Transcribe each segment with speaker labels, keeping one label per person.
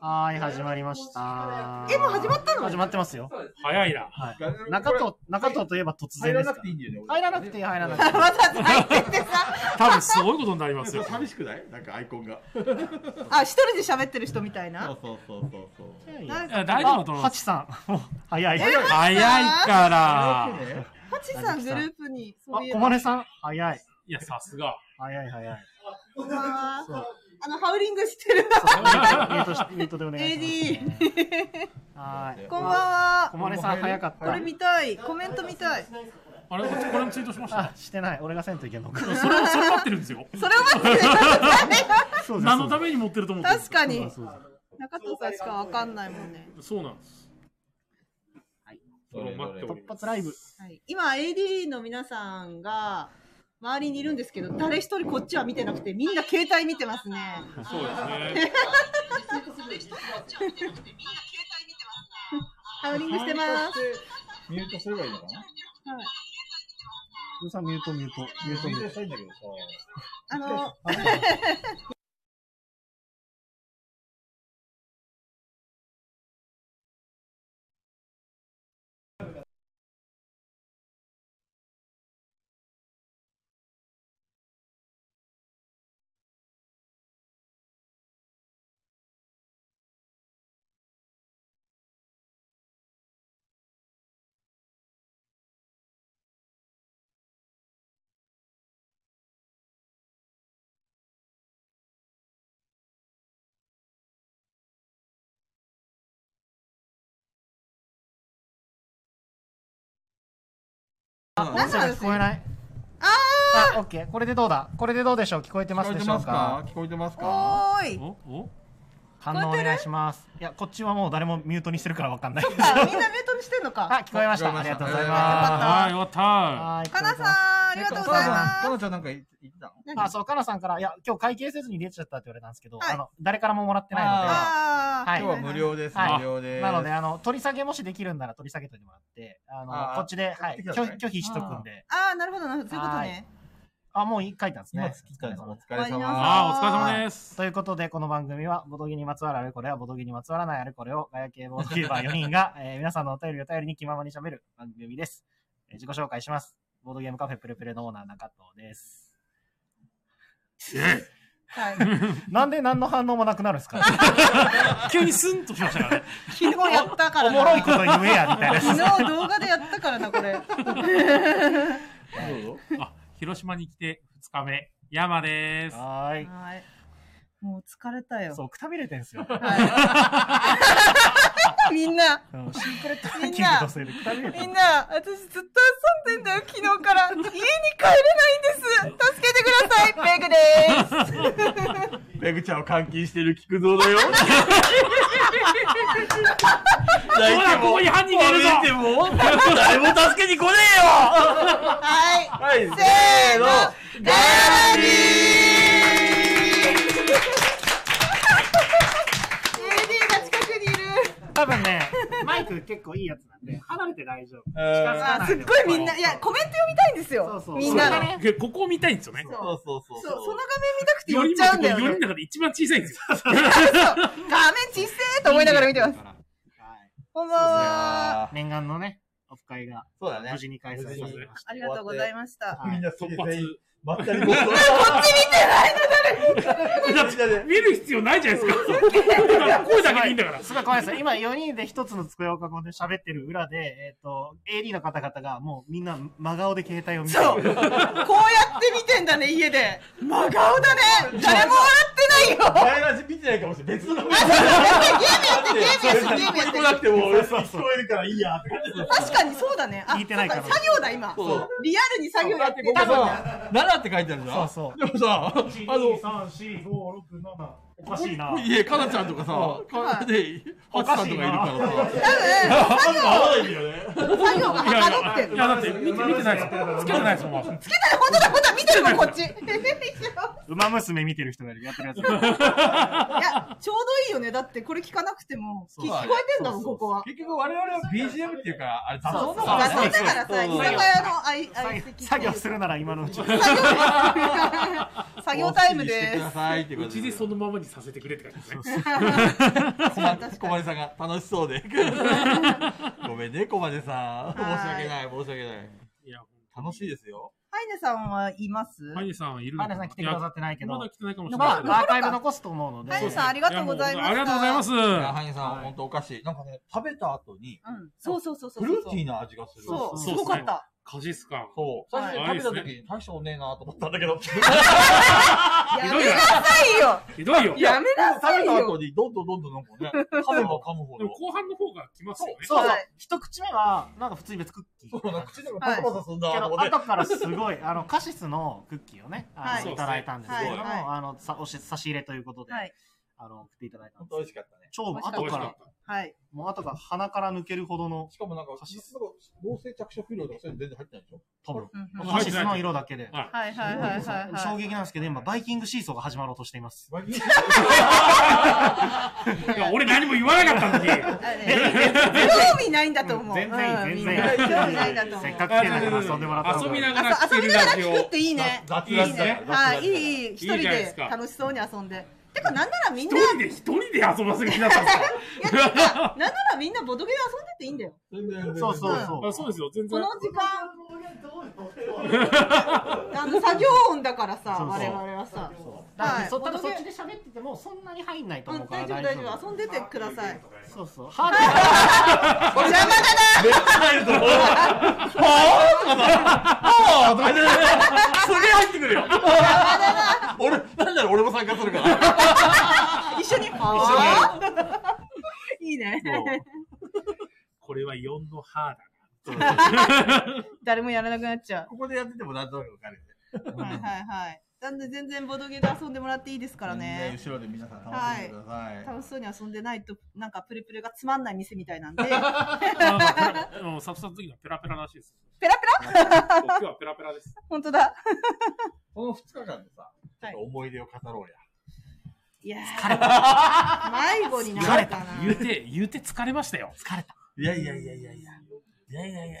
Speaker 1: はーい、始まりました。
Speaker 2: えもう始まったの
Speaker 1: 始まってますよ。
Speaker 3: 早いな。
Speaker 1: はい。中藤、中藤といえば突
Speaker 4: 入
Speaker 1: 然
Speaker 4: ら
Speaker 1: です
Speaker 4: な
Speaker 1: か
Speaker 4: くていいんだよね。
Speaker 1: ら。入らなくていい、入らなくていい。
Speaker 2: まだ入っててさ、
Speaker 3: 多分すごいことになります
Speaker 4: 俺
Speaker 3: よ。
Speaker 4: 寂しくないなんかアイコンが。
Speaker 2: あ、一人で喋ってる人みたい
Speaker 4: そ
Speaker 2: な
Speaker 4: う。そうそうそうそう。
Speaker 1: い
Speaker 2: な
Speaker 1: や
Speaker 2: ん
Speaker 1: い
Speaker 3: い
Speaker 2: か
Speaker 3: や
Speaker 1: や
Speaker 3: 大丈夫だと思
Speaker 1: あハ
Speaker 3: いま
Speaker 1: チ
Speaker 3: す。
Speaker 1: さん。もう早い。
Speaker 3: 早いから。
Speaker 4: ね
Speaker 2: ハチさんグループに、
Speaker 1: あ
Speaker 2: そうい、う
Speaker 1: 小
Speaker 2: の。
Speaker 1: 金さん。早い。
Speaker 3: いや、さすが。
Speaker 1: 早い、早い。
Speaker 2: あ
Speaker 1: そう。
Speaker 2: の、ハウリングしてる。
Speaker 1: ミュ ートし、ミュートでお願いします、 ね。はーい。
Speaker 2: こんばんは。
Speaker 1: 小金さん、早かっ
Speaker 2: これ
Speaker 1: た。
Speaker 2: 見たい。コメント見たい。
Speaker 3: あれ、これもツイートしました。
Speaker 1: あ、してない。俺がせんといけんのか。
Speaker 3: それを、それ待ってるんですよ。
Speaker 2: それを待ってて
Speaker 1: そうです
Speaker 3: 何のために持ってると思ってるんです
Speaker 2: 確か
Speaker 1: そう
Speaker 2: に
Speaker 1: です。そうです
Speaker 2: 中藤さんしかわかんないもんね。
Speaker 3: そうなんです。
Speaker 4: どれどれ
Speaker 3: 待っており
Speaker 1: 突発ライブ。
Speaker 2: はい、今、AD の皆さんが、周りにいるんですけど、誰一人こっちは見てなくて、みんな携帯見てますね。
Speaker 3: そうですね。
Speaker 2: ハウリングしてます。
Speaker 4: ミュートすればいいのかな
Speaker 2: はい
Speaker 1: 皆さん、ミュート、ミュート、ミュート、ミ
Speaker 4: ミ
Speaker 1: ュート
Speaker 4: ュート。したいんだけどさ。
Speaker 2: あの、
Speaker 1: 音声が聞こえない。ああ、オッケー。これでどうだ。これでどうでしょう。聞こえてますでしょうか。
Speaker 4: 聞こえてますか
Speaker 2: おーい。
Speaker 3: おお
Speaker 1: 反応お願いします。いや、こっちはもう誰もミュートにしてるからわかんない。
Speaker 2: あみんなメートにしてんの
Speaker 1: あ、
Speaker 2: か。
Speaker 1: 聞こえました。
Speaker 4: 聞こ
Speaker 1: あり
Speaker 4: え
Speaker 1: がと
Speaker 4: まし
Speaker 1: う
Speaker 4: た
Speaker 1: ございま
Speaker 3: はい、終わ
Speaker 1: す。
Speaker 3: っ
Speaker 1: はい。
Speaker 2: かなさん、ありがとうございます。
Speaker 4: かなちゃんなんか言ってたの
Speaker 1: あ、そう、かなさんから、いや、今日会計せずに出ちゃったって言われたんですけど、
Speaker 2: はい
Speaker 1: あの、誰からももらってない
Speaker 2: あー
Speaker 1: はい
Speaker 4: 今日は無料です。
Speaker 1: はい
Speaker 4: 無料
Speaker 1: の
Speaker 4: で
Speaker 1: で、
Speaker 4: す。
Speaker 1: なので、あの、取り下げもしできるんなら取り下げといてもらって、あの、
Speaker 4: あー
Speaker 1: こっちで、はい、
Speaker 4: 取ってきたん
Speaker 1: 拒
Speaker 4: ですね
Speaker 1: 否拒否しとくんで。
Speaker 2: あーなるほどなるほどそういうことね
Speaker 1: あ、もうい書いたんです
Speaker 4: 今
Speaker 1: ね
Speaker 4: 月。きたの。お疲
Speaker 2: れ
Speaker 4: れ
Speaker 2: 様
Speaker 3: た。
Speaker 4: 様。
Speaker 3: ああ、お疲れ様です。
Speaker 1: ということで、この番組は、ボドゲにまつわるあれこれは、ボドゲにまつわらないあれこれを、ガヤ系ボードゲーバー4人が、 えー皆さんのお便りを頼りに気ままに喋る番組です、えー自己紹介します。ボードゲームカフェプレプレのオーナー中藤です。
Speaker 2: はい
Speaker 1: なんで何の反応もなくなるんですか
Speaker 3: 急にスンとしましたからね。
Speaker 2: 昨日やったから
Speaker 1: お
Speaker 2: な
Speaker 1: もろいこと言えや、みたいな。
Speaker 2: 昨日動画でやったからなこれ
Speaker 4: どうぞ。
Speaker 3: あ、広島に来て2日目、山です。
Speaker 1: はーい。
Speaker 2: はいもう疲れたよ
Speaker 1: そう、くたびれてんすよ。
Speaker 2: はいみんな
Speaker 1: うんシークレットハ
Speaker 2: み
Speaker 1: ッ
Speaker 2: ん
Speaker 1: キング
Speaker 2: な
Speaker 1: とそれでくたびれて
Speaker 2: み
Speaker 1: る
Speaker 2: んな私ずっと遊んでんだよ昨日から家に帰れないんです助けてくださいペグです
Speaker 4: ペグちゃんを監禁してる菊蔵だ よ。泣い
Speaker 3: ほら、ここに犯人がいるぞ
Speaker 4: ても、誰も助けに来ねえよ
Speaker 2: は
Speaker 4: は
Speaker 2: い
Speaker 4: い、せー
Speaker 2: せーの
Speaker 4: ガ
Speaker 2: ヤ
Speaker 4: ビー
Speaker 2: AD が近くにいる
Speaker 1: 多分ね、マイク結構いいやつなんで、離れて大丈夫。
Speaker 2: あーすっごいみんないやコメント読みたいんですよ
Speaker 1: そうそう
Speaker 2: みんなの
Speaker 3: ここを見たいんですよね。
Speaker 4: そうそうそう
Speaker 2: そう、そ
Speaker 4: そ
Speaker 2: の
Speaker 4: う
Speaker 2: 画面。見たくて
Speaker 3: よ
Speaker 2: 寄っ
Speaker 3: り
Speaker 2: ち
Speaker 3: も
Speaker 2: ゃうんだよ
Speaker 3: 4人の
Speaker 2: ね。
Speaker 3: 中で一番小さいんですよ。
Speaker 2: 画面小せえと思いながら見てます。
Speaker 1: はい
Speaker 2: こんばんは。
Speaker 1: 念願のね、オフ会が、
Speaker 4: そうだね
Speaker 1: 無事に開催されまし
Speaker 4: 無事に
Speaker 2: ありがとうございました。
Speaker 1: た。はい
Speaker 4: な
Speaker 3: 突発。
Speaker 4: まったりこっち見てないの 誰
Speaker 3: 見る必要ないじゃないですか。声だけでいいんだから。
Speaker 1: すごいごめんなさい。今4人で1つの机を囲んで喋ってる裏で、えっ、と、AD の方々がもうみんな真顔で携帯を見て
Speaker 2: そう。こう
Speaker 1: る。
Speaker 2: やって見てんだね、家で。真顔だね。誰も笑ってないよ。
Speaker 4: 誰が見てないかもしれない。別の画面
Speaker 2: ゲームやって、ゲームやって、ゲームやって。
Speaker 4: なく ても俺聞こえるからいいやって感じ
Speaker 2: 確かにそうだね。あ、
Speaker 1: 聞いてないから
Speaker 2: そうだ作業だ、今
Speaker 4: そう。
Speaker 2: リアルに作業やって
Speaker 4: ここ
Speaker 2: た。
Speaker 4: さ、7って書いてあるじゃん。
Speaker 1: そうそう
Speaker 4: でもさ、あの、
Speaker 1: 3、4、5、6、7。おかしいな。
Speaker 4: いえ、かなちゃんとかさ、かなで、ハチさんとかいるからさ。
Speaker 2: 多
Speaker 4: ハチが合わないんだよね。
Speaker 2: 分、作業がはかどって
Speaker 3: い
Speaker 2: る。
Speaker 3: や、だって見て見てないですもん。つけてないですもん。
Speaker 2: つけたら、本当だ、本当だ、見てるもん、こっち。い
Speaker 1: 馬娘見てる人がいる。やってるやつ。
Speaker 2: や、ちょうどいいよね。だって、これ聞かなくても、聞聞こえてんだもん、ここは。
Speaker 4: 結局我々は BGM っていうか、あれ雑音だ
Speaker 2: だ
Speaker 4: から
Speaker 2: だからさ、居酒屋の愛
Speaker 1: 作
Speaker 2: 愛席
Speaker 1: 作業するなら今のうち。
Speaker 2: 作業タイムです。
Speaker 4: 作
Speaker 3: うちでそ
Speaker 4: の
Speaker 3: のままに
Speaker 5: にさせてくれって感じですね。
Speaker 4: 小ま
Speaker 2: 確かに
Speaker 4: 小まねさんが楽しそう で。ごめんね、小まねさん。申し訳ない、申し訳ない。
Speaker 3: いや、
Speaker 4: 楽しいですよ。
Speaker 2: ハイネさんはいます
Speaker 3: ハイネさんはいるの
Speaker 1: ハ
Speaker 3: か
Speaker 1: イネさ
Speaker 3: な
Speaker 1: ん来てくださってない
Speaker 3: い
Speaker 1: け
Speaker 3: や
Speaker 1: ど、
Speaker 3: まだ来てないかもしれ
Speaker 1: ま
Speaker 3: ないけど。
Speaker 1: あアーカイブ残すと思うので、
Speaker 2: ハイネさんあり
Speaker 3: り
Speaker 2: がとうございました。
Speaker 3: ありがとうございます。
Speaker 4: いや、ハニーさん、本当お菓子。なんかね、食べた後に、
Speaker 2: うん、そうそうそうそう。
Speaker 4: フルーティーな味がする。
Speaker 2: そう、す
Speaker 3: そう
Speaker 2: ごかった。
Speaker 3: カジス感。
Speaker 4: そう。最初
Speaker 3: はい
Speaker 4: に食べた時に大したもんねえなと思ったんだけど。
Speaker 3: ひ
Speaker 2: や
Speaker 3: どい
Speaker 2: め
Speaker 3: よ
Speaker 2: なさいよ
Speaker 3: ひどいよ。
Speaker 2: やめなさい
Speaker 4: 食べた
Speaker 2: よ
Speaker 4: 後に、どんどんどんどんなんかね、噛めば噛むほ
Speaker 3: で
Speaker 4: ど
Speaker 3: も。後半の方が来ますよね。
Speaker 1: そうそう、
Speaker 2: はい
Speaker 1: 一口目は、なんか普通に別クッキ
Speaker 4: そ
Speaker 1: ー。
Speaker 4: う なんか口でもパサパサするんだ
Speaker 1: け
Speaker 4: と
Speaker 1: ど
Speaker 4: 思って。
Speaker 1: 後からすごい、あの、カシスのクッキーをね、あの
Speaker 2: はい
Speaker 1: いただいたんですけれども、
Speaker 2: はいはい
Speaker 1: あのさおし、差し入れということで、
Speaker 2: はい。
Speaker 1: あの、食っていただいたん
Speaker 4: 本
Speaker 1: で
Speaker 4: 当
Speaker 1: す
Speaker 4: 美
Speaker 1: けど
Speaker 4: 味しかったね。
Speaker 1: 超後
Speaker 2: 美味し
Speaker 1: か
Speaker 2: か
Speaker 1: ら、
Speaker 2: っはい。
Speaker 1: もう後から鼻から抜けるほどの、
Speaker 4: しかもなんか、カシスとか合成着色料とかそういうの全然入ってないでしょ
Speaker 1: 多分、
Speaker 2: うんうん
Speaker 1: カシスの色だけで。
Speaker 3: は
Speaker 2: は
Speaker 3: い
Speaker 2: いはいはいはいはい。
Speaker 1: 衝撃なんですけど、今、バイキングシーソーが始まろうとしています。
Speaker 4: バイキング
Speaker 3: いや俺何も言わなかったのに。
Speaker 2: あれ興味ないんだと思う。
Speaker 1: 全然いい、全然
Speaker 2: うん興味ないんだと思う。
Speaker 1: せっかく来てんだから遊んでもらった方
Speaker 3: 遊
Speaker 1: がい
Speaker 3: び
Speaker 1: い
Speaker 3: なが
Speaker 2: あ
Speaker 3: ら
Speaker 2: そ遊
Speaker 3: 聞け
Speaker 2: び
Speaker 3: る
Speaker 2: ながら
Speaker 3: ラ
Speaker 2: 作
Speaker 3: ジ
Speaker 2: るっ
Speaker 3: オ。
Speaker 2: ていいね。
Speaker 4: 雑
Speaker 3: いい
Speaker 4: だ
Speaker 3: で
Speaker 4: っ
Speaker 3: す
Speaker 4: た
Speaker 3: ね
Speaker 2: はい、
Speaker 4: い。
Speaker 2: いい、一人
Speaker 3: いいじゃないです
Speaker 2: で
Speaker 3: か
Speaker 2: 楽しそうに遊んで。てか、なんならみん
Speaker 3: 一
Speaker 2: な、い
Speaker 3: 人で、一人で遊ばせる気だったんですか
Speaker 2: や、てか、なんならみんなボドゲで遊んでていいんだよ。
Speaker 4: 全然全然
Speaker 1: そうそうそう。
Speaker 3: あそうですよ、全
Speaker 2: こ
Speaker 3: 然
Speaker 2: の。時間。あの、作業音だからさ、
Speaker 1: そうそう
Speaker 2: 我々はさ。
Speaker 1: だから
Speaker 2: はい
Speaker 1: そ多分そっちで喋っててもそんなに入んないと
Speaker 2: う、
Speaker 1: 思うんから
Speaker 2: 大丈夫、大丈夫。遊んでてください。
Speaker 1: そうそう。ハー
Speaker 2: 邪魔だ
Speaker 4: めっちゃ入ると思う。はぁとかさ、はぁとかね。すげえ入ってくるよ。俺、なんだろう、俺も参加するから。
Speaker 2: な一緒に。あーいいね。
Speaker 3: これは4の歯だ。
Speaker 2: 誰もやらなくなっちゃ
Speaker 4: ここでやっててもなんとなくわかるよね。
Speaker 2: う。はいはい はい。なんで全然ボドゲで遊んでもらっていいですからね。
Speaker 4: 全然後ろで皆さん楽しんでください。
Speaker 2: 楽しそうに遊んでないと、なんかプルプルがつまんない店みたいなんで。ペ
Speaker 3: あまあペ ラうんサブサブの時にはペラペラらしいです。
Speaker 2: ラペラ
Speaker 3: 今日はペラペラです。
Speaker 2: 本当だ。
Speaker 4: この2日間でさ、ちょっと思い出を語ろうや。
Speaker 2: いやー迷子になるかな。
Speaker 3: 言うて、言うて疲れましたよ。
Speaker 4: いやいやいやいやいや。いやいやいやい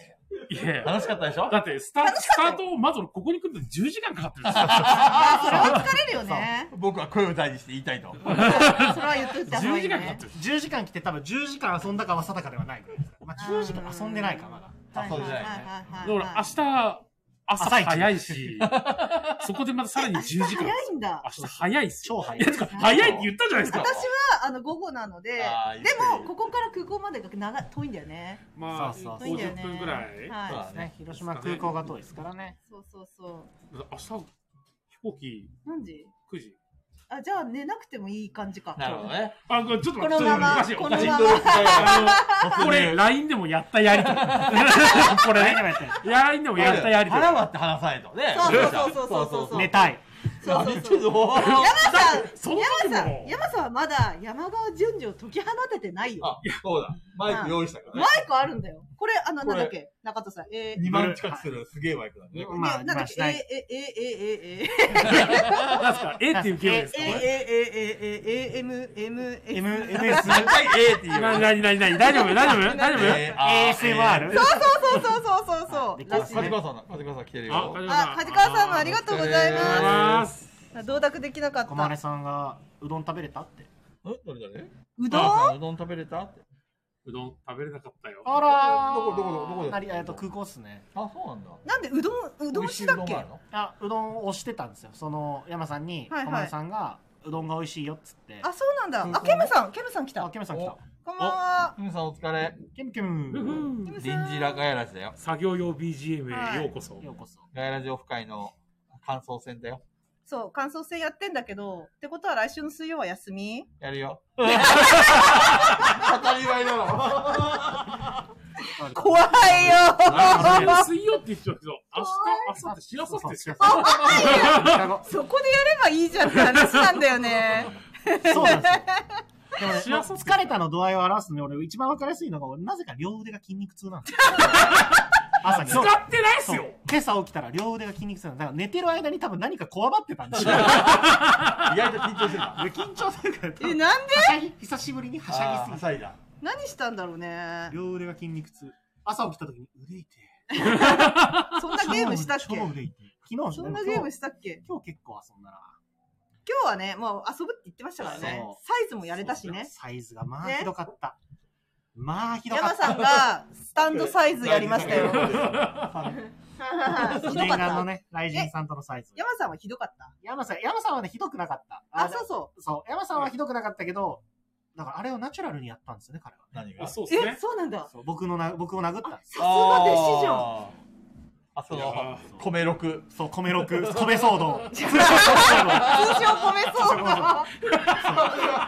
Speaker 3: いやい
Speaker 4: や。
Speaker 3: や
Speaker 4: 楽しかったでしょ
Speaker 3: だって、スタート、スタートをまずここに来るのに10時間かかってるんですよ。
Speaker 2: あーそれは疲れるよね。
Speaker 4: 僕は声を大にして言いたいと。
Speaker 2: それは言っと いた方が
Speaker 3: 10
Speaker 2: いい
Speaker 3: 時間かかっ
Speaker 2: ね
Speaker 3: て。る。
Speaker 1: 10時間来て多分10時間遊んだかは定かではないぐらいですから。まあ10時間遊んでないかまだ。
Speaker 2: はいはいはいはい
Speaker 3: だ
Speaker 2: はい
Speaker 3: から明日、朝早いし、そこでまたさらに10時 間。
Speaker 2: 早いんだ。
Speaker 3: 明日早いっすよ。
Speaker 1: 超早い
Speaker 3: いや、てか早いって言ったじゃないですか。
Speaker 2: 私は、あの、午後なので、
Speaker 4: あー
Speaker 2: で
Speaker 4: ゆっく
Speaker 2: も、
Speaker 4: り
Speaker 2: ここから空港までが長い遠いんだよね。
Speaker 3: まあ、
Speaker 1: そうそう
Speaker 2: 遠いんだよ
Speaker 3: 50
Speaker 2: ね。
Speaker 3: 分ぐらい。
Speaker 4: そう
Speaker 2: は
Speaker 4: だね
Speaker 1: ね。広島空港が遠いですからね
Speaker 2: い。。そうそうそ
Speaker 3: 明日、飛行機
Speaker 2: う。何時
Speaker 3: 9時。
Speaker 2: あ、じゃあ寝なくてもいい感じか。
Speaker 4: なるほどね。
Speaker 3: あ、これちょっと
Speaker 2: こ
Speaker 3: 待
Speaker 2: の
Speaker 3: って、
Speaker 2: まま、
Speaker 3: ちょっと
Speaker 2: こ
Speaker 3: おか
Speaker 2: の
Speaker 3: しい、おかしい。
Speaker 2: まま。
Speaker 3: あの、これ、LINE でもやったやりとり。これ
Speaker 1: 何で
Speaker 3: ね、
Speaker 1: もやってる
Speaker 3: LINE でもやったやりとり。
Speaker 4: 腹割って話さないとね。
Speaker 2: そうそうそうそうそう
Speaker 1: 寝たい。
Speaker 2: そうそう そう。
Speaker 4: う。
Speaker 2: 山さん、
Speaker 3: そん
Speaker 2: 山
Speaker 3: な
Speaker 2: さ
Speaker 3: の
Speaker 2: ん、山さんはまだ山川淳二を解き放ててないよ。
Speaker 4: あ、そうだ。マイク用意したから
Speaker 2: マ
Speaker 4: ね。
Speaker 2: イクあるんだよ。これ、あの、
Speaker 4: こ
Speaker 2: な
Speaker 4: れ
Speaker 2: んだっけ中田さん。えー、
Speaker 4: 2万近くするすげえマイクなんで ね。これ
Speaker 1: まあ
Speaker 2: えなんだっけ
Speaker 1: まあ
Speaker 2: えー、えー、えー、えー、えー、えー、
Speaker 3: なんですかえっていうゲームですか
Speaker 2: えー、えー、えー、えー、えー、えー、えー、えー、えー、えー、えー、えー、M、M、
Speaker 1: M、
Speaker 2: M。
Speaker 1: MS、
Speaker 4: はい、ええって言うよ。
Speaker 3: な、なになになに大丈夫大丈夫大丈夫
Speaker 4: えーあー
Speaker 1: ASMR
Speaker 4: えー。
Speaker 2: そうそうそうそうそ
Speaker 1: で
Speaker 2: う。
Speaker 1: き
Speaker 2: ら
Speaker 1: ま
Speaker 2: し
Speaker 1: す
Speaker 2: い
Speaker 1: ね
Speaker 4: 梶川さんだ。梶川さん来てる
Speaker 3: あ
Speaker 4: よ。
Speaker 2: あ、梶川さんもありがとうござい
Speaker 3: ありがとうござい
Speaker 2: ま
Speaker 3: ます。
Speaker 2: す。同卓できなかっ
Speaker 1: 小金
Speaker 2: た。
Speaker 1: さんが、うどん食べれたって。
Speaker 4: えどれどれ
Speaker 2: う
Speaker 4: う
Speaker 2: どん
Speaker 4: んうどん食べれたって。
Speaker 3: うどん食べれなかったよ。
Speaker 1: あらー。
Speaker 4: どこどこどこどこで
Speaker 1: 何えっと、空港っすね。
Speaker 4: あ、そうなんだ。
Speaker 2: なんでうどん、うどんしだっ
Speaker 4: 美
Speaker 2: け
Speaker 4: 味しいもあるの
Speaker 1: あ、うどんを押してたんですよ。その、山さんに、
Speaker 2: はいはい
Speaker 1: 小金さんが、うどんが美味しいよっつって。
Speaker 2: あ、そうなんだ。あ、ケムさん、ケムさん来
Speaker 1: あ、
Speaker 2: た。
Speaker 1: ケムさん来た。
Speaker 2: こんばんは。
Speaker 4: ふみさんお疲れ。
Speaker 1: ケムケ
Speaker 3: う
Speaker 1: ム。
Speaker 3: ん
Speaker 2: ケムさ
Speaker 4: 臨
Speaker 2: ん
Speaker 4: 時ラガヤラジだよ。
Speaker 3: 作業用 BGM へようこそ。
Speaker 1: ようこそ。
Speaker 4: ガヤラジオフ会の感想戦だよ。
Speaker 2: そう、感想戦やってんだけど、ってことは来週の水曜は休み
Speaker 4: やる よ。語り合いだろ。
Speaker 2: 怖いよ
Speaker 3: 水曜って言ってたけど、明日、明後日、しらさってですよ。
Speaker 2: そこでやればいいじゃんって話なんだよね。
Speaker 1: そうなんですよ。でもね、
Speaker 3: 幸せ
Speaker 1: まあ疲れたの度合いを表すのに俺一番わかりやすいのが、俺なぜか両腕が筋肉痛なんです よ。朝に。
Speaker 3: 使ってないっす
Speaker 1: そう
Speaker 3: よ。
Speaker 1: 今朝起きたら両腕が筋肉痛なんだから寝てる間に多分何かこわばってたんですよ。
Speaker 4: 意外と緊張してる。
Speaker 1: 俺緊張するから多
Speaker 2: え、
Speaker 1: 分
Speaker 2: なんで
Speaker 1: はしゃぎ久しぶりにはしゃ
Speaker 4: あー
Speaker 1: ぎ
Speaker 4: は
Speaker 1: すぎ
Speaker 4: しゃいだ。
Speaker 2: 何したんだろうね
Speaker 1: て。。両腕が筋肉痛。朝起きた時に腕痛い
Speaker 2: そんなゲームしたっけ
Speaker 1: 超腕痛い。昨日
Speaker 2: そんなゲーム
Speaker 1: し
Speaker 2: したっけ
Speaker 1: 今日結構遊んだな。
Speaker 2: 今日はね、もう遊ぶって言ってましたからね
Speaker 4: そう。
Speaker 2: サイズもやれたしね。
Speaker 1: サイズがまあ
Speaker 2: ね
Speaker 1: ひどかった。まあひどかった。
Speaker 2: 山さんがスタンドサイズやりましたよ。ひど
Speaker 1: 念
Speaker 2: かっ
Speaker 1: 願の
Speaker 2: た。
Speaker 1: ね、ライジンさんとのサイズ。
Speaker 2: 山さんはひどかった。
Speaker 1: 山さん、山さんはね、ひどくなかった。
Speaker 2: あ、そうそ
Speaker 1: そう。山さんはひどくなかったけど、だからあれをナチュラルにやったんですよね、彼はね。
Speaker 4: 何が
Speaker 3: あ、そうで
Speaker 2: う
Speaker 3: す。
Speaker 2: え、
Speaker 3: ね。
Speaker 2: そうなんだ。
Speaker 1: そう僕のな、僕を殴ったんです
Speaker 2: さすが弟子じゃん。
Speaker 4: あーあ、そ
Speaker 3: いや
Speaker 4: の、米六。
Speaker 1: そう、米六、米騒 動。
Speaker 2: 通称米そうだ。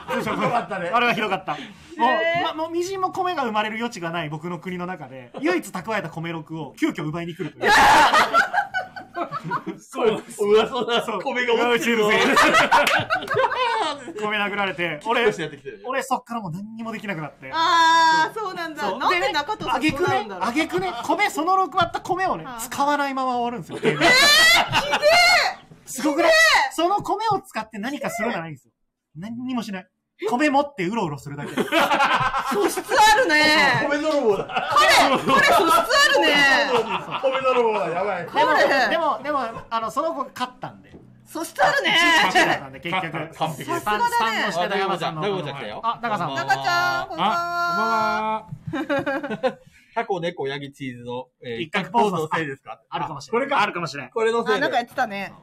Speaker 1: 通称米
Speaker 4: よかったね
Speaker 1: あれはひどかった。も
Speaker 2: ねえ
Speaker 1: う、ま、もう、みじんも米が生まれる余地がない僕の国の中で、唯一蓄えた米六を急遽奪いに来るという。
Speaker 3: そうなんです。
Speaker 4: うわ、そうだ、
Speaker 1: そう
Speaker 4: 米が落ちてるぞ
Speaker 1: うわう。 米殴られて、俺
Speaker 4: よし、やってきてる。
Speaker 1: 俺そっからもう何にもできなくなって。
Speaker 2: あー、そうなんだ。
Speaker 1: そう
Speaker 2: なん
Speaker 1: で
Speaker 2: で
Speaker 1: ね
Speaker 2: 中藤さ
Speaker 1: あ
Speaker 2: ん
Speaker 1: げ
Speaker 2: そう
Speaker 1: く
Speaker 2: な
Speaker 1: ね
Speaker 2: んだ、ろ
Speaker 1: あ
Speaker 2: う。
Speaker 1: げくね、米、その6割った米をね
Speaker 2: は、い
Speaker 1: 使わないまま終わるんですよゲーム。すごくないその米を使って何かするじゃないんですよ。何にもしない。米持ってうろうろするだけ。
Speaker 2: 素質あるね。
Speaker 4: 米泥棒だ。
Speaker 2: 彼、彼素質あるね。
Speaker 4: 米泥棒だ、やばい。
Speaker 1: でも
Speaker 2: 彼、
Speaker 1: でも、でも、あの、その子勝ったんで。
Speaker 2: 素質ある
Speaker 1: 勝ちだっ
Speaker 2: ね。
Speaker 1: たんで、結局。
Speaker 4: 完璧です
Speaker 1: スタンスタンドしてた山さんの。
Speaker 4: あ大悟ちゃん大悟ちゃん来たよ
Speaker 1: あ、高さん。
Speaker 4: こんばん
Speaker 1: あ
Speaker 4: は
Speaker 2: 中ちゃん、こんばんは。
Speaker 3: あ、
Speaker 4: タコ、猫、ヤギ、チーズの、えー
Speaker 1: 一角ポーズ
Speaker 4: のせいですか
Speaker 1: るかもしれ
Speaker 4: こ
Speaker 1: な
Speaker 4: れ
Speaker 1: い。
Speaker 4: か。
Speaker 1: あるかもしれない。
Speaker 4: これのせ
Speaker 2: あ、
Speaker 4: い
Speaker 2: なんかやっ
Speaker 4: で。
Speaker 2: てたね。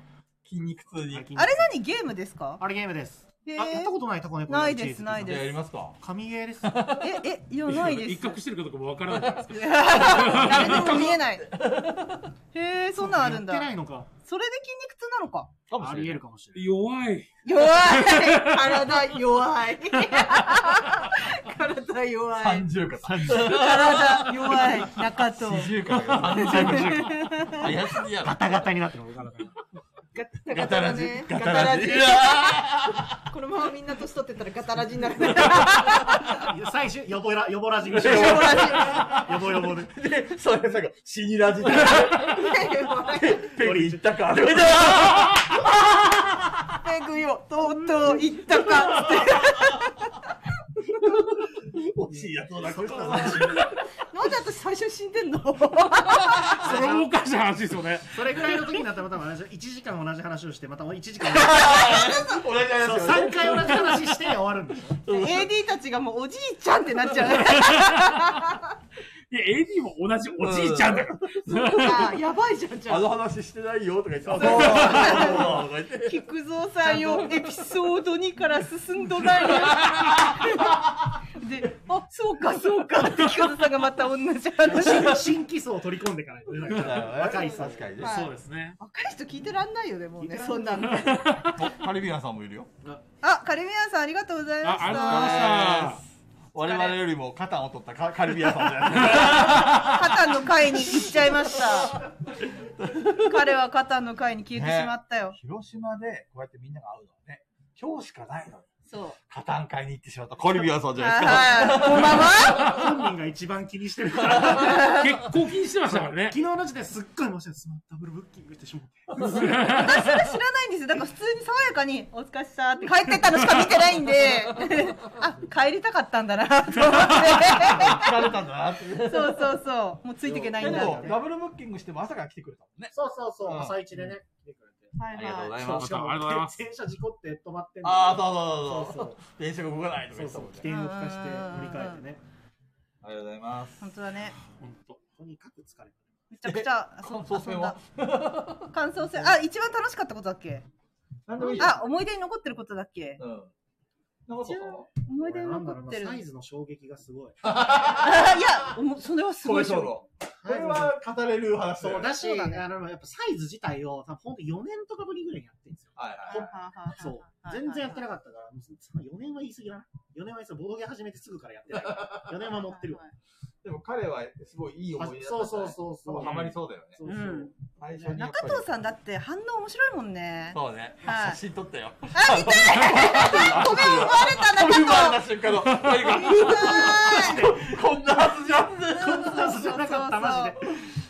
Speaker 4: 筋肉痛に。
Speaker 2: あれ何ゲームですか
Speaker 1: あれゲームです。
Speaker 2: へ
Speaker 1: あ、やった
Speaker 2: ー
Speaker 1: ことないタコネコ
Speaker 2: ないですない
Speaker 4: じ
Speaker 2: で
Speaker 4: ゃあ
Speaker 2: す
Speaker 4: やりますか。
Speaker 1: 神ゲーです。
Speaker 2: え、え、いや、ないです。
Speaker 3: 一攫してるかどうかもわからないですけど。
Speaker 2: 誰でも見えない。へえ、そんなんあるんだ
Speaker 1: やっ。てないのか。
Speaker 2: それで筋肉痛なのか。
Speaker 4: か
Speaker 1: あり得るかもしれない。
Speaker 3: 弱い。
Speaker 2: 弱い。体弱い。 体弱い。
Speaker 4: 30か
Speaker 2: 体弱い。中藤。
Speaker 4: 40か30か怪しいやろ
Speaker 1: ガタガタになってるの僕から。
Speaker 4: ガタラジ
Speaker 2: ね
Speaker 4: ガタラジ
Speaker 2: ガタこのままみんな年取ってたらガタラジになる。ガ
Speaker 1: 最終、よぼら、よぼらじぐらい。よ
Speaker 2: タ
Speaker 1: ぼよぼで。
Speaker 4: でそれなんかシニラジ
Speaker 2: ラジ。
Speaker 4: ペグ行ったか
Speaker 2: ペグよ、とうとう行ったか。
Speaker 4: 惜しいやつだこいつだ
Speaker 2: なんで私最初に死んでん の
Speaker 3: それもおかしい話ですよね。
Speaker 1: それぐらいの時になったらまた同じ、1時間同じ話をして、また1時間
Speaker 4: 同じ
Speaker 1: 同じ、
Speaker 4: 話
Speaker 1: 3回同じ話して終わるんでし ょ
Speaker 2: ?AD たちがもうおじいちゃんってなっちゃう。
Speaker 3: いや、AD も同じおじいちゃ んだから。
Speaker 2: あやばいじゃん、じゃ
Speaker 4: あ
Speaker 2: あ
Speaker 4: の話してないよとか言ってた
Speaker 2: 菊蔵さんよ、エピソード2から進んど ないよ。で、あ、そうか、そうか、って菊蔵さんがまた同じ 話。
Speaker 1: 新新規層を取り込んでいかないとね。だから若い人。
Speaker 4: 確かにね
Speaker 2: はい
Speaker 3: そうですね。
Speaker 2: 若い人聞いてらんないよね、もう
Speaker 1: 聞
Speaker 2: ね、
Speaker 1: いて
Speaker 2: そんなの。
Speaker 4: カリビアンさんもいるよ
Speaker 2: あ、カリミアンさんありがとうございまし。
Speaker 3: あありがとうございました
Speaker 4: 我々よりも肩を取ったカカリビアンさんじゃない
Speaker 2: カタンの会に行っちゃいました。彼はカタンの会に消えてしまった よ。
Speaker 4: 広島でこうやってみんなが会うのはね今日しかないのよ
Speaker 2: そう。
Speaker 4: カタン買いに行ってしまったカリビアンさんじゃないですか
Speaker 2: はい、こんばんは。
Speaker 1: 本人が一番気にしてるから。
Speaker 3: 結構気にしてましたからね
Speaker 1: 昨。日の時点ですっごい面白い。スマダブルブッキングしてしまって。
Speaker 2: 私それ知らないんですよ。だから普通に爽やかに、お疲れっしたって帰ってったのしか見てないんで、あ、帰りたかったんだな、と思って。
Speaker 4: 疲れたんだなって
Speaker 2: そうそうそう。もうついていけないんだ。
Speaker 4: け
Speaker 2: は
Speaker 4: どダブルブッキングしても朝から来てくれたもんね。
Speaker 1: そうそうそう
Speaker 4: 朝
Speaker 1: 一でね、来てくれて。
Speaker 2: い
Speaker 4: ありがとうござ
Speaker 2: はい。
Speaker 4: い
Speaker 1: そ
Speaker 4: ま
Speaker 1: う
Speaker 4: す。
Speaker 1: しかも
Speaker 3: ありがとうございます
Speaker 1: 電車事故って 止まってんの
Speaker 4: ああ、そうそうそ
Speaker 1: そう
Speaker 4: うそう。電車が動かないと
Speaker 1: そう
Speaker 4: か言って
Speaker 1: そ
Speaker 4: た
Speaker 1: う
Speaker 4: もんね。
Speaker 1: 起点を利かして乗り換えてね
Speaker 4: ありがとうございます。
Speaker 2: 本当だね。
Speaker 1: 本当とにかく疲れて
Speaker 2: めちゃくちゃ遊
Speaker 4: 感想戦
Speaker 2: んだ
Speaker 4: は。
Speaker 2: 感想戦。あ、一番楽しかったことだっけ
Speaker 1: なんでもいいよ
Speaker 2: あ、思い出に残ってることだっけ
Speaker 4: うん。なんかそうかな
Speaker 2: 思い出
Speaker 1: 俺
Speaker 2: に
Speaker 1: なんだ
Speaker 2: 残
Speaker 1: ろう
Speaker 2: っ
Speaker 1: な
Speaker 2: てる
Speaker 1: サ。イズの衝撃がすごい
Speaker 2: あいや、おもそれはす
Speaker 4: こ
Speaker 2: ご
Speaker 4: れ
Speaker 2: い
Speaker 4: そう
Speaker 2: よ。
Speaker 4: これは語れる話だ
Speaker 1: そ
Speaker 4: よ
Speaker 1: う
Speaker 4: ね。
Speaker 1: だし、あのやっぱサイズ自体を多分本当4年とかぶりぐらいにやってるんですよ
Speaker 4: はい
Speaker 2: は
Speaker 4: はいい。
Speaker 2: はいはい
Speaker 1: そう全然やってなかったからもう4年は言い過ぎだな4年はそのボドゲ始めてすぐからやってない4年は 持ってるわ。
Speaker 4: でも彼はすごいいい思い出だった。
Speaker 1: そうそうそうそう
Speaker 4: ハマりそうだよね。
Speaker 1: そう
Speaker 2: う。
Speaker 1: そうん
Speaker 4: 最初にやっぱ
Speaker 2: 中
Speaker 4: り。
Speaker 2: 藤さんだって反応面白いもんね。
Speaker 4: そうね。
Speaker 2: はい
Speaker 4: 写真撮ったよ。
Speaker 2: あ、見たいごめん、奪われた中
Speaker 4: 飛
Speaker 2: 藤
Speaker 4: び回った瞬間の、何か、
Speaker 2: 見たい
Speaker 4: こんなはずじゃん。
Speaker 1: こんなはずじゃなかったマジで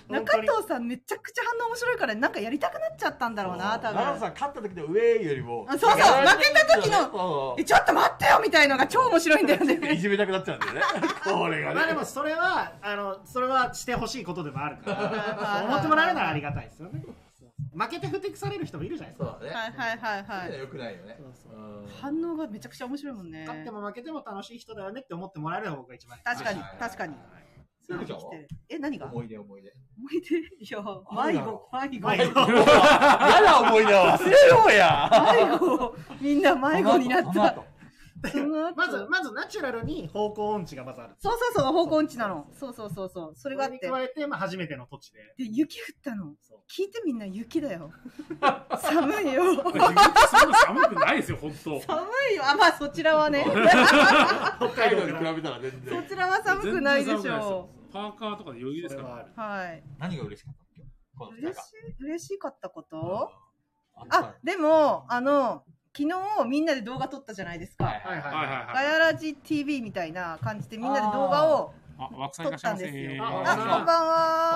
Speaker 1: 本当
Speaker 2: 中
Speaker 1: に
Speaker 2: 藤さんめちゃくちゃ反応面白いからなんかやりたくなっちゃったんだろうな、多
Speaker 4: 中藤
Speaker 2: 分。
Speaker 4: さん勝った時の上よりも。
Speaker 2: あそうそう負けた時の
Speaker 4: そうそう
Speaker 2: え、ちょっと待ってよみたいのが超面白いんだよ
Speaker 4: い
Speaker 2: ね。
Speaker 4: じめたくなっちゃうん だよね。これがね。
Speaker 1: まあでもそれはあのそれはしてほしいことでもあるから
Speaker 2: あ
Speaker 1: 思ってもらえるならありがたいですよねそう負けて不適される人もいるじゃないです
Speaker 4: そう
Speaker 1: か。
Speaker 4: だね。
Speaker 2: はいはいはいは
Speaker 4: そういうの
Speaker 2: い。
Speaker 4: 良くないよね
Speaker 1: そ。うそう
Speaker 4: うん
Speaker 2: 反応がめちゃくちゃ面白いもんね。
Speaker 1: 勝っても負けても楽しい人だよねって思ってもらえる方が一番いい。
Speaker 2: 確かに
Speaker 4: はいはいはい、
Speaker 2: 確かに。
Speaker 4: そういうの
Speaker 2: 来てるえ、何が
Speaker 4: 思い出思い出。
Speaker 2: 思い出いや、迷子、迷子。
Speaker 1: 迷
Speaker 2: 迷
Speaker 1: 子
Speaker 2: 子。
Speaker 4: 嫌な思い出は忘れようや。
Speaker 2: みんな迷子になっ
Speaker 4: この
Speaker 2: た
Speaker 4: 後。
Speaker 2: その後
Speaker 1: まず、まずナチュラルに方向音痴がまずある。
Speaker 2: そうそうそう、方向音痴なの。そうそうそうそう。そ
Speaker 1: そ
Speaker 2: れがあって。で
Speaker 1: に、加えて、まあ、初めての土地で。
Speaker 2: 雪降ったの
Speaker 1: そう。
Speaker 2: 聞いてみんな雪だ よ。寒いよ。
Speaker 3: 自分ってそんな寒くないですよ、本当。
Speaker 2: 寒いよ。あ、まあそちらは ね。
Speaker 1: 北
Speaker 4: 北
Speaker 1: 海
Speaker 4: 海
Speaker 1: 道
Speaker 4: 道
Speaker 1: か
Speaker 4: に
Speaker 1: ら。
Speaker 4: 比べたら全
Speaker 2: そ
Speaker 4: 然。
Speaker 2: ちらは寒くないで
Speaker 3: 全
Speaker 2: し
Speaker 3: 然寒
Speaker 2: ょ
Speaker 3: くないですよパーカーとかで余裕で
Speaker 1: そ
Speaker 3: す
Speaker 1: れ
Speaker 3: か
Speaker 1: はあ
Speaker 3: ら。
Speaker 1: る
Speaker 2: う。。はい。
Speaker 4: 何が嬉しかったっけこの二人
Speaker 2: 嬉し
Speaker 4: が
Speaker 2: い、嬉しかったこと
Speaker 4: うんった
Speaker 2: あ、でも、あの、昨日みんなで動画撮ったじゃないですか。
Speaker 4: はいはい
Speaker 1: はい
Speaker 4: は。
Speaker 1: はい
Speaker 3: はいはい
Speaker 2: ガ
Speaker 3: はい。
Speaker 2: ヤラジ TV みたいな感じでみんなで動画を、
Speaker 3: あ、枠さんいらっしゃいませ。
Speaker 2: 撮ったんです
Speaker 1: よ
Speaker 2: あ、
Speaker 1: ー
Speaker 2: こん
Speaker 1: あ
Speaker 2: ばん
Speaker 4: こ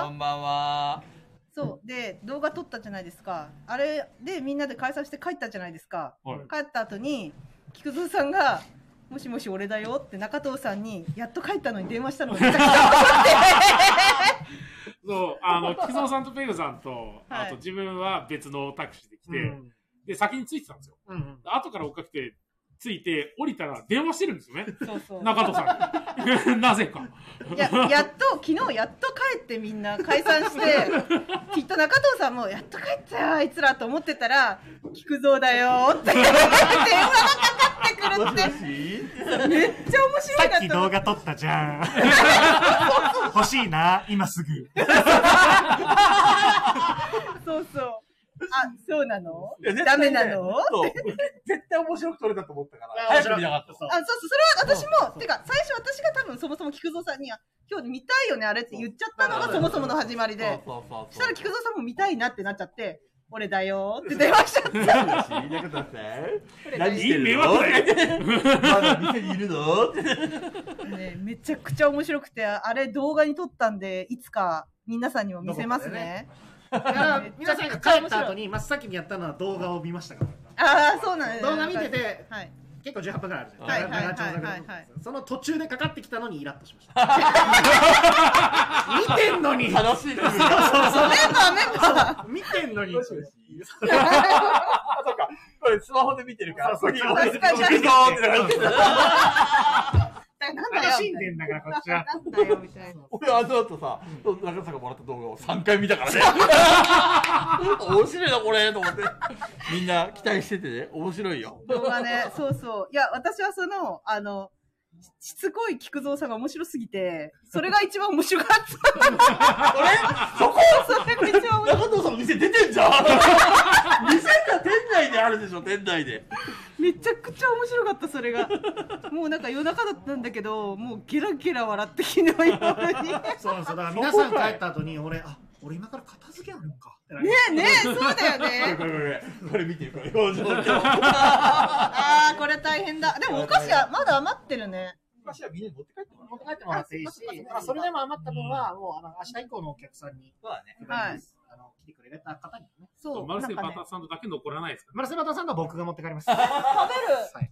Speaker 2: は。
Speaker 4: んばんは。
Speaker 2: そう。で、動画撮ったじゃないですか。あれでみんなで解散して帰ったじゃないですか。
Speaker 3: はい
Speaker 2: 帰った後に、菊蔵さんが、もしもし俺だよって中藤さんに、やっと帰ったのに電話したのがめちゃくちゃ
Speaker 3: そう、あの、木蔵さんとペグさんと、
Speaker 2: はい
Speaker 3: あと自分は別のタクシーで来
Speaker 1: う
Speaker 3: て、
Speaker 1: ん。
Speaker 3: で、先に着いてたんですよ。
Speaker 1: うん。
Speaker 3: 後から追っかけて、着いて、降りたら電話してるんですよね。
Speaker 2: そうそう。
Speaker 3: 中戸さん に。な ぜか。
Speaker 2: いや、やっと、昨日やっと帰ってみんな解散して、きっと中藤さんも、やっと帰ったよ、あいつらと思ってたら、菊蔵だよって電話がかかってくるって、めっちゃ面白
Speaker 1: さ
Speaker 2: いな
Speaker 1: っき
Speaker 2: と思
Speaker 1: 動
Speaker 2: って。
Speaker 1: 画撮ったじ ゃん。欲しいな、今すぐ。
Speaker 2: そうそう。あ、そうなの
Speaker 4: いや絶
Speaker 2: ダ
Speaker 4: 対ね
Speaker 2: メなのあ、
Speaker 4: そう絶対面白く撮れたと思ったから。
Speaker 1: 面
Speaker 4: 早
Speaker 1: 白
Speaker 4: く
Speaker 1: い
Speaker 4: 見なかった。
Speaker 1: そう
Speaker 2: そうそう、それは私も、てか、最初私が多分そもそも菊蔵さんに、あ今日見たいよね、あれって言っちゃったのがそもそもの始まりで、
Speaker 4: そうそうそう
Speaker 2: そした
Speaker 4: そう
Speaker 2: ら菊蔵さんも見たいなってなっちゃって、俺だよって電話しちゃった。
Speaker 4: いなかったね。
Speaker 2: 俺だよ
Speaker 4: 何してるの
Speaker 3: いい迷惑だ
Speaker 4: まだ店にいるのって。
Speaker 2: ね、めちゃくちゃ面白くて、あれ動画に撮ったんで、いつか皆さんにも見せますね。
Speaker 1: だから、皆さんが帰った後に、真っ先にやったのは動画を見ましたから。
Speaker 2: ああ、そうなんです、
Speaker 1: 動画見てて、
Speaker 2: はい。
Speaker 1: 結構18分ぐらいあるじゃん。
Speaker 4: はい
Speaker 2: はいはいはい
Speaker 1: 長々と
Speaker 2: はいはい
Speaker 1: その途中でかかってきたのにイラッとし ました。見てんのに
Speaker 4: 楽しいです。
Speaker 2: メンバーメンバ
Speaker 1: 見てんのに
Speaker 4: もしもし あ、そっか。これスマホで見てるから。
Speaker 1: そうそう
Speaker 4: 先に俺
Speaker 2: 確かに
Speaker 4: 行くぞーってなって
Speaker 2: ーなんだよ
Speaker 1: 楽し
Speaker 2: み
Speaker 1: ん
Speaker 2: たい
Speaker 1: でんだから、こっち
Speaker 2: な
Speaker 1: は。
Speaker 2: なんだよみたいな。
Speaker 4: 俺あの後さ、中田さんがもらった動画を3回見たからね。面白いな、これと思って。みんな期待しててね。面白いよ。
Speaker 2: 動画ね、 そうそう。いや、私はその、あの、ししつこい菊蔵さんが面白すぎて、それが一番面白 かっ
Speaker 4: あれそこ
Speaker 2: た。それが一番面白い
Speaker 4: 中藤さんの店出てんじゃん店が店内であるでしょ、店内で。
Speaker 2: めちゃくちゃ面白かった、それが。もうなんか夜中だったんだけど、もうゲラゲラ笑って昨日 夜に。ね
Speaker 1: そうなんですよ。だから皆さん帰った後に、俺、あ、俺今から片付けあるのか。ってなりまし
Speaker 2: え、ねえ、そうだよね。
Speaker 4: これこれこれ、これ見てるこれ表情今
Speaker 2: ああ、これ大変だ。でもお菓子はまだ余ってるね。
Speaker 4: 昔はみんなに持って帰ってもら
Speaker 1: た持って帰ってもらっていいし、あそれでも余った分は、もう、あの、明日以降のお客さんに、
Speaker 4: そうだね。
Speaker 2: はい
Speaker 1: あの、来てくれた方にね。
Speaker 2: そう。
Speaker 3: マルセイ
Speaker 2: な
Speaker 3: バ
Speaker 2: んか
Speaker 3: ターサンドだけ残らないですか
Speaker 1: 村瀬バタさんが僕が持って帰ります。
Speaker 2: ね、 食べる。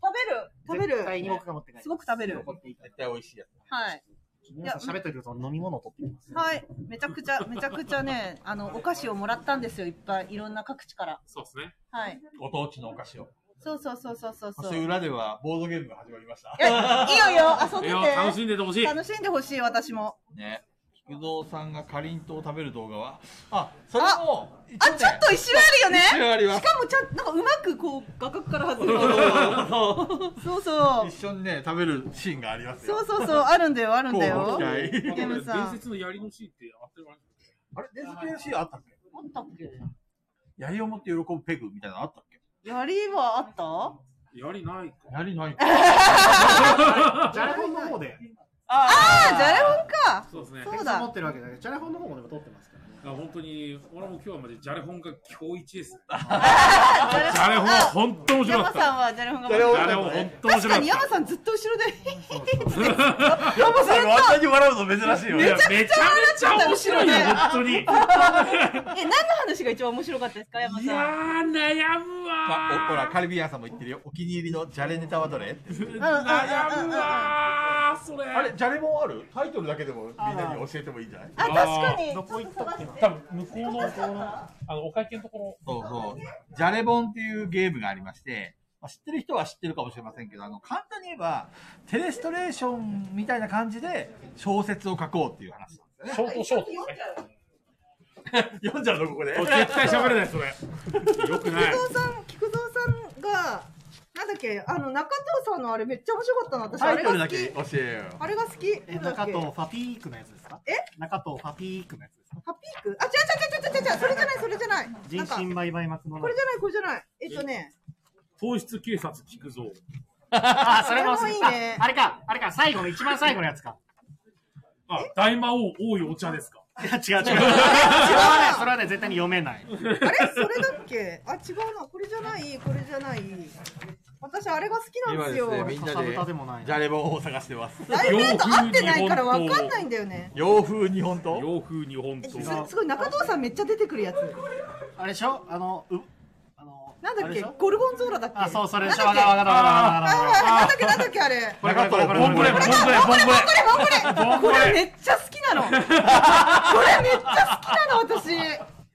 Speaker 2: 食べる。
Speaker 1: 絶
Speaker 2: 食べ
Speaker 1: 対
Speaker 2: る。
Speaker 1: に僕が持って帰ります。
Speaker 2: すごく食べる
Speaker 1: 残っていただい
Speaker 4: 絶対美味しいやつ。
Speaker 2: はい。
Speaker 1: て皆さん喋っといてると飲み物を取ってきます。
Speaker 2: はい。めちゃくちゃ、めちゃくちゃね、あの、お菓子をもらったんですよ。いっぱい。いろんな各地から。
Speaker 3: そうですね。
Speaker 2: はい。
Speaker 4: ご当地のお菓子を。
Speaker 2: そうそうそうそうそ
Speaker 4: そ
Speaker 2: う。
Speaker 4: し
Speaker 2: そう
Speaker 4: て
Speaker 2: い
Speaker 4: 裏ではボードゲームが始まりました。
Speaker 2: や、いいよいいよ。遊ん
Speaker 3: い
Speaker 2: で。
Speaker 3: や、楽してんでてほしい。
Speaker 2: 楽しんでほしい、私も。
Speaker 4: ね。菊蔵さんがかりんとうを食べる動画は、あ、それも、一
Speaker 2: あ、
Speaker 4: 応ね
Speaker 2: ちょっと一周あるよね。
Speaker 4: 一応ありま
Speaker 2: し
Speaker 4: す
Speaker 2: かもちゃん、なんかうまくこう、画角から外れる。そうそう
Speaker 4: 一。緒にね、食べるシーンがありますよ。
Speaker 2: そうそうそう。あるんだよ、あるんだ
Speaker 4: こう
Speaker 2: よ
Speaker 4: ご期。待
Speaker 3: あの
Speaker 2: でもさ
Speaker 3: 伝説の槍のシーンって当たり前です
Speaker 4: あれ、伝説のシーンあったっけ
Speaker 2: あったっけ
Speaker 4: 槍を持って喜ぶペグみたいなのあったっけ
Speaker 2: 槍はあった
Speaker 3: よ槍ないか。
Speaker 4: 槍ない
Speaker 1: ジャレホンの方で、
Speaker 4: あ
Speaker 2: あー、じゃれほんか。
Speaker 3: そうですね。
Speaker 2: そう
Speaker 1: 持
Speaker 2: だ。
Speaker 1: ってるわけじゃない。ジャレホンの方もでも取ってますからね。
Speaker 3: あ本当に、俺も今日までじゃれ本が今日一ですね。じゃれ本は本当面白か
Speaker 2: 山
Speaker 3: った。じ
Speaker 2: さんはじゃれほんが。
Speaker 4: じゃれほん
Speaker 3: ゃれ本本当面
Speaker 2: 確
Speaker 3: 白か
Speaker 2: か
Speaker 3: っ
Speaker 2: に
Speaker 3: た。
Speaker 2: 山さんずっと後ろで。
Speaker 4: ヤマさんがあんなに笑うの珍しいよ
Speaker 3: い
Speaker 4: ね
Speaker 3: や。めちゃめちゃ面白いよ、本当に。いや
Speaker 2: え、何の話が一番面白かったですか、山
Speaker 3: ー、
Speaker 2: さん。
Speaker 3: 悩む
Speaker 4: ま
Speaker 3: わ
Speaker 4: あ
Speaker 3: ー。
Speaker 4: おほら、カルビアンさんも言ってるよ。お気に入りのじゃれネタはどれって
Speaker 3: 悩むわー、それ。
Speaker 4: あれ、じゃれもんあるタイトルだけでもみんなに教えてもいいんじゃない
Speaker 2: あ、確かに。
Speaker 1: どこ行ったっけな
Speaker 5: 多分向こうの、あの、お会計のとこ
Speaker 4: そうそう。 じゃれぼんっていうゲームがありまして、まあ知ってる人は知ってるかもしれませんけど、あの、簡単に言えば、テレストレーションみたいな感じで小説を書こうっていう話なん
Speaker 5: ろ、ショートショートですね。
Speaker 4: です。読んじゃうの、ここで。
Speaker 3: 絶対喋れないそれ。よくな
Speaker 2: 菊
Speaker 3: い。
Speaker 2: 蔵さん、菊蔵さんが、なんだっけ、あの、中藤さんのあれめっちゃ面白かったな。私、あ
Speaker 4: タイ
Speaker 2: れ
Speaker 4: ト
Speaker 2: が
Speaker 4: ル
Speaker 2: 好
Speaker 4: だ
Speaker 2: き
Speaker 4: け。教えよ
Speaker 2: あれが好き。
Speaker 1: え、
Speaker 2: なんだ
Speaker 1: 中
Speaker 2: っけ
Speaker 1: 藤ファピークのやつですか
Speaker 2: え
Speaker 1: 中藤ファピークのやつですか
Speaker 2: ハピークあ、違う違う違う違う違う、それじゃない、それじゃない。なんか
Speaker 1: 人、身売買幕の
Speaker 2: これじゃない、これじゃない。えっと ね、
Speaker 3: 糖質警察聞くぞ。
Speaker 1: あ、
Speaker 2: それもいいね
Speaker 1: ああれか、あれか、最後の、一番最後のやつ か。
Speaker 3: あ、大魔王多いお茶ですか。
Speaker 1: いや、違う違う。それはね、それはね、絶対に読めない。
Speaker 2: あれそれだっけあ、違うな、これじゃない、これじゃない。私、あれが好きなんですよ。
Speaker 4: 今ですねみんな
Speaker 1: かさぶたでもない
Speaker 4: じ。ゃれぼんを探してます。
Speaker 2: 題名と合ってないからわかんないんだよね。
Speaker 4: 洋風日本刀
Speaker 3: 洋風日本
Speaker 2: え
Speaker 3: 刀。
Speaker 2: すすごい中藤さんめっちゃ出てくるやつ。
Speaker 1: あれでしょあの、う、あの、
Speaker 2: なんだ
Speaker 1: あ
Speaker 2: っ
Speaker 1: れで
Speaker 2: け
Speaker 1: しょ
Speaker 2: ゴルゴンゾーラだっけ
Speaker 1: あ、そう、それで
Speaker 2: なん
Speaker 1: しょ
Speaker 2: だ
Speaker 1: わ
Speaker 2: っ
Speaker 1: か
Speaker 2: け
Speaker 1: るわかるわかるわかるわかる。
Speaker 2: あーなんだっけなんだっけあれ。
Speaker 4: これかと、ボンブレ。
Speaker 3: ボンブレボンブ
Speaker 2: こ
Speaker 3: レ
Speaker 2: れこれこれこれめっちゃ好きなの。これめっちゃ好きなの私。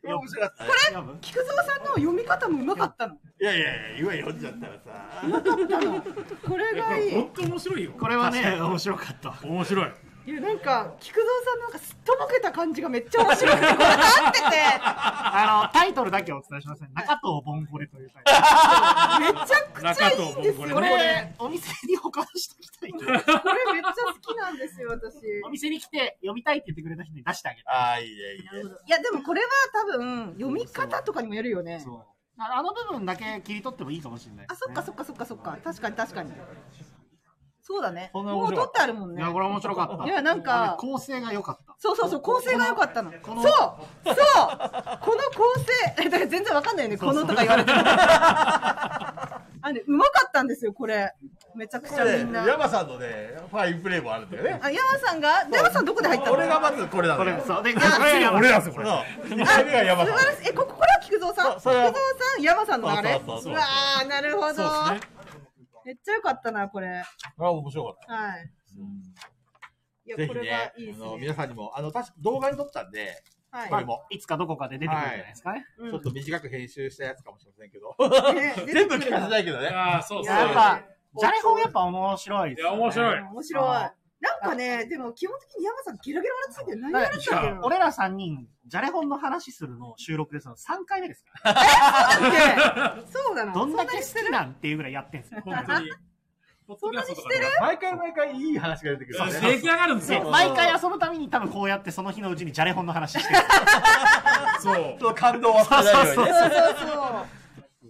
Speaker 4: 面白かったね
Speaker 1: やぶ
Speaker 2: 菊蔵さんの読み方もうまかったの。
Speaker 4: いやいやいや、今読んじゃったらさ。
Speaker 2: これ
Speaker 3: こ
Speaker 2: がい
Speaker 3: れ
Speaker 2: い。
Speaker 3: 本当面白いよ。
Speaker 1: これはね、面白かった。
Speaker 3: 面白い。
Speaker 2: いやなんか菊蔵さんのなんかすっとぼけた感じがめっちゃ面白くてこれ合ってて
Speaker 1: あの、タイトルだけお伝えしますね。中藤ボンゴレというタイトル。
Speaker 2: めちゃくちゃいいんですよ
Speaker 3: 中藤も
Speaker 2: こ
Speaker 1: こ
Speaker 2: れ
Speaker 1: れ、お店に保管しておきたいんで。
Speaker 2: これめっちゃ好きなんですよ私
Speaker 1: お店に来て読みたいって言ってくれた人に出してあげ
Speaker 4: ああ、いいね、いいね。
Speaker 2: いやでもこれは多分読み方とかにもよるよね
Speaker 1: る。そう。ああの部分だけ切り取ってもいいかもしれない
Speaker 2: あ
Speaker 1: です
Speaker 2: そっ
Speaker 1: ね。
Speaker 2: かそっかそっかそっか確かに確かにそうだね
Speaker 4: こんな
Speaker 2: も
Speaker 4: 面
Speaker 2: う
Speaker 4: 白
Speaker 2: 取
Speaker 4: か
Speaker 2: ってあるもん
Speaker 1: い
Speaker 2: ね
Speaker 1: や、これ面白かった。
Speaker 2: いやなんか
Speaker 1: 構成が良かった。
Speaker 2: そうそうそう構成が良かったのそう
Speaker 1: こ
Speaker 2: そう
Speaker 1: の
Speaker 2: この構成え だから全然わかんないよねこのとか言われてもあねうまかったんですよこれめちゃくち
Speaker 4: こ
Speaker 2: ゃ
Speaker 4: れ
Speaker 2: みん
Speaker 4: ね、
Speaker 2: な
Speaker 4: 山さんのね、ファインプレーもあるんだよね。
Speaker 2: あ、山さんが、山さんどこで入ったの。
Speaker 4: 俺がまずこれな
Speaker 1: こ
Speaker 4: の
Speaker 1: れ
Speaker 4: よ。、
Speaker 1: そう。で、こ
Speaker 3: 次
Speaker 1: れ
Speaker 3: 俺らですよこれ。
Speaker 4: そう。二回目が山
Speaker 2: 素
Speaker 4: さん。
Speaker 2: 晴らしい。え、こここれは菊蔵さ
Speaker 4: そ
Speaker 2: ん。菊
Speaker 4: それは
Speaker 2: 蔵さん、山さんのあれ。
Speaker 4: そうそうそうそう
Speaker 2: うわー、なるほど、
Speaker 3: そうですね。
Speaker 2: めっちゃ良かったな、これ。はい。
Speaker 4: あ、面白かった。
Speaker 2: いや、
Speaker 4: ぜ
Speaker 2: こ
Speaker 4: ひ
Speaker 2: れが
Speaker 4: ね
Speaker 2: いいで、
Speaker 4: あ
Speaker 2: す
Speaker 4: の
Speaker 2: ね。
Speaker 4: 皆さんにも、あの、確か動画に撮ったんで、
Speaker 2: はい
Speaker 4: こ。れも、
Speaker 1: いつかどこかで出てくるんじゃないですかね。
Speaker 2: うん
Speaker 4: ちょっと短く編集したやつかもしれませんけど、
Speaker 2: ね出 て
Speaker 4: 全部
Speaker 2: くる
Speaker 4: 聞かせないけどね。
Speaker 3: ああ、そう
Speaker 1: い
Speaker 3: そう。
Speaker 1: ややっぱ、じゃれ本やっぱ面白いですよね
Speaker 3: いや面白い
Speaker 2: 面白い。なんかね、でも基本的に山さんゲラゲラ笑ってたけど、何やらってたっけな。
Speaker 1: 俺ら3人、じゃれ本の話するの収録ですの3回目ですから。
Speaker 2: だってそうなの。
Speaker 1: どんだけ
Speaker 2: そ
Speaker 1: 好きなんっていうぐらいやってんすよ。
Speaker 3: 本当に。そんなにしてる
Speaker 4: 毎回毎回いい話が出てくるから
Speaker 3: 出来
Speaker 4: ね。
Speaker 3: 上がるんです
Speaker 1: で
Speaker 3: よ。
Speaker 1: 毎回遊ぶために多分こうやってその日のうちにじゃれ本の話してる。
Speaker 3: そう
Speaker 4: ち。ょっと感動はさせないようにね。
Speaker 2: うそうそう。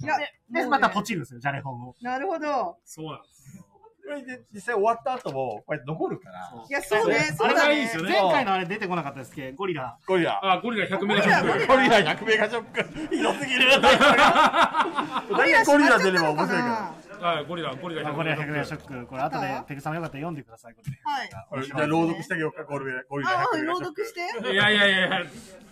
Speaker 2: いや、もう
Speaker 1: で、
Speaker 2: ね
Speaker 1: またポチるんですよ、じゃれ本を。
Speaker 2: なるほど。
Speaker 3: そうなんです。
Speaker 4: これで実際終わった後も、こうやって残るから。
Speaker 2: いや、そうね、そう
Speaker 3: あ
Speaker 2: だ
Speaker 3: れがいいで
Speaker 2: ね
Speaker 3: す。よね
Speaker 1: 前回のあれ出てこなかったですけど、ゴリラ。
Speaker 4: ゴリラ。
Speaker 3: あ、ゴリラ100メガショッ
Speaker 4: ゴリラ100メガショック。ひどすぎる。何ゴリラ出れば面白いか
Speaker 3: ク。はい、ゴリラ、ゴリラ
Speaker 1: まあ
Speaker 3: 100
Speaker 1: ゴリラ
Speaker 3: メ
Speaker 1: 100
Speaker 3: ガショ
Speaker 1: メガシ
Speaker 3: ッ
Speaker 1: ョック。これ後でペグさんよかったら読んでください、これ。
Speaker 2: はい。
Speaker 4: ら。じゃあ朗読してあげようか、ゴリラ。ゴリラ
Speaker 2: ああ、
Speaker 4: 100メガ
Speaker 2: 朗
Speaker 4: ショック
Speaker 2: 読して。
Speaker 3: ク。いやいやいやい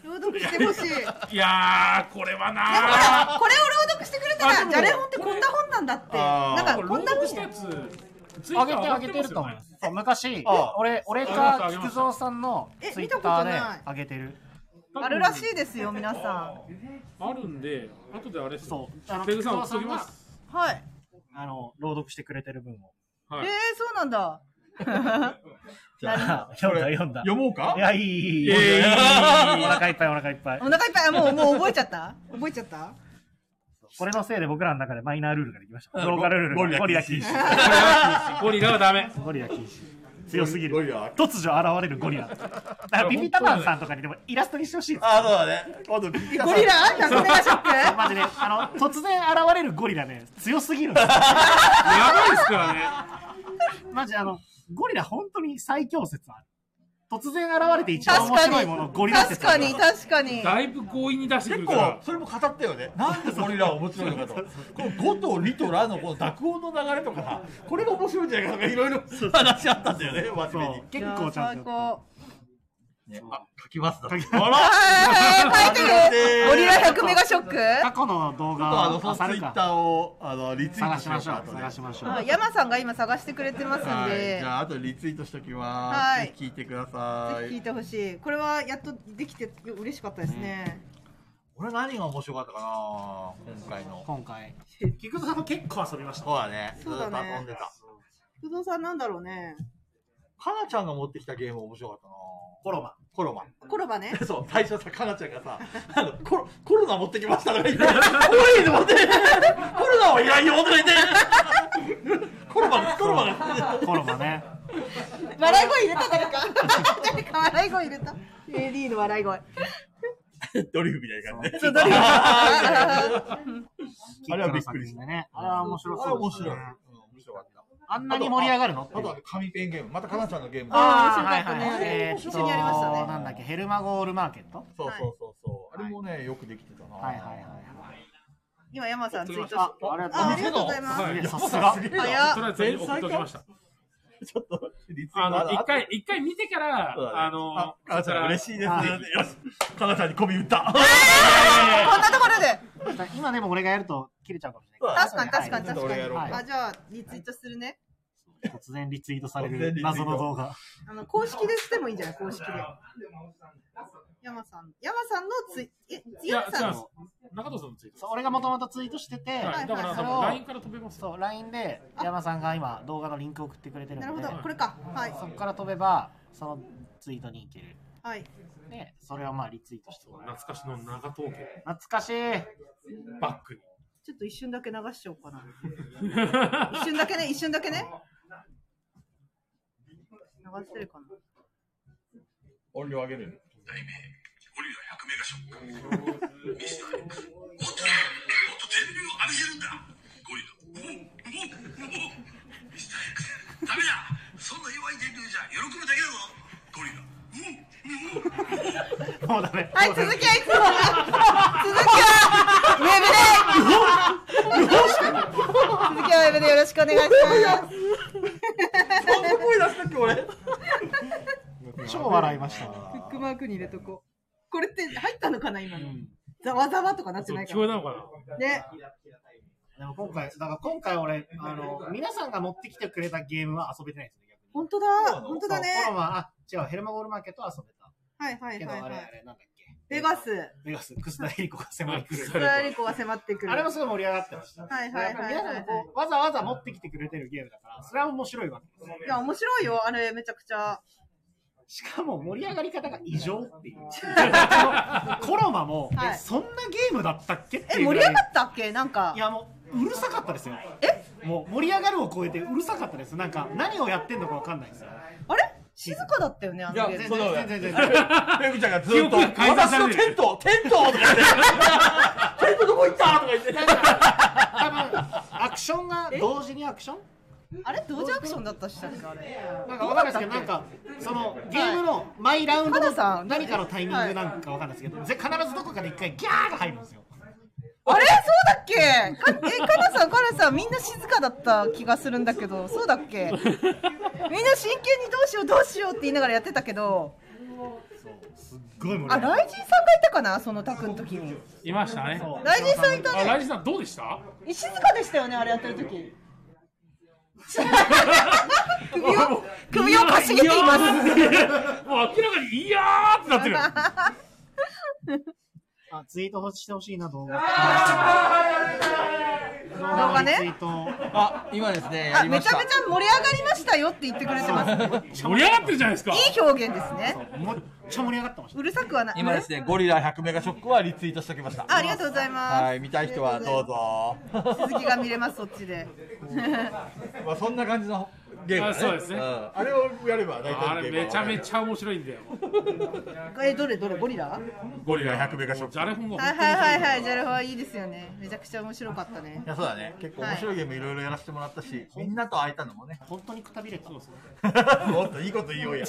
Speaker 2: 朗読してほしい。だか
Speaker 3: や、いやー、これはなー。
Speaker 2: ら、これを朗読してくれた
Speaker 3: あで
Speaker 2: ら、
Speaker 3: も
Speaker 2: じゃれ本ってこんな本なんだって。
Speaker 4: あー
Speaker 2: なんか、こ
Speaker 3: こ
Speaker 2: ん
Speaker 3: ん
Speaker 2: な
Speaker 3: な
Speaker 2: 本
Speaker 3: こしたやつ、ツイ
Speaker 1: あ
Speaker 3: ッ
Speaker 1: げ
Speaker 3: タ
Speaker 1: て
Speaker 3: ー
Speaker 1: あ
Speaker 3: 上
Speaker 1: げ
Speaker 3: げ
Speaker 1: てる
Speaker 3: てる
Speaker 1: と
Speaker 3: と
Speaker 1: 思
Speaker 3: 思
Speaker 1: い
Speaker 3: い
Speaker 1: ま
Speaker 3: ますす。
Speaker 1: そう昔
Speaker 4: あ、
Speaker 1: 俺、俺
Speaker 3: あげま
Speaker 1: か
Speaker 3: した
Speaker 1: 菊蔵さんの
Speaker 2: え
Speaker 1: ツイ
Speaker 2: 見
Speaker 1: ッ
Speaker 2: たこと
Speaker 1: ター
Speaker 2: ない
Speaker 1: であげてる。
Speaker 2: あるらしいですよ、皆さ
Speaker 3: あるんで、後であれ。
Speaker 1: そうう。あの、
Speaker 3: ペグ
Speaker 1: 菊
Speaker 3: さん
Speaker 1: 蔵
Speaker 3: 送っ
Speaker 1: さ
Speaker 3: と
Speaker 1: ん
Speaker 3: きま
Speaker 1: が、
Speaker 3: す。
Speaker 2: ん。はい。
Speaker 1: あの、朗読してくれてる分を。
Speaker 2: え
Speaker 3: は
Speaker 2: ー
Speaker 3: い。、
Speaker 2: そうなんだ。
Speaker 4: じゃあ、
Speaker 1: 読んだ、読んだ。
Speaker 4: 読もうか
Speaker 1: いや、いい、いい、いい。
Speaker 3: いやいやいや
Speaker 1: お腹いっぱい、お腹いっぱい
Speaker 2: お。腹いっぱい、もう、もう覚えちゃった 覚えちゃった
Speaker 1: これのせいで僕らの中でマイナールールができました。ローカルルールが。
Speaker 4: ゴ
Speaker 1: ゴ
Speaker 4: リ
Speaker 1: リ
Speaker 4: ラ
Speaker 1: ラ
Speaker 4: 禁
Speaker 1: 禁
Speaker 4: 止
Speaker 1: 止。
Speaker 3: ゴリラはダメ。
Speaker 1: ゴリラ 禁止。強すぎ
Speaker 4: ゴ
Speaker 1: る。
Speaker 4: リラ。
Speaker 1: 突如現れるゴリラ。だからビビタマンさんとかにでもイラストにしてほしいです。
Speaker 4: あ、そうだね。今度聞いた
Speaker 2: ゴリラ ?100 メガショック
Speaker 1: マジで、あの、突然現れるゴリラね、強すぎるんですよ。
Speaker 3: やばいですから ね。
Speaker 1: マジあの、ゴリラ本当に最強説ある。突然現れて一番面白いもの、ゴリラ
Speaker 2: 確
Speaker 1: 説
Speaker 2: か
Speaker 1: ある。
Speaker 2: に、確かに。
Speaker 3: だいぶ強引に出してく
Speaker 4: 結
Speaker 3: るか
Speaker 4: 構
Speaker 3: ら。
Speaker 4: それも語ったよねなんでゴリラは面白いのかとこの5と2とラのこの濁音の流れとかさこれが面白いんじゃないかとかいろいろ話し合ったんだよね真面目に
Speaker 1: そう、結構ちゃん
Speaker 2: いや
Speaker 1: と。
Speaker 2: ー最高。
Speaker 4: ね、あ、書きますだって。
Speaker 3: あら
Speaker 2: あー書いてる
Speaker 4: る
Speaker 2: ゴリラ100メガショック
Speaker 1: 過去の動
Speaker 4: ちょっとあ
Speaker 1: 画
Speaker 4: の、そ
Speaker 1: を
Speaker 4: のツ
Speaker 1: さ
Speaker 4: イ
Speaker 1: る
Speaker 4: ッ
Speaker 1: か
Speaker 4: ターを、あの、リツイート
Speaker 1: 探
Speaker 4: し
Speaker 1: し
Speaker 4: よう
Speaker 1: ましょ
Speaker 4: か
Speaker 1: う
Speaker 4: とね
Speaker 1: 探しましょう
Speaker 2: あ山さんが今探してくれてますん
Speaker 4: はい。
Speaker 2: で
Speaker 4: じゃあ、あとリツイートしときます。
Speaker 2: はい
Speaker 4: 聞いてくださ
Speaker 2: ぜひ聞い
Speaker 4: い。
Speaker 2: てほしいこれはやっとできて嬉しかったですね
Speaker 4: 俺何が面白かったかな今回の。
Speaker 1: 今回
Speaker 6: 菊田さんも結構遊びました。
Speaker 4: そうだね。
Speaker 2: そうだね
Speaker 4: ずっと遊んでた。
Speaker 2: 不動産なんだろうね
Speaker 4: かなちゃんが持ってきたゲーム面白かったな
Speaker 6: コロマ。
Speaker 4: コロマ。
Speaker 2: コロバね
Speaker 4: そう、最初さ、かなちゃんがさ、 あのコロコロナ持ってきましたとか言って、怖いと思って、コロナはいらんよとか言って、コロナが、コロナが、
Speaker 1: コロナね
Speaker 2: 笑い声入れた誰か 誰か笑い声入れた AD の笑い声
Speaker 4: ドリフみたいな感じで。
Speaker 2: そうドリフ
Speaker 4: あれはびっくりし
Speaker 1: キックの作品
Speaker 4: た
Speaker 1: でねあれは面白そう
Speaker 4: 面
Speaker 1: です
Speaker 4: 白い。
Speaker 1: ね
Speaker 4: うん面白かった。
Speaker 1: あんなに盛り上がるのっ
Speaker 4: あ
Speaker 1: ていう
Speaker 4: とは紙ペンゲーム。またかなちゃんのゲーム。
Speaker 1: ー
Speaker 2: あ面白かったね
Speaker 1: はいはいえーっと
Speaker 2: 一緒にやりましたね
Speaker 1: なんだっけヘルマゴールマーケット
Speaker 4: そうそうそうそう。あれもね、よくできてたな。
Speaker 1: はいはいはい
Speaker 2: 今山さんツイートし
Speaker 1: あありがとう
Speaker 2: あ
Speaker 1: ご
Speaker 2: あ
Speaker 1: ざ
Speaker 2: り
Speaker 1: い
Speaker 2: がとうございます
Speaker 3: は
Speaker 1: ま
Speaker 3: い
Speaker 1: すいやさ
Speaker 4: 山
Speaker 1: す
Speaker 4: さん
Speaker 1: が
Speaker 4: すげえ
Speaker 2: 早っ
Speaker 3: とりあえず全部送っときました。
Speaker 4: ちょっと、リツイ
Speaker 3: あ
Speaker 4: ート
Speaker 3: の、一回、一回見てから、
Speaker 4: そうだね
Speaker 3: あの、
Speaker 4: あかなちゃん嬉しいですね。
Speaker 1: はい
Speaker 4: よし、かなちゃんに媚び売った。
Speaker 2: こんなところで
Speaker 1: 今でも俺がやると切れちゃうかもしれない
Speaker 4: 確
Speaker 2: かに確かに
Speaker 4: ちょっと俺やろう
Speaker 1: はい
Speaker 4: か。
Speaker 2: あじゃあリツイートするね
Speaker 1: 突然リツイートされ
Speaker 4: 突然リツ
Speaker 1: る
Speaker 4: イート
Speaker 1: 謎の動画
Speaker 2: あの公式でしてもいいんじゃない公式で山さん山さんのツイえ
Speaker 3: いや、
Speaker 2: 山
Speaker 3: 違
Speaker 2: さ
Speaker 3: うんです
Speaker 2: の。
Speaker 3: 中藤さんのツイート。
Speaker 1: そう俺がもともとツイートしてて、
Speaker 3: は
Speaker 2: はい
Speaker 3: い、だから、
Speaker 2: はい
Speaker 1: それを
Speaker 3: LINE から飛べます。
Speaker 1: そう LINE で山さんが今動画のリンクを送ってくれてる
Speaker 2: なる
Speaker 1: の
Speaker 2: ほ
Speaker 1: で
Speaker 2: どこれかはい
Speaker 1: そこから飛べばそのツイートに行ける
Speaker 2: はい
Speaker 1: でそれをまあリツイートしてもらう
Speaker 3: 懐かしの長東家
Speaker 1: 懐かしい
Speaker 3: バックに。
Speaker 2: ちょっと一瞬だけ流しちゃおうかな。一瞬だけね、一瞬だけね。流せるかな。
Speaker 4: 音量上げる。
Speaker 1: もうダメ
Speaker 2: はい、続きはいつもの。続きは、ウェブで続きはウェブでよろしくお願いします。
Speaker 4: そんな声出したっけ、俺。
Speaker 1: 超笑いましたね
Speaker 2: ブックマークに入れとこう。これって入ったのかな、今の。ざわざわとかなって
Speaker 3: そう、
Speaker 2: ない
Speaker 3: 聞
Speaker 2: か
Speaker 3: こえ
Speaker 2: な。
Speaker 3: たのかな
Speaker 2: ね。
Speaker 1: でも今回だから今回俺あの皆さんが持ってきてくれたゲームは遊べてないですね逆に
Speaker 2: 本当だ
Speaker 4: そうな、の
Speaker 2: 本当だね。
Speaker 1: そうコロマあ違うヘルマゴールマーケットは遊べた
Speaker 2: はいはい
Speaker 1: けど
Speaker 2: はい
Speaker 1: あ
Speaker 2: は
Speaker 1: れ
Speaker 2: い
Speaker 1: あ。れなんだっけ
Speaker 2: ベガス、
Speaker 1: ベガス楠田エリコが迫り来る
Speaker 2: スラリコが迫ってくる。
Speaker 1: あれもすごい盛り上がってました
Speaker 2: はいはいはい
Speaker 1: やっ
Speaker 2: は
Speaker 1: ぱり皆さん
Speaker 2: い
Speaker 1: が。こうわざわざ持ってきてくれてるゲームだからそれは面白いわけです
Speaker 2: いや、面白いよ、あれ、めちゃくちゃ。
Speaker 1: しかも盛り上がり方が異常っていう コロマも、
Speaker 2: は
Speaker 1: え
Speaker 2: い
Speaker 1: そんなゲームだったっけってい
Speaker 2: え、
Speaker 1: うぐ
Speaker 2: 盛り
Speaker 1: らい
Speaker 2: 上がったっけなんか
Speaker 1: い。やもううるさかったですよえもう盛り上がるを超えてうるさかったですなんか何をやってんのかわかんないですよ
Speaker 2: あれ静かだったよね、あ
Speaker 4: いや
Speaker 2: のゲーム
Speaker 4: そうだ
Speaker 1: 全然全然
Speaker 4: ペグちゃんがず
Speaker 3: 記
Speaker 4: っと、
Speaker 3: 憶が改ざん
Speaker 4: 私
Speaker 3: され
Speaker 4: の
Speaker 3: てる
Speaker 4: テント、テントとか 言って、テントどこ行ったとか言って、
Speaker 1: 多分アクションが同時にアクション
Speaker 2: あれ同時アクションだったっしたっけあれ。
Speaker 1: なんかわかんないですけどなんかそのゲームのマイラウンド
Speaker 2: たださ
Speaker 1: の何かのタイミングなんかわかんないですけどぜ必ずどこかで一回ギャーが入るんですよ
Speaker 2: あれ そうだっけかえ、かなさん、かなさん、みんな静かだった気がするんだけど、そうだっけみんな真剣にどうしよう、どうしようって言いながらやってたけど、
Speaker 1: すごい盛り上が
Speaker 2: あ、
Speaker 1: る
Speaker 2: ライジンさんがいたかなそのタクの時に。
Speaker 3: いましたね。
Speaker 2: ライジンさんいた
Speaker 3: あ、
Speaker 2: ね。
Speaker 3: ライジさんどうでした
Speaker 2: 静かでしたよね、あれやってる 時。首を、首をかしげています。
Speaker 3: もう明らかに、いやーってなってる。
Speaker 1: あ、ツイートしてほしいな、動画。動
Speaker 2: 動画ね
Speaker 1: ツイート。
Speaker 4: あ、今ですね、や
Speaker 2: あ、
Speaker 4: り
Speaker 2: め
Speaker 4: まし
Speaker 2: ちゃ
Speaker 4: た
Speaker 2: めち。ゃ盛り上がりましたよって言ってくれてます。
Speaker 3: 盛り上がってるじゃないですか。
Speaker 2: いい表現ですね。
Speaker 1: めっちゃ盛り上がってました。。
Speaker 2: うるさくはない。
Speaker 4: 今ですね、ゴリラ100メガショックはリツイートしておきました。
Speaker 2: あありがとうございます。
Speaker 4: はい、見たい人はどう。ぞ。
Speaker 2: 続きが見れます、そっちで。
Speaker 4: まあそんな感じのゲームだね。
Speaker 3: あそうですね
Speaker 4: んあれをやれば大体
Speaker 3: あ
Speaker 4: のゲ
Speaker 3: れ
Speaker 4: ームは
Speaker 3: めちゃめちゃ面白いんだよ。
Speaker 2: え、どれどれ、ゴリラはい
Speaker 4: ゴリラ100メガショック。
Speaker 3: じゃれ本が
Speaker 2: はい
Speaker 3: 本当に面
Speaker 2: はい は
Speaker 3: 白い
Speaker 2: い、ジャルフはいいですよね。めちゃくちゃ面白かったね
Speaker 4: い。や、そうだね。結構面白いゲームいろいろやらせてもらったし、みんなと会えたのもね
Speaker 1: 本当にくたびれた。
Speaker 4: もっといいこと言おうや。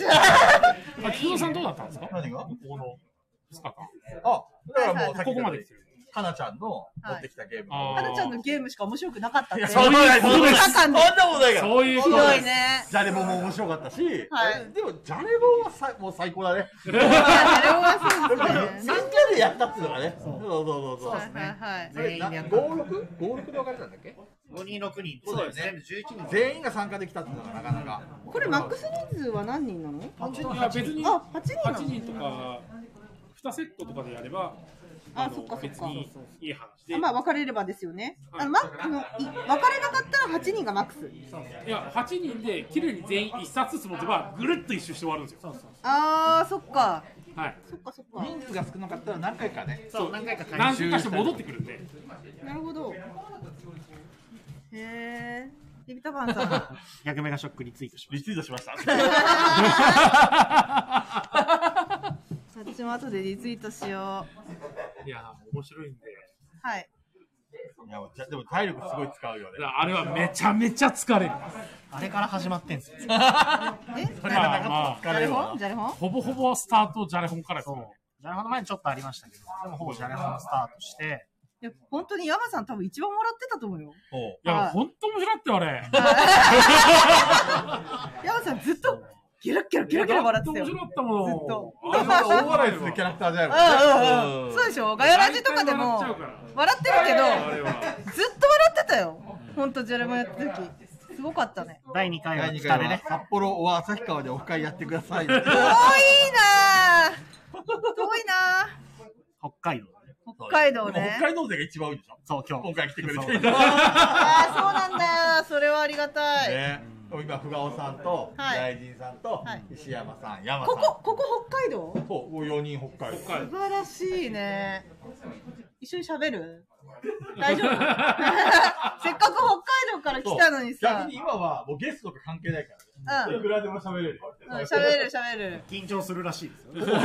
Speaker 3: あ、木戸さんどうだったんですか
Speaker 4: 何が
Speaker 3: ここの2日間。
Speaker 4: あ、だからもうさっき
Speaker 3: ここまで来てる。
Speaker 4: 花ちゃんの持ってきたゲーム
Speaker 3: はい
Speaker 2: かなちゃんのゲームしか面白くなかったっ
Speaker 4: いや、
Speaker 2: て。
Speaker 4: そんなことない、そんなことない
Speaker 2: そうです
Speaker 4: そんなことないから。
Speaker 3: そういう
Speaker 2: ひ
Speaker 3: こ
Speaker 2: ど
Speaker 3: と
Speaker 2: いね。
Speaker 4: ジャレボンも面白かったし、
Speaker 2: はい
Speaker 4: えでも、ジャレボンはさもう最高だね。
Speaker 2: まあ誰もがそうですよね
Speaker 4: 3回でやったっていうのがね。そうそうそうそう。
Speaker 2: はいはいはい。
Speaker 4: それ、
Speaker 1: 全員
Speaker 4: な
Speaker 1: でやった
Speaker 4: 五六五六で分かれたんだっけ
Speaker 1: 5人6人
Speaker 4: そうだよね
Speaker 1: 全部11人
Speaker 4: 全員が参加できたっていうのがなかなか。
Speaker 2: これマックス人数は何人なの？
Speaker 3: いや別に
Speaker 2: あ、八人な
Speaker 3: 8
Speaker 2: の。
Speaker 3: 人とか2セットとかでやれば
Speaker 2: あ
Speaker 3: の
Speaker 2: そっかそっか
Speaker 3: 別にいい話で、
Speaker 2: あまあ分かれればですよね。あのマックあのい分かれなかったら八人がマックス。
Speaker 3: いや8人で綺麗に全員1冊ずつ持てばぐるっと一周して終わるんですよ
Speaker 2: あーそっか
Speaker 3: はい
Speaker 2: そっかそっか。
Speaker 4: 人数が少なかったら何回かね。
Speaker 1: そう何回か
Speaker 3: 何周かして戻ってくるんで
Speaker 2: なるほど。へえ。ビビタバンさん。
Speaker 1: 逆メガショックリツイートしまし
Speaker 4: リツイートしました。
Speaker 2: 私も後でリツイートしよう。
Speaker 3: いや面白いんで
Speaker 2: はい。
Speaker 4: いやじゃでも体力すごい使うよね。
Speaker 3: あれはめちゃめちゃ疲れる
Speaker 1: たあれから始まってん すよ
Speaker 2: え？
Speaker 4: それがな
Speaker 3: まあ
Speaker 4: かっ
Speaker 3: ま
Speaker 4: たら疲れ
Speaker 2: ジャレ
Speaker 4: る
Speaker 2: ホ
Speaker 4: わ
Speaker 2: ン？ジャレホン？
Speaker 3: ほぼほぼスタートジャレ本からですよね
Speaker 1: ジャレホの前にちょっとありましたけどでもほぼジャレホのスタートして
Speaker 2: いや本当にヤマさん多分一番もらってたと思うよ。
Speaker 4: お う
Speaker 3: いや
Speaker 2: はい
Speaker 3: 本当面白かったよあ れ
Speaker 2: ヤマさんずっとギラッギラッ
Speaker 3: い
Speaker 2: ギラ
Speaker 3: や
Speaker 2: ッギラ笑ってた
Speaker 3: 面
Speaker 2: よ。
Speaker 3: 白かったもの
Speaker 2: ずっと
Speaker 4: あれは大笑いするキャ
Speaker 3: キャ
Speaker 4: ラクターじゃないもんね
Speaker 2: うんうんうん。そうでしょ。ガヤラジとかでも
Speaker 3: 笑っちゃうから
Speaker 2: 笑ってるけ
Speaker 3: あれ
Speaker 2: ど、
Speaker 3: は
Speaker 2: ずっと笑ってたよ。本当ジャレもやった時。すごかったね。
Speaker 1: 第2回は
Speaker 4: 第二
Speaker 1: 北
Speaker 4: 回
Speaker 1: で
Speaker 4: は
Speaker 1: ね
Speaker 4: 札幌は旭川でオフ会やってください よ。
Speaker 2: 遠いなぁ。遠いな
Speaker 1: 北海道
Speaker 2: ぁ。北海道
Speaker 4: でも
Speaker 2: ね
Speaker 4: 北。海道勢が一番多いでしょ
Speaker 1: そう今日
Speaker 4: 今回来てくれて
Speaker 1: そう
Speaker 4: る。ね
Speaker 2: ああ、そうなんだよ。それはありがたい。
Speaker 4: 今、ふがおさんと、
Speaker 2: は
Speaker 4: 大
Speaker 2: い
Speaker 4: 臣さんと
Speaker 2: はい、
Speaker 4: 石山さん、山さん。
Speaker 2: ここ、ここ北海道
Speaker 4: そう、もう4人北海道。
Speaker 2: 素晴らしいね。一緒に喋 る大丈夫せっかく北海道から来たのに
Speaker 4: 逆
Speaker 2: さ
Speaker 4: に。今はもうゲストとか関係ないからね。
Speaker 2: うん。
Speaker 4: いくらでも喋れるよ。
Speaker 2: うん喋れる喋れる。ね
Speaker 1: 緊張するらしいですよね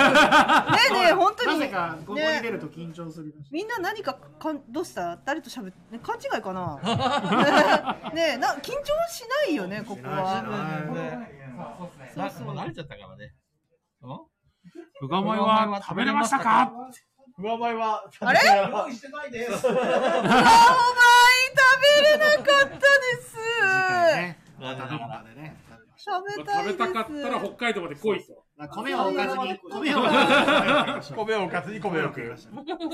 Speaker 2: えねえ、本当
Speaker 1: な
Speaker 2: に。
Speaker 1: ぜかここに出
Speaker 2: ね
Speaker 1: ると緊張するらしい
Speaker 2: みんな何かかんどうした誰と喋って、ね勘違いか なねえな、緊張しないよね、ここは。そうそう
Speaker 4: もう慣れちゃったからね。うん
Speaker 3: うがまいは食べれましたか
Speaker 4: 上前は、
Speaker 2: あれ
Speaker 4: 用意してないです。
Speaker 2: あ、お前食べれなかったです。
Speaker 1: ねま
Speaker 4: 残念なが
Speaker 1: たどこ
Speaker 4: ら
Speaker 1: かでね
Speaker 2: 食べたい
Speaker 3: 食
Speaker 2: で
Speaker 3: べ
Speaker 2: す。
Speaker 3: たかったら北海道まで来いと
Speaker 1: まあ米を置かずに米を置かずに
Speaker 4: 米をおかずに米を食う。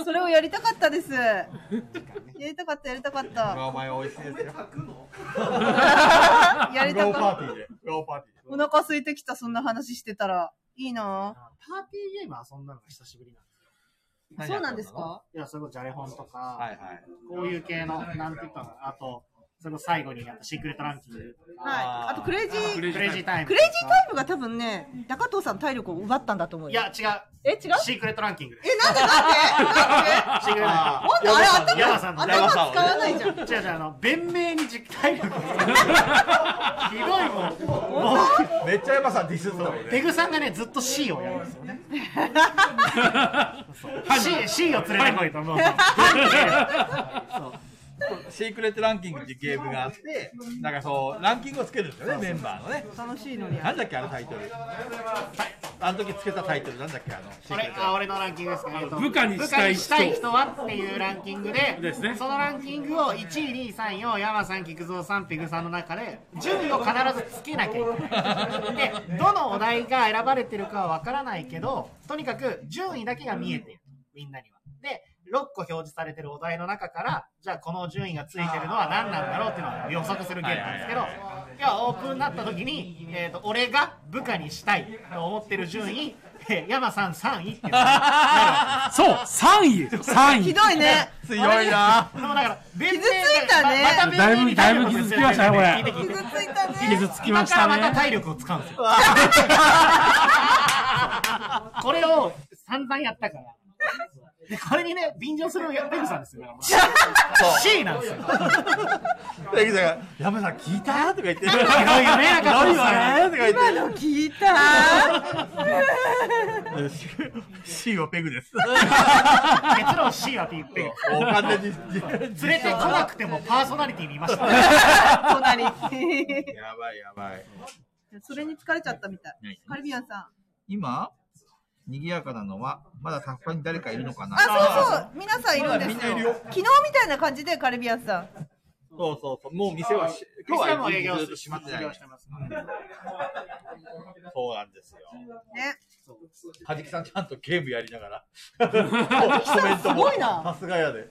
Speaker 2: それをやりたかったです。やりたかった、やりたかった。
Speaker 4: 上前は美味しいですよ。
Speaker 2: やりた
Speaker 4: ローパ
Speaker 2: か
Speaker 4: ー
Speaker 2: っ
Speaker 4: ティーで。ローパーティー
Speaker 2: た。お腹空いてきた、そんな話してたら。いいな
Speaker 1: パーティーゲーム遊んだのが久しぶりなんです
Speaker 4: で。
Speaker 2: ぁ。そうなんですか
Speaker 1: いやそれこそジャレホンとか、
Speaker 4: はいはい。
Speaker 1: こういう系のなんて言ったのあとその最後にやったシークレットランキング
Speaker 2: はい。あとクレイジー、
Speaker 3: ク
Speaker 2: ク
Speaker 3: レ
Speaker 2: レ
Speaker 3: イ
Speaker 1: クレ
Speaker 2: イ
Speaker 1: イジータイム
Speaker 2: ジータイムが多分ね、中藤さんの体力を奪ったんだと思う
Speaker 1: い
Speaker 2: よ。
Speaker 1: や違う
Speaker 2: え、違う
Speaker 1: シークレットランキングです
Speaker 2: え、なんでなんでなんで
Speaker 1: シークレットラン
Speaker 2: もっとあれ
Speaker 1: ヤマさん
Speaker 2: 頭、
Speaker 1: の
Speaker 2: 頭使わないじゃん。
Speaker 1: キング違う違うあの弁明に実体力をひどいもんもう
Speaker 4: めっちゃ山さんディスったもん
Speaker 1: ペ
Speaker 4: ね。
Speaker 1: グさんがねずっと C をやるんですよね C, C を連れてこいと思う
Speaker 4: シークレットランキングっていうゲームがあって、なんかそう、ランキングをつけるんですよね、メンバーのね。
Speaker 2: 楽しいのに。
Speaker 4: なんだっけ、あのタイトル。あの時つけたタイトル、なんだっけ、あの、シークレ
Speaker 1: 俺
Speaker 4: ットラン
Speaker 1: あ俺のランキングですね、えっと
Speaker 3: 部下にしたい人
Speaker 1: 部下にしたはっていうランキングで
Speaker 3: ですね
Speaker 1: そのランキングを1位2位3位を山さん菊蔵さんペグさんの中で順位を必ずつけなきゃいけないでどのお題が選ばれてるかはわからないけどとにかく順位だけが見えてるみんなにはで6個表示されてるお題の中からじゃあこの順位がついてるのは何なんだろうっていうのを予測するゲームなんですけど要はオープンになった時に、えー、と俺が部下にしたいと思ってる順位えー山さん3位っていうのが
Speaker 3: そう3位ですよ3
Speaker 2: ひ
Speaker 3: 位
Speaker 2: どいね。
Speaker 4: キング。強いな
Speaker 1: でもだから、傷
Speaker 2: 傷ついたね
Speaker 1: また
Speaker 3: だいぶだいぶ傷つきましたねこれ
Speaker 1: 聞いて聞い
Speaker 2: 傷
Speaker 1: て
Speaker 2: ついたね。
Speaker 3: 傷つき
Speaker 1: 今
Speaker 3: まし
Speaker 1: から
Speaker 3: た
Speaker 1: また
Speaker 3: ね
Speaker 1: 体力を使うんですよ。 これを散々やったから。で、これにね、便乗するのがペグさんですよ。C なんですよ。
Speaker 4: だけど、山さん聞いたとか言って。
Speaker 1: いろいろね、中
Speaker 4: 何
Speaker 1: 藤
Speaker 4: よ
Speaker 1: さん。
Speaker 4: ねとか言って。
Speaker 2: 今の聞いた
Speaker 4: シーはペグです。
Speaker 1: 結論 C はピッペ
Speaker 4: お金に。
Speaker 1: グ。連れてこなくてもパーソナリティにいました。
Speaker 2: 隣。
Speaker 4: やばいやばい。
Speaker 2: それに疲れちゃったみたい。カリビアンさん。
Speaker 4: 今賑やかなのは、まだタフパに誰かいるのかな
Speaker 2: あ、そうそう、皆さんいるんです
Speaker 4: まだみ
Speaker 2: よ。
Speaker 4: んないるよ
Speaker 2: 昨日みたいな感じでカルビアンさん。
Speaker 4: そうそうそう。もう店はし、今日
Speaker 1: 店
Speaker 4: は
Speaker 1: も営業
Speaker 4: ずっ
Speaker 1: し
Speaker 4: と閉まってな
Speaker 1: 営
Speaker 4: い。
Speaker 1: 業してますね。
Speaker 4: そうなんですよ。
Speaker 2: ね。
Speaker 4: はじきさんちゃんとゲームやりな がら。
Speaker 2: コメントもすごいな。
Speaker 4: さすがやで。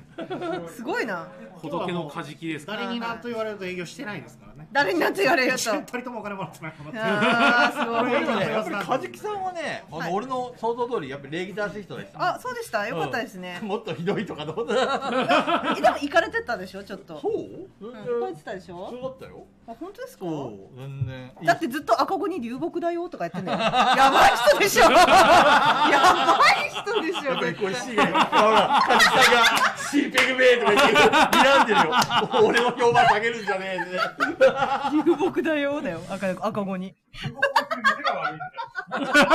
Speaker 2: すごいな。
Speaker 3: 仏のカジキですか
Speaker 1: 誰に何と言われると営業してないですからね。
Speaker 2: 誰になんて言わ れると。
Speaker 1: 2人ともお金もらってないもんな
Speaker 2: あーすごい
Speaker 4: でもね、やっぱりはじきさんはね、あの
Speaker 2: はい
Speaker 4: 俺の想像通り、やっぱり礼儀正しい人でした。
Speaker 2: あ、そうでした。よかったですね。
Speaker 4: もっとひどいとかどうだ
Speaker 2: え、でも行かれてたでしょ、ちょっと。
Speaker 4: そう全
Speaker 2: うん、
Speaker 4: 然
Speaker 2: 行かれてたでし
Speaker 4: 普
Speaker 2: ょ。
Speaker 4: 通だったよ。
Speaker 2: あ、本当ですか。
Speaker 4: そう、全然。
Speaker 2: だってずっと赤子に流木だよとか言ってんのよ。やばい人でしょ。やばい人でし
Speaker 4: や
Speaker 2: ょ
Speaker 4: っぱり
Speaker 2: 絶
Speaker 4: これ
Speaker 2: 対。
Speaker 4: シーが、ほら、カジキさんが、シーペグベーとか言って、睨んでるよ。俺の評判下げるんじゃねえって。
Speaker 2: 流木だよだよ。赤赤子 に。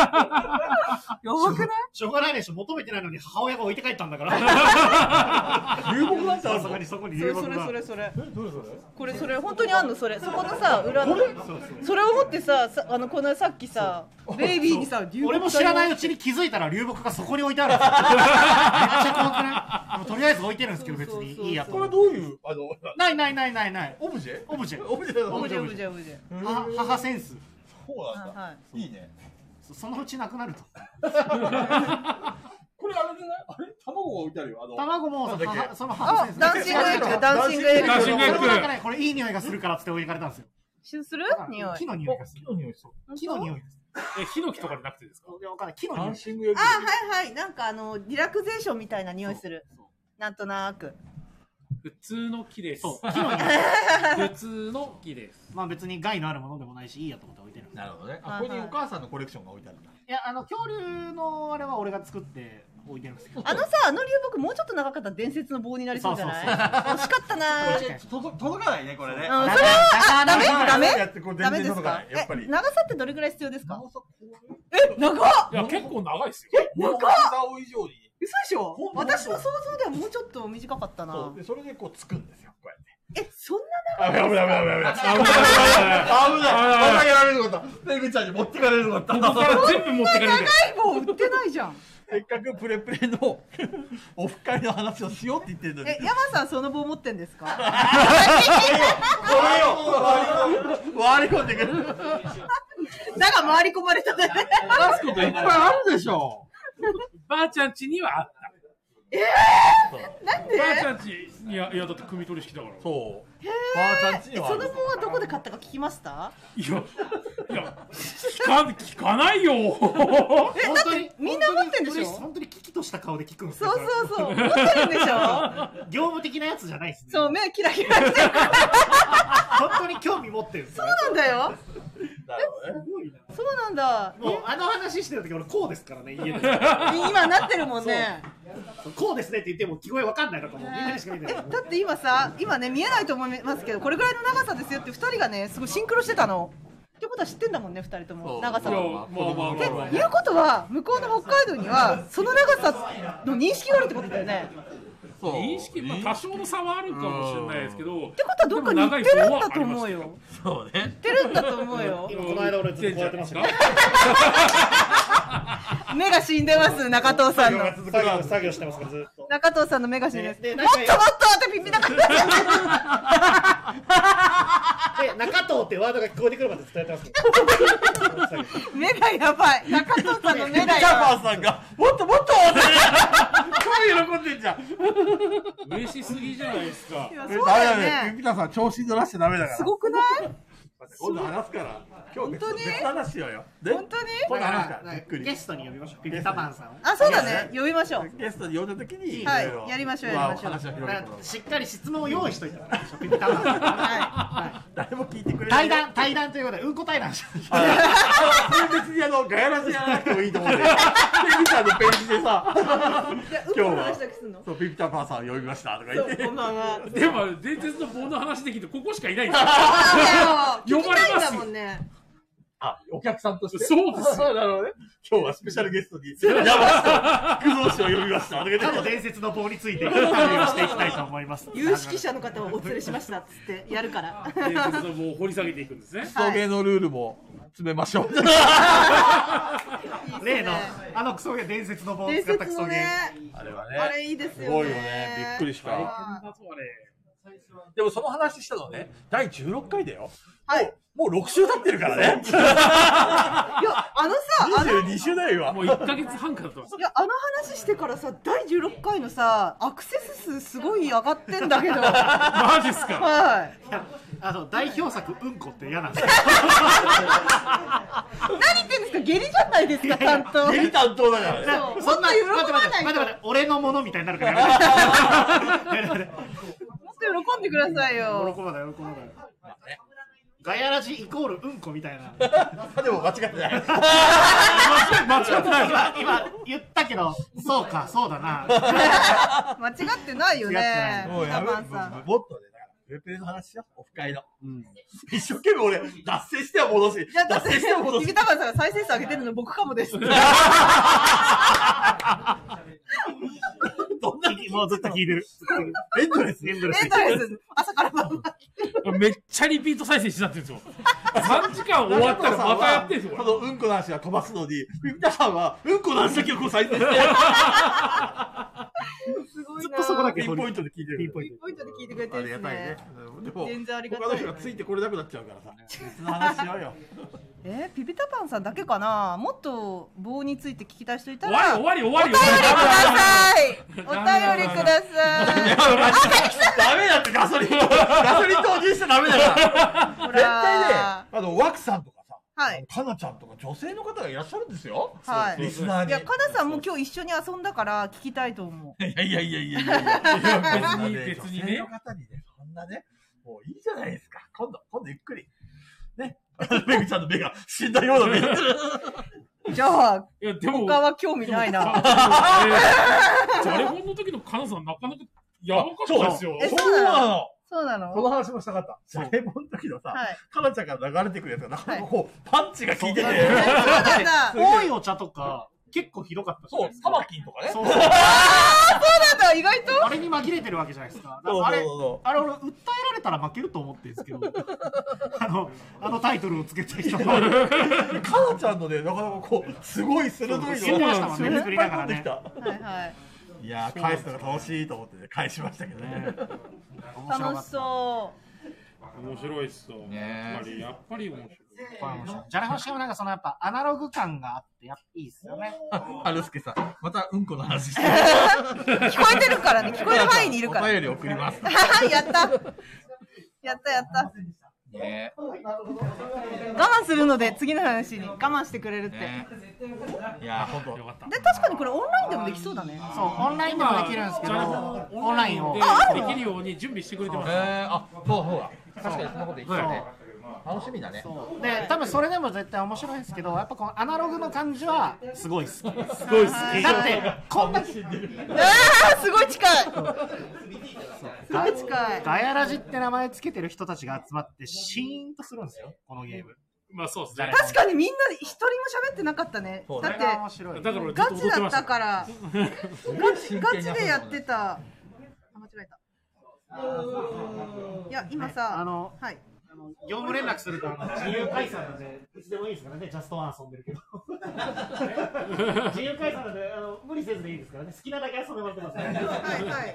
Speaker 2: やばくない。
Speaker 1: しょうがないでしょ。求めてないのに母親が置いて帰ったんだから。
Speaker 4: 流木なんて
Speaker 1: さ
Speaker 4: ある
Speaker 1: すが
Speaker 4: の
Speaker 1: にそこに
Speaker 2: それ
Speaker 1: 留
Speaker 2: そ
Speaker 1: 学
Speaker 2: れ
Speaker 1: が
Speaker 2: そ。れそれ。
Speaker 4: どれそれ
Speaker 2: これそれ本当にあんのそれ。そこのさ裏の。
Speaker 1: そうそう
Speaker 2: それを持ってささあのこのさっきさベイビーにさ流木だよ
Speaker 1: 俺も知らないうちに気づいたら流木がそこに置いてあるんですよ。めっちゃ怖くないでもとりあえず置いてるんですけど別にいいやと
Speaker 4: これ
Speaker 1: 思う。
Speaker 4: はどういう、あの、
Speaker 1: ないないないないない。
Speaker 4: オブジェ
Speaker 1: オブジェ。
Speaker 4: オブジェだ
Speaker 2: オブジェ
Speaker 1: オ
Speaker 2: オ
Speaker 1: ブ
Speaker 2: ブジ
Speaker 1: ジ
Speaker 2: ェオブジェ。
Speaker 1: は母センス。
Speaker 4: そうなんだ。
Speaker 2: はい
Speaker 4: いね。
Speaker 1: そそのうちなくなると。
Speaker 4: これあれじゃないあれ卵が置いてあるよ。あの、
Speaker 1: 卵もその
Speaker 4: なんだっ
Speaker 1: 母その母
Speaker 2: あ
Speaker 1: センス。
Speaker 2: ダンシングエッグダンシングエ
Speaker 3: ダン
Speaker 2: ッ
Speaker 3: シン
Speaker 2: グ。
Speaker 3: グエッグ
Speaker 1: これもなんかねこれいい匂いがするからっつって置いてかれたんですよ。
Speaker 2: する匂い。
Speaker 1: 木の匂いがする。
Speaker 4: の匂いそう。
Speaker 1: 木の匂いです。
Speaker 3: え、ヒノキとかじゃなくてですか
Speaker 1: いやわかんない木の
Speaker 4: ダ
Speaker 1: 匂
Speaker 4: ン
Speaker 1: い。
Speaker 4: シングより
Speaker 2: あはいはいなんかあのリラクゼーションみたいな匂いする
Speaker 1: そう
Speaker 2: なんとなく
Speaker 3: 普通の木です。
Speaker 1: そう 木の匂い。
Speaker 3: 普通の木です。
Speaker 1: まあ別に害のあるものでもないしいいやと思って置いてる。
Speaker 4: なるほどね。
Speaker 2: は
Speaker 4: あ、
Speaker 2: いは
Speaker 4: こ
Speaker 2: い
Speaker 4: こにお母さんのコレクションが置いてあるんだ。
Speaker 1: いやあの恐竜のあれは俺が作って置いてるんですけど。
Speaker 2: あのさあの流木もうちょっと長かったら伝説の棒になりそうじゃない
Speaker 1: そうそう
Speaker 2: 惜しかったな
Speaker 1: これ
Speaker 2: うん
Speaker 1: ね
Speaker 4: 届届かないね、これね。
Speaker 2: それはあダメダ
Speaker 4: や
Speaker 2: メ
Speaker 4: ってこれ
Speaker 2: ダ
Speaker 4: 全
Speaker 2: メ
Speaker 4: 然
Speaker 2: です
Speaker 4: 届か
Speaker 2: か
Speaker 4: ない。やっぱ
Speaker 2: え
Speaker 4: り。
Speaker 2: 長さってどれぐらい必要ですか
Speaker 4: 長さこういう
Speaker 2: え長っ
Speaker 3: いや、結構長いですよ。
Speaker 4: 長さを以上に。
Speaker 2: 嘘でしょ
Speaker 4: ほんと
Speaker 2: 私の想像ではもうちょっと短かった
Speaker 4: そ
Speaker 2: な
Speaker 4: う。で、それでこうつくんですよ。こうやって。
Speaker 2: えそんな
Speaker 4: あ、危ない危ない危ない危ない。危ない。またやられることだ。ペグちゃんに持ってかれること
Speaker 3: ここ
Speaker 4: だ。
Speaker 3: から全部持ってかれて。
Speaker 2: 長い棒売ってないじゃん
Speaker 4: せっかくプレプレ のオフ会の話をしようって言ってるのに。
Speaker 2: え山さんその棒持ってんですか
Speaker 4: これよ割り込んでくる
Speaker 2: だが回り込まれたね
Speaker 4: 出すこといっぱいあるでしょ
Speaker 3: ばあちゃん家にはあった。
Speaker 2: なんで
Speaker 3: ばあちゃん家には、いや、だって組取り式だから。
Speaker 4: そうばあちゃんち
Speaker 2: え
Speaker 4: にはあ
Speaker 2: そ
Speaker 4: る
Speaker 2: の棒はどこで買ったか聞きました
Speaker 3: いや、いや、聞か、聞かないよ。
Speaker 2: えだってみんな持ってんでし
Speaker 1: 嬉
Speaker 2: ょ
Speaker 1: い本当に危機とした顔で聞くんです
Speaker 2: そう
Speaker 1: よ
Speaker 2: そうそう持ってるんでしょ
Speaker 1: 業務的なやつじゃないですね
Speaker 2: そう目キラキラしてる
Speaker 1: 本当に興味持ってるんですよ
Speaker 2: そうなんだよ
Speaker 4: だろうね
Speaker 2: そうなんだ
Speaker 1: もうあの話してる時俺こうですからね家で
Speaker 2: 今なってるもんね
Speaker 1: こうですねって言っても聞こえわかんないからもう みんなにしか見て
Speaker 2: え
Speaker 1: ない
Speaker 2: だって今さ今ね見えないと思いますけどこれぐらいの長さですよって2人がねすごいシンクロしてたのってことは知ってんだもんね2人と
Speaker 4: そ
Speaker 2: も
Speaker 4: う
Speaker 2: 長さ
Speaker 3: いや、
Speaker 2: を
Speaker 3: まあまあまあまあ
Speaker 2: っていうことは向こうの北海道にはその長さの認識があるってことだよね
Speaker 4: そう
Speaker 3: 認識、まあ、多少の差はあるかもしれないですけど。っ
Speaker 2: ってことはどっかに似てるんだと思うよ。
Speaker 4: そうね
Speaker 2: 似てるんだと思うよ
Speaker 1: 今この間俺ずっとこうやってましたよ
Speaker 2: 目が死んでます中藤さんの
Speaker 1: 作業作業してますからずっと
Speaker 2: 中藤さんの目が死んでますも
Speaker 1: で
Speaker 2: っ
Speaker 1: で
Speaker 2: ともっとって耳なかった
Speaker 1: で中藤ってワードが聞こえてくるまでずっとやってますけど
Speaker 2: 目がやばい中藤さんの目が
Speaker 4: ジャ
Speaker 2: やば
Speaker 4: パ
Speaker 2: い
Speaker 4: ンさんがもっともっとってすごい喜んでんじゃん
Speaker 3: 嬉しすぎじゃないですか。
Speaker 2: いやそうだよ
Speaker 4: ダメ
Speaker 2: ね
Speaker 4: ピタさん調子に乗らしちゃダメだから
Speaker 2: すごくない
Speaker 4: 今度話すから今日
Speaker 2: 本当に
Speaker 4: 別の話しようよで
Speaker 2: 本当に
Speaker 4: 今度話すからじっくり
Speaker 1: ゲストに呼びましょうピピタパンさんを
Speaker 2: あそうだね呼びましょう
Speaker 4: ゲストに呼んだ時に
Speaker 2: はい
Speaker 4: ろろ
Speaker 2: やりましょうやりましょう
Speaker 4: 話を広
Speaker 1: だ
Speaker 4: げて
Speaker 1: か
Speaker 4: もら
Speaker 1: ら
Speaker 4: う
Speaker 1: しっかり質問を用意しといたからピピタパンさん
Speaker 2: は
Speaker 4: 誰も聞いてくれな
Speaker 1: 対
Speaker 4: い
Speaker 1: 談対談ということでうんこ対談しましょう
Speaker 4: あの別にあのガヤラジやらなくてもいいと思うんで、ペギちゃんのページでさ、
Speaker 2: いじゃあ
Speaker 4: 今日は
Speaker 2: うんこの話だけすんの
Speaker 4: そうピピタパンさん呼びましたとか言って、
Speaker 2: こんばんは
Speaker 3: でも、伝説の棒の話できて、ここしかいないんです
Speaker 2: そうだよ
Speaker 3: 呼ばれま
Speaker 2: 聞きた
Speaker 3: す
Speaker 2: いんだもんね
Speaker 4: あ、お客さんとし
Speaker 3: よ。
Speaker 4: て、
Speaker 3: そうですよ。
Speaker 4: なるほどね。今日はスペシャルゲストに、山下福蔵氏を呼びましたとか言って
Speaker 1: 他の伝説の棒について旅をしていきたいと思います。
Speaker 2: 有識者の方をお連れしましたっつってやるから
Speaker 3: 伝説の棒を掘り下げていくんですね。
Speaker 4: クソゲーのルールも詰めましょう。
Speaker 2: いいっすね
Speaker 1: 例の、あのクソゲー、伝説の棒を
Speaker 2: 伝
Speaker 1: 使ったク
Speaker 2: 説
Speaker 1: ソ
Speaker 2: の
Speaker 1: ゲー。
Speaker 2: ね、
Speaker 4: あれは
Speaker 2: あれいいですよね。
Speaker 4: すごいよね。びっくりした。
Speaker 2: は
Speaker 4: でもその話したのね、第16回だよ。
Speaker 2: い。
Speaker 4: もう6週経ってるからね。
Speaker 2: いや、あのさ、あの、い
Speaker 4: 22週だよ、今。
Speaker 3: もう1ヶ月半から と。
Speaker 2: や、あの話してからさ、第16回のさ、アクセス数すごい上がってんだけど。 は
Speaker 3: マジっすか
Speaker 2: い。
Speaker 1: あの、代表作、うんこって嫌なんですよ。
Speaker 2: 何言ってんですか下痢じゃないですか、担当。
Speaker 4: ゲリ担当だからね。
Speaker 2: そう
Speaker 1: そんな、待っ
Speaker 2: もっと喜
Speaker 1: て
Speaker 2: ば
Speaker 1: 待って、待
Speaker 2: ない
Speaker 1: って待
Speaker 2: と
Speaker 1: って、俺のものみたいになるからやめて。
Speaker 2: もっと喜んでくださいよ。
Speaker 1: 喜ばない、喜ばない。ガヤラジイコールうんこみたい な。
Speaker 4: でも間違ってない。
Speaker 3: 間違ってない。
Speaker 1: 今、今言ったけど、そうか、そうだな。
Speaker 2: 間違ってないよね。
Speaker 4: もうや
Speaker 2: タ
Speaker 4: め
Speaker 2: マンさ
Speaker 4: もっとね、だ
Speaker 2: ん。
Speaker 4: から、プレプレの話しよう、オフ会の。一生懸命俺、脱線しては戻し
Speaker 2: いや、、だっ
Speaker 4: 脱
Speaker 2: て
Speaker 4: 線しては戻、し。
Speaker 2: 君タマンさんが再生数上げてるの僕かも です。
Speaker 4: どんなに
Speaker 1: もうずっと聞いてる。
Speaker 4: エンドレス。
Speaker 1: エンドレ
Speaker 2: エ
Speaker 1: ス
Speaker 2: ン。トレス、朝から晩まで。
Speaker 3: めっちゃリピート再生したって言うんですよ。3時間終わったらまたやってんすよ。
Speaker 4: こ
Speaker 3: こ
Speaker 4: のうんこの話は飛ばすのに、皆さんはうんこの話だけをこう再生して、
Speaker 2: すごい
Speaker 1: ずっ
Speaker 2: な
Speaker 1: とそこだけ
Speaker 4: ピン
Speaker 1: 掘り
Speaker 4: ポイントで聞いてる。
Speaker 1: ピンポイン
Speaker 2: ピンポイントで聞いてくれて
Speaker 4: あ
Speaker 2: るん
Speaker 4: り
Speaker 2: で
Speaker 4: が
Speaker 2: す
Speaker 4: たいね
Speaker 2: ね。。
Speaker 4: でも、
Speaker 2: 全然ありが
Speaker 4: 他
Speaker 2: た
Speaker 4: の
Speaker 2: い
Speaker 4: 人がついてこれなくなっちゃうからさ、別の話しようよ。
Speaker 2: えー、ピピタパンさんだけかなもっと棒について聞きたい人いた
Speaker 3: 終
Speaker 2: ら。
Speaker 3: わり終わり終わり
Speaker 2: お便りくだ
Speaker 3: 終わ
Speaker 2: さい。お便りください。
Speaker 4: ダメだってガソリン、ガソリン投入しちゃダメだ から。
Speaker 2: ほ
Speaker 4: 絶対ね、
Speaker 2: ら
Speaker 4: あ。の、ワクさんとかさ、
Speaker 2: はい。
Speaker 4: かなちゃんとか女性の方がいらっしゃるんですよ。
Speaker 2: はい
Speaker 4: リスナー
Speaker 2: い
Speaker 4: に。
Speaker 2: や、かなさんも今日一緒に遊んだから聞きたいと思う。
Speaker 4: いやいやいやいやいやい や
Speaker 3: 別に別に
Speaker 4: 女性
Speaker 3: ね
Speaker 4: の方にね、そんなね、もういいじゃないですか。今度、今度ゆっくり。ね。 めぐちゃんの目が死んだような目が。
Speaker 2: じゃあ、
Speaker 3: りいや、でも、
Speaker 2: 他は興味ないな。
Speaker 3: じゃれ本の時のカナさんなかなかやばかったですよ。
Speaker 2: え
Speaker 4: そ
Speaker 2: そうう
Speaker 4: な
Speaker 2: な
Speaker 4: の。
Speaker 2: そうな
Speaker 4: こ
Speaker 2: の
Speaker 4: の話もしたかった。シャレボンの時のさ、
Speaker 2: はい。
Speaker 4: かなちゃんから流れてくるやつが、なかなかこう、パンチが効いてて、
Speaker 2: そうなんだ。
Speaker 1: 多いお茶とか、結構ひどかったじゃ
Speaker 4: そ
Speaker 1: ないうです、
Speaker 4: サ
Speaker 1: か
Speaker 4: マキンとかね。
Speaker 1: そ
Speaker 4: そうう
Speaker 1: そう
Speaker 2: そうなんだ、意外と。
Speaker 1: あれに紛れてるわけじゃないですか。だか
Speaker 4: そ
Speaker 1: ら
Speaker 4: う
Speaker 1: あれ、
Speaker 4: そ
Speaker 1: あれ俺、訴えられたら負けると思ってるんですけど、あの、あのタイトルをつけた人は。
Speaker 4: う。かなちゃんのね、なかなかこう、すごい鋭いのが
Speaker 1: 死んでましたもん
Speaker 3: そう
Speaker 1: ね、作りながらね。
Speaker 4: た。
Speaker 2: はいはい。
Speaker 4: いやー、返すのが楽しいと思ってね、返しましたけどね。
Speaker 2: 楽しそう。
Speaker 3: 面白いっすよ。やっぱり、やっぱり面白い。
Speaker 1: じゃらほしもなんかそのやっぱアナログ感があってやっぱいいですよね。
Speaker 4: はるすけさん、またうんこの話してる。
Speaker 2: 聞こえてるからね、聞こえる範囲にいるから。
Speaker 4: お便り送ります。
Speaker 2: はい、 やった。やったやった。
Speaker 4: ね
Speaker 2: 我慢するので、次の話に我慢してくれるって。
Speaker 4: ねいやー、ほんと。
Speaker 2: で、確かにこれオンラインでもできそうだね。
Speaker 1: そう、オンラインでもできるんですけど、オンラインを。
Speaker 3: でできるように準備してくれてます。
Speaker 4: えー、あ、そうそうだ。確かにそんなこと言ってたね。楽しみだね。
Speaker 1: そうで、多分それでも絶対面白いんですけど、やっぱこのアナログの感じはすごい好き。
Speaker 4: すごい好
Speaker 2: き
Speaker 1: だって、こんだけ、
Speaker 2: あーすごい近い。すごい近い。
Speaker 1: ガヤラジって名前つけてる人たちが集まってシーンとするんですよ、このゲーム。
Speaker 3: まあそうですね。
Speaker 2: 確かにみんな一人も喋ってなかったね。
Speaker 4: そう
Speaker 2: だ
Speaker 4: ね
Speaker 2: っ
Speaker 1: これが面
Speaker 2: て
Speaker 1: 白い。
Speaker 3: だから俺ずっ
Speaker 2: ガ
Speaker 3: と
Speaker 2: チ
Speaker 3: 踊って
Speaker 2: だっ
Speaker 3: ましたた。
Speaker 2: から、
Speaker 4: ガチ
Speaker 2: ガチでやってた。あ間違えた。いや今さ、
Speaker 1: あの
Speaker 2: はい。
Speaker 1: 業務連絡すると、あの自由解散なんで、いつでもいいですからね、ジャストワン遊んでる けど。自由解散なんであの、無理せずでいいですからね、好きなだけ遊んでもらってください。
Speaker 2: はいはい。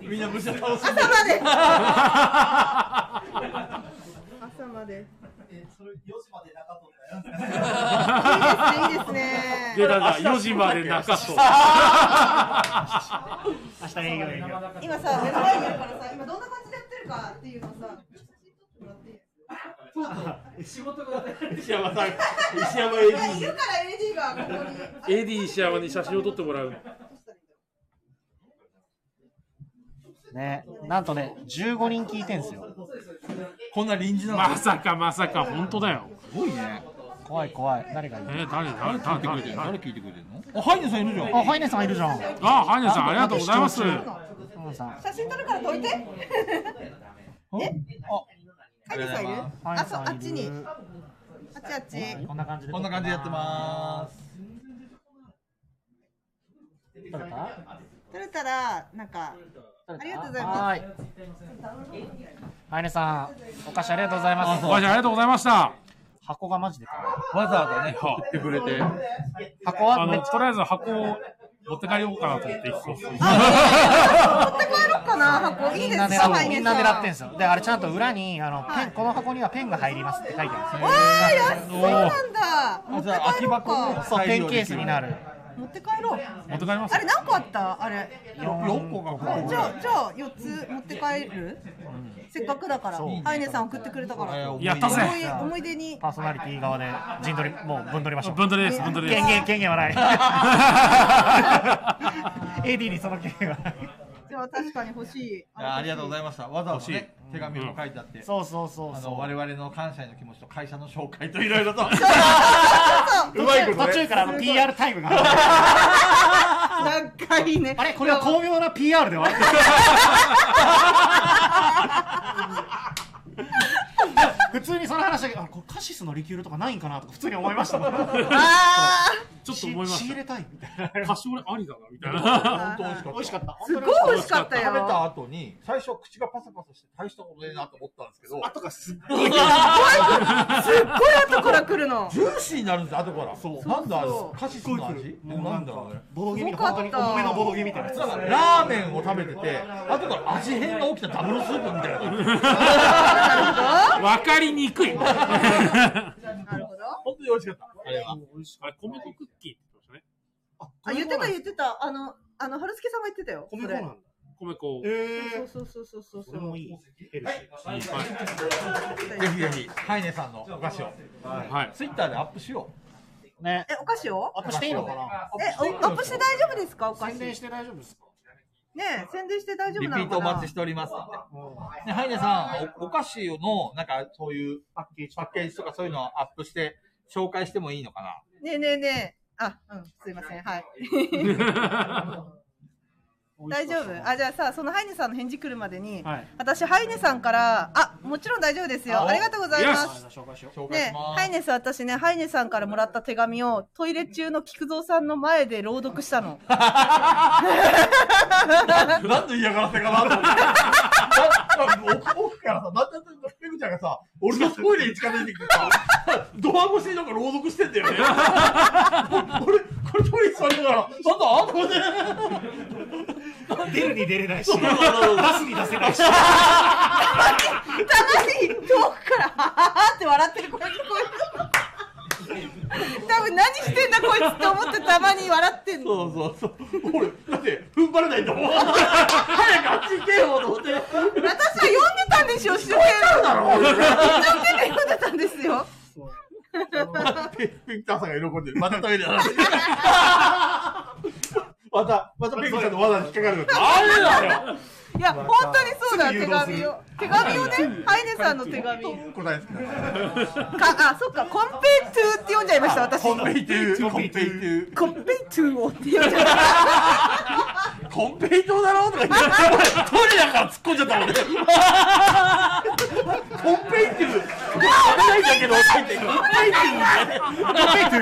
Speaker 4: みんなむしろ楽し
Speaker 2: 朝まで。朝まで。いいですね、いいですね。
Speaker 3: で、だから4時まで中と。
Speaker 1: 明日営業営業。
Speaker 2: 今さ、目の前にあるからさ、今どんな感じでやってるかっていうのさ、写真撮ってもらっていい
Speaker 4: 石山さん、石山営
Speaker 2: いや、い
Speaker 4: 業
Speaker 2: るから AD がここに。
Speaker 3: AD 石山に写真を撮ってもらう。
Speaker 7: ね、なんとね、15人聞いてんすよ。
Speaker 4: こんな臨時な
Speaker 3: ま
Speaker 4: の。
Speaker 3: さかまさか、本当だよ。
Speaker 4: すごいね。
Speaker 7: 怖い怖い。誰がい
Speaker 3: え
Speaker 7: る
Speaker 3: ー、誰、誰、誰、誰、誰。
Speaker 4: 聞いてくれてるのあ、ハイネさんいるじゃん。
Speaker 7: あ、ハイネさんいるじゃん。
Speaker 3: あ、ハイネさん、ありがとうございます。
Speaker 7: ハイネさん。
Speaker 2: 写真撮るから撮いて。カイネさ
Speaker 7: ハ
Speaker 2: んいる
Speaker 7: イ
Speaker 2: あ、
Speaker 7: ネ
Speaker 2: そう、
Speaker 7: さ
Speaker 2: あ
Speaker 7: ん
Speaker 2: っ
Speaker 7: い
Speaker 2: ちに。
Speaker 7: る。
Speaker 2: あっちあっち。
Speaker 7: こんな感じで。
Speaker 4: こんな感じでやってまーす。
Speaker 7: す。誰か
Speaker 2: 撮れたら、なんか、ありがとうございます
Speaker 7: はーい。ハイネさん、お菓子ありがとうございます。
Speaker 3: お会いありがとうございました。
Speaker 1: 箱がマジで可愛い。
Speaker 4: わざわざね、
Speaker 3: は
Speaker 4: 送ってくれて。
Speaker 1: 箱
Speaker 3: あ
Speaker 1: はめっ
Speaker 3: の、
Speaker 1: ち
Speaker 3: とりあえず箱を持って帰ろうかなと思って、そうそう
Speaker 2: ろうかな、箱。いい
Speaker 1: ゃ、み
Speaker 2: で
Speaker 1: ん
Speaker 2: す
Speaker 1: な
Speaker 2: か、
Speaker 1: 狙っ
Speaker 2: ハ
Speaker 1: て
Speaker 2: イ
Speaker 1: ん
Speaker 2: ネ
Speaker 1: みん
Speaker 2: さん。
Speaker 1: な狙ってんですよ。で、あれちゃんと裏に、あの、ペン、この箱にはペンが入りますって書いてあるんで
Speaker 2: わーやったそうなんだ。持
Speaker 4: あ
Speaker 2: っ
Speaker 4: じ
Speaker 2: て
Speaker 4: ゃあ空き
Speaker 2: 帰ろう
Speaker 4: 箱を
Speaker 2: か。
Speaker 1: すよ。そう、ペンケースになる。
Speaker 2: 持って帰ろう。
Speaker 3: 持って帰ります
Speaker 2: あれ何個あったあれ。
Speaker 4: 4個がこ
Speaker 2: じゃあ、じゃあ4つ持って帰る、せっかくだから。
Speaker 1: そう
Speaker 2: ハイネさん送ってくれたから。
Speaker 4: え
Speaker 2: 思
Speaker 4: ー
Speaker 3: やったぜ
Speaker 2: い思い出に。
Speaker 1: パーソナリティ側で陣取り、もう分取りましょう。
Speaker 3: 分取りです、分取りで
Speaker 1: 権
Speaker 3: す。
Speaker 1: 限、権限はない。AD にその権限はない。
Speaker 2: じゃあ確かに欲しい。
Speaker 4: いやありがとうございました。わざわざ
Speaker 3: 欲しい
Speaker 4: ね、手紙も書いてあって。
Speaker 1: そうそうそう
Speaker 4: あ
Speaker 1: そ
Speaker 4: の
Speaker 1: う
Speaker 4: 我。々の感謝への気持ちと会社の紹介といろいろ と
Speaker 2: そう
Speaker 4: うまいこと
Speaker 1: 途
Speaker 4: ね
Speaker 1: 中からあの PR タイムが。
Speaker 2: なんかいいね。
Speaker 1: あれこれは巧妙な PR で終わってる。普通にその話だけど、あこれカシスのリキュールとかないんかなとか普通に思いましたもん。
Speaker 2: あ
Speaker 3: ちょっと思いま
Speaker 1: 仕入
Speaker 3: した。
Speaker 1: れたいみたいな。
Speaker 3: 多少俺ありだな、みたいな。
Speaker 4: 本当美味しか
Speaker 1: 美味しかっ
Speaker 4: った
Speaker 1: た。
Speaker 2: ーすごい美味しかったよ。
Speaker 4: 食べた後に最初口がパサパサして大したことねえなと思ったんですけ ど
Speaker 6: とかすっ
Speaker 2: すっごい後から来るの。
Speaker 4: ジューシーになるんです後からそうなんだ
Speaker 2: そう
Speaker 4: カシスの味なんだろうね
Speaker 1: ボドゲみたいな、本当に重めのボドゲみたいなやつ。
Speaker 4: なんかラーメンを食べてて後から味変が起きたダブルスープみたいな
Speaker 2: な
Speaker 3: わかりにくい。
Speaker 2: る
Speaker 3: あ
Speaker 2: ほど。なるほど。
Speaker 4: 本当に美味しかったあれは
Speaker 3: れ、米粉クッキーって言ってましたね。
Speaker 2: あ、言ってた言ってた。あの、あの、春輔さんが言ってたよ。
Speaker 1: 米粉な
Speaker 2: それ
Speaker 1: んだ。
Speaker 3: 米粉を。
Speaker 1: ええ。
Speaker 2: そうそうそうそうそ
Speaker 1: それも
Speaker 2: う。
Speaker 1: いい。ヘルシー
Speaker 4: ぜひぜひハイネさんのお菓子を
Speaker 3: はい。
Speaker 4: ツイッターでアップしよ
Speaker 1: ね。
Speaker 2: え、お菓子を
Speaker 1: アップしていいのかな
Speaker 2: え、おアップして大丈夫ですかお菓子。
Speaker 1: 宣伝
Speaker 2: ね
Speaker 1: して大丈夫ですか
Speaker 2: え宣伝して大
Speaker 4: う
Speaker 2: 丈
Speaker 4: リ
Speaker 2: 夫
Speaker 4: ピ
Speaker 2: なの
Speaker 4: ートお
Speaker 2: か
Speaker 4: 待
Speaker 2: な
Speaker 4: ちしておりますねハイネさんおお菓子のなんかそういう
Speaker 1: パッケージ
Speaker 4: パッケージとかそういうのをアップして紹介してもいいのかな
Speaker 2: ねえねえねえ。あ、うん、すいません。はい。大丈夫あ、じゃあさ、そのハイネさんの返事来るまでに、
Speaker 1: はい。
Speaker 2: 私、ハイネさんから、あ、もちろん大丈夫ですよ。
Speaker 4: あお
Speaker 2: ありがとうございます。
Speaker 1: 紹介しよう。
Speaker 4: 紹介
Speaker 2: ね
Speaker 4: し、ます
Speaker 2: ハイネさん、私ね、ハイネさんからもらった手紙をトイレ中の菊蔵さんの前で朗読したの。
Speaker 4: なんで嫌がらせかなと思って。奥奥からさ、なんでペグちゃんがさ、俺のトイレに近づいてきてさ、ドア越しになんか朗読してんだよね。俺、これトイレ座りながら、なんだと思って。
Speaker 1: 出るに出れないし、出すに出せないし。
Speaker 2: たまに遠くから、はははって笑ってる声が聞こえる。多分何してんだこいつって思ってたまに笑ってんの。
Speaker 4: そうそうそう。俺、だって、踏ん張れないんだもん。早くあっち行けよと思って。
Speaker 2: 私は読んでたんでしょ、知ってる。一生懸命読んでたんですよ。
Speaker 4: ペペクターさんが喜んでる。またトイレだな。また、またペグちゃんの罠に引っかかる。あれだよ。
Speaker 2: いや、本当にそうだよ、手紙を。手紙をね、ハイネさんの手紙。か、
Speaker 4: 答えですけど。
Speaker 2: あ、そっか、コンペイトゥーって読んじゃいました、私。
Speaker 4: コンペイトゥー、コンペイトゥー。
Speaker 2: コンペイトゥーをって読んじゃいました。
Speaker 4: コンペイトーだろうとか言って、俺トイレだから突っ込んじゃったもんね。コンペイトゥー、食べないんだけど、入って、コンペイトゥーコンペイトゥ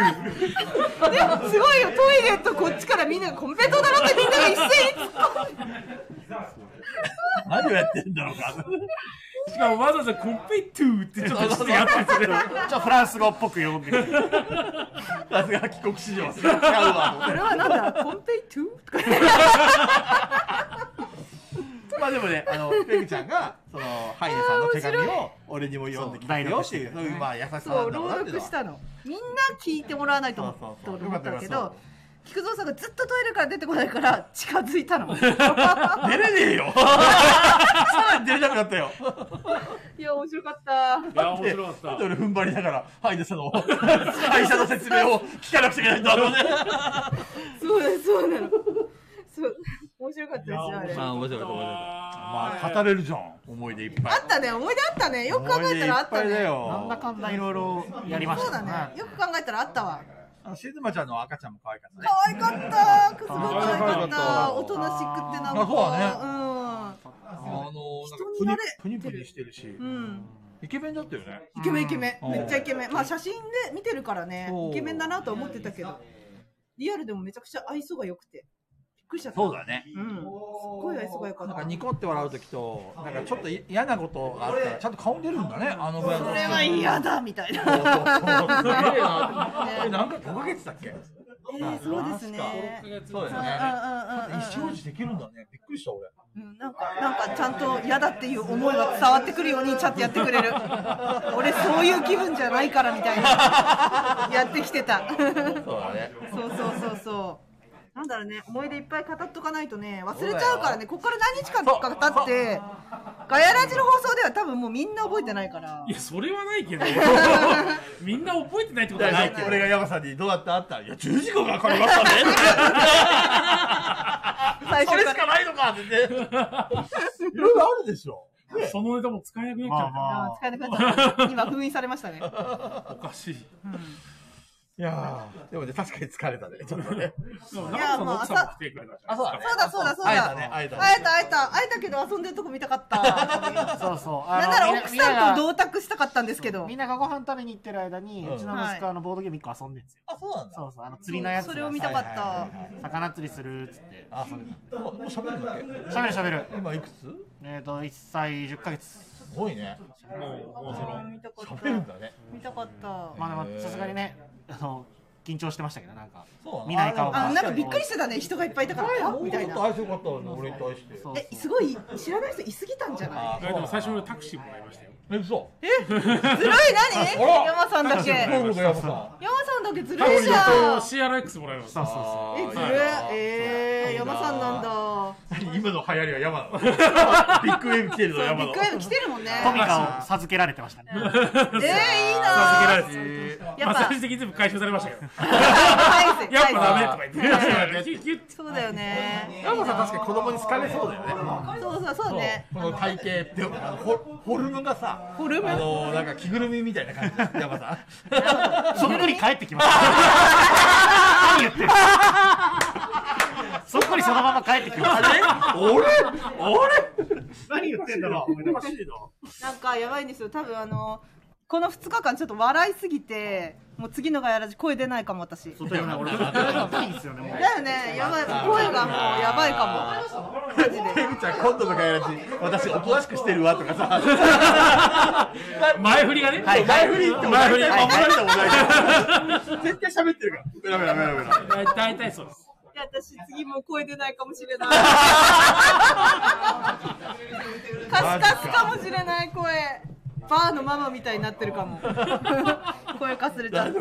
Speaker 4: ー
Speaker 2: でもすごいよトイレとこっちからみんながコンペイトーだろってみんなが一斉に突っ込んで
Speaker 4: 何をやってんだろうか。
Speaker 3: しかもわざわざコンペイトゥーってちょっとやってるんですね。
Speaker 1: じゃあフランス語っぽく読んでみる。
Speaker 4: さすが帰国史上、違うわ
Speaker 2: こ。れはなんだコンペイトゥーとか
Speaker 4: まあでもね、あの、ペグちゃんが、その、ハイネさんの手紙を、俺にも読んできてよっていう、そういう、まあ、優しさ
Speaker 2: そ
Speaker 4: なん
Speaker 2: う
Speaker 4: だろう
Speaker 2: 朗
Speaker 4: なっていうの
Speaker 2: 読
Speaker 4: は
Speaker 2: し。たのみんな聞いてもらわないと思
Speaker 4: そう
Speaker 2: った
Speaker 4: そうそ
Speaker 2: と
Speaker 4: う
Speaker 2: 思ったけ
Speaker 4: よかったよ
Speaker 2: ど
Speaker 4: か
Speaker 2: 菊蔵さんがずっとトイレから出てこないから近づいた の
Speaker 4: 出れねえ よ。さらに出れなくなったよ。
Speaker 2: いや面白かった
Speaker 3: いや、面白かった。
Speaker 4: で俺踏ん張りながら、ハイネさんの、会社の説明を聞かなくちゃいけないんだろうね。
Speaker 2: そうだそうなのそう面白かったですよあれ
Speaker 4: あ、面白かった、面白かった。まあ、
Speaker 3: ま
Speaker 4: 語れるじゃん。思い出いっぱい。
Speaker 2: あったね思い出あったねよく考えたらあった
Speaker 4: 思い出いぱいだ
Speaker 2: ね
Speaker 4: よ。
Speaker 1: なんだかんだいろいろやりまし
Speaker 2: そう
Speaker 1: た
Speaker 2: だね。よく考えたらあったわ
Speaker 4: あの、しずまちゃんの赤ちゃんも可愛かったね。
Speaker 2: 可愛かったすごい可愛か
Speaker 4: 可
Speaker 2: っ
Speaker 4: 愛かった
Speaker 2: たおとなしくってなんか
Speaker 4: あそうあの、
Speaker 2: 人にな
Speaker 4: なん
Speaker 2: れ
Speaker 4: かプニプニプニしてるし、
Speaker 2: うんうん
Speaker 4: イケメンだったよね。
Speaker 2: イケメンイケメ
Speaker 4: う
Speaker 2: ン
Speaker 4: ん
Speaker 2: めっちゃイケメンまあ写真で見てるからね
Speaker 4: そう
Speaker 2: イケメンだなとは思ってたけどリアルでもめちゃくちゃ愛想が良くてくりしちゃった。
Speaker 4: そうだね。
Speaker 2: うん。すっごい愛想が良か
Speaker 4: なん
Speaker 2: っ
Speaker 4: か
Speaker 2: た。
Speaker 4: ニコって笑うときと、なんかちょっと嫌なことがあったら、ちゃんと顔出るんだね、あのぐらいの。
Speaker 2: それは嫌だみたいな。
Speaker 4: そうそうそう。すげえ
Speaker 2: ね
Speaker 4: な。え、何回5ヶ月だっけ
Speaker 2: えーそうですね。
Speaker 3: 5、6ヶ月
Speaker 4: そうだ
Speaker 2: うんうん
Speaker 4: よね
Speaker 2: うんうんうん
Speaker 4: 意思表示できるんだね。びっくりした、俺。
Speaker 2: うんなんか、なんかちゃんと嫌だっていう思いが伝わってくるようにちゃんとやってくれる。俺そういう気分じゃないからみたいな。やってきてた。
Speaker 4: そうだね。
Speaker 2: そうそうそうそう。なんだろうね、思い出いっぱい語っとかないとね、忘れちゃうからね、ここから何日間か経って、ガヤラジの放送では多分もうみんな覚えてないから
Speaker 3: い。や、それはないけど、みんな覚えてないってことはないけど。
Speaker 4: 俺が山さんにどうだったあったら、いや、10時間がかかりました ね。
Speaker 2: 最
Speaker 4: そ
Speaker 2: 初
Speaker 4: れ
Speaker 2: か
Speaker 4: しか。
Speaker 2: ら
Speaker 4: ないの かって言って。
Speaker 8: いろいろあるでしょ。
Speaker 3: そのネタも使えなくなっち
Speaker 1: ま
Speaker 3: ゃ
Speaker 1: あま
Speaker 3: うか
Speaker 2: あ
Speaker 1: あ
Speaker 2: ー使えなくなっちゃった。今封印されましたね。
Speaker 3: ら、おかしい。
Speaker 4: いやー、でもね、確かに疲れたね。ちょっとね。
Speaker 3: でも、
Speaker 2: い
Speaker 3: 中
Speaker 2: や
Speaker 3: さん
Speaker 2: ま
Speaker 3: の
Speaker 2: あ
Speaker 3: 奥さんも来てくれたじゃん。
Speaker 4: そうだ
Speaker 2: そうだそうだそうだ
Speaker 4: 会えたね、会えたね。
Speaker 2: 会えた会えた会えたけど遊んでるとこ見たかっ た。
Speaker 1: そうそう。あ
Speaker 2: な
Speaker 1: の
Speaker 2: んなら
Speaker 1: み
Speaker 2: 奥さんと
Speaker 1: みなが
Speaker 2: 同卓したかったんですけど。
Speaker 1: みんながご飯食べに行ってる間に、
Speaker 4: うん
Speaker 1: うちの息子はあのボードゲーム一個遊んでるんですよ。
Speaker 4: あ、そうなんだ。
Speaker 1: そうそう、あの釣りのやつが
Speaker 2: それを見たかった。
Speaker 1: 魚釣りするっつって。
Speaker 4: あ、そうもうもう喋るんだっけ
Speaker 1: 喋る喋る。
Speaker 4: 今いくつす
Speaker 1: えっ、と、1歳10ヶ月。
Speaker 4: ごいね。
Speaker 3: もう、もうその、
Speaker 2: 見たかっ
Speaker 4: 喋るん
Speaker 2: た。
Speaker 4: だね。
Speaker 2: 見たかった。
Speaker 1: まあでも、さすがにね、あの、緊張してましたけど、なんか。
Speaker 4: そうなの
Speaker 1: 見ない顔が
Speaker 2: あなんかびっくりしてたね人がいっぱいいたからあ
Speaker 4: もう
Speaker 2: み
Speaker 4: ち
Speaker 2: た
Speaker 4: ょ
Speaker 2: い
Speaker 4: っと
Speaker 2: な。
Speaker 4: 愛想良かったのに俺に対して。
Speaker 1: そう
Speaker 2: えすごい知らない人いすぎたんじゃない。
Speaker 4: あ
Speaker 3: いやでも最初のタクシーもらいましたよ。
Speaker 4: え、嘘。
Speaker 2: ずるい何？山さんだ
Speaker 4: ど
Speaker 2: け。
Speaker 4: ういう
Speaker 2: 山
Speaker 4: ことやばさ
Speaker 2: さんだけずるいじゃん。
Speaker 3: CRX もらいました
Speaker 1: そう。そうそ
Speaker 4: ん。
Speaker 2: えずるい
Speaker 4: はい。
Speaker 2: えー、山さんなんだ。
Speaker 8: 今の流行りは山だ。ビッグウェーブ来てるぞ、
Speaker 2: ビ
Speaker 8: 山
Speaker 2: ッ
Speaker 8: だ
Speaker 2: グウ。ェーブ来てるもんね。
Speaker 1: う。トミカを授けられてましたね。
Speaker 2: えー、いいなー。や
Speaker 3: ま
Speaker 2: っ
Speaker 3: あ、
Speaker 2: ぱ
Speaker 3: 最終的に全部回収されましたよ。
Speaker 2: 返せ
Speaker 3: や
Speaker 2: 返
Speaker 3: っぱ
Speaker 2: せ
Speaker 3: ダメとか 言って。キュッ
Speaker 2: そうだよね。
Speaker 4: ヤマさん確かに子供に好かれそうだよね。
Speaker 2: そうそうそうだね。
Speaker 4: この体型でもフォフォルムがさ、
Speaker 2: フォルム
Speaker 4: あのなんか着ぐるみみたいな感じだ。ヤマさん。
Speaker 1: そっくり帰ってきました。何言ってるそっくりそのまま帰ってきました。
Speaker 4: 俺
Speaker 8: 何言ってんだろう。おかしいな。
Speaker 2: なんかやばいんですよ。多分あのこの2日間ちょっと笑いすぎて、もう次のがやらじ声出ないかも私。
Speaker 1: そうだよね、俺も痛いんですよね、もう。
Speaker 2: だよね、やばい、声がもうやばいかも。マジで。
Speaker 4: ペグちゃん今度の会話し、私おとなしくしてるわとかさ。
Speaker 3: 前振りがね。
Speaker 4: はい、前振りって前振り守られたもんない。絶対喋ってるから。ベラベラベラベラ。
Speaker 3: 大大体そうです。
Speaker 2: いや私次もう声出ないかもしれない。カスカスかもしれない声。バーのママみたいになってるかも。声かすれちゃって。グ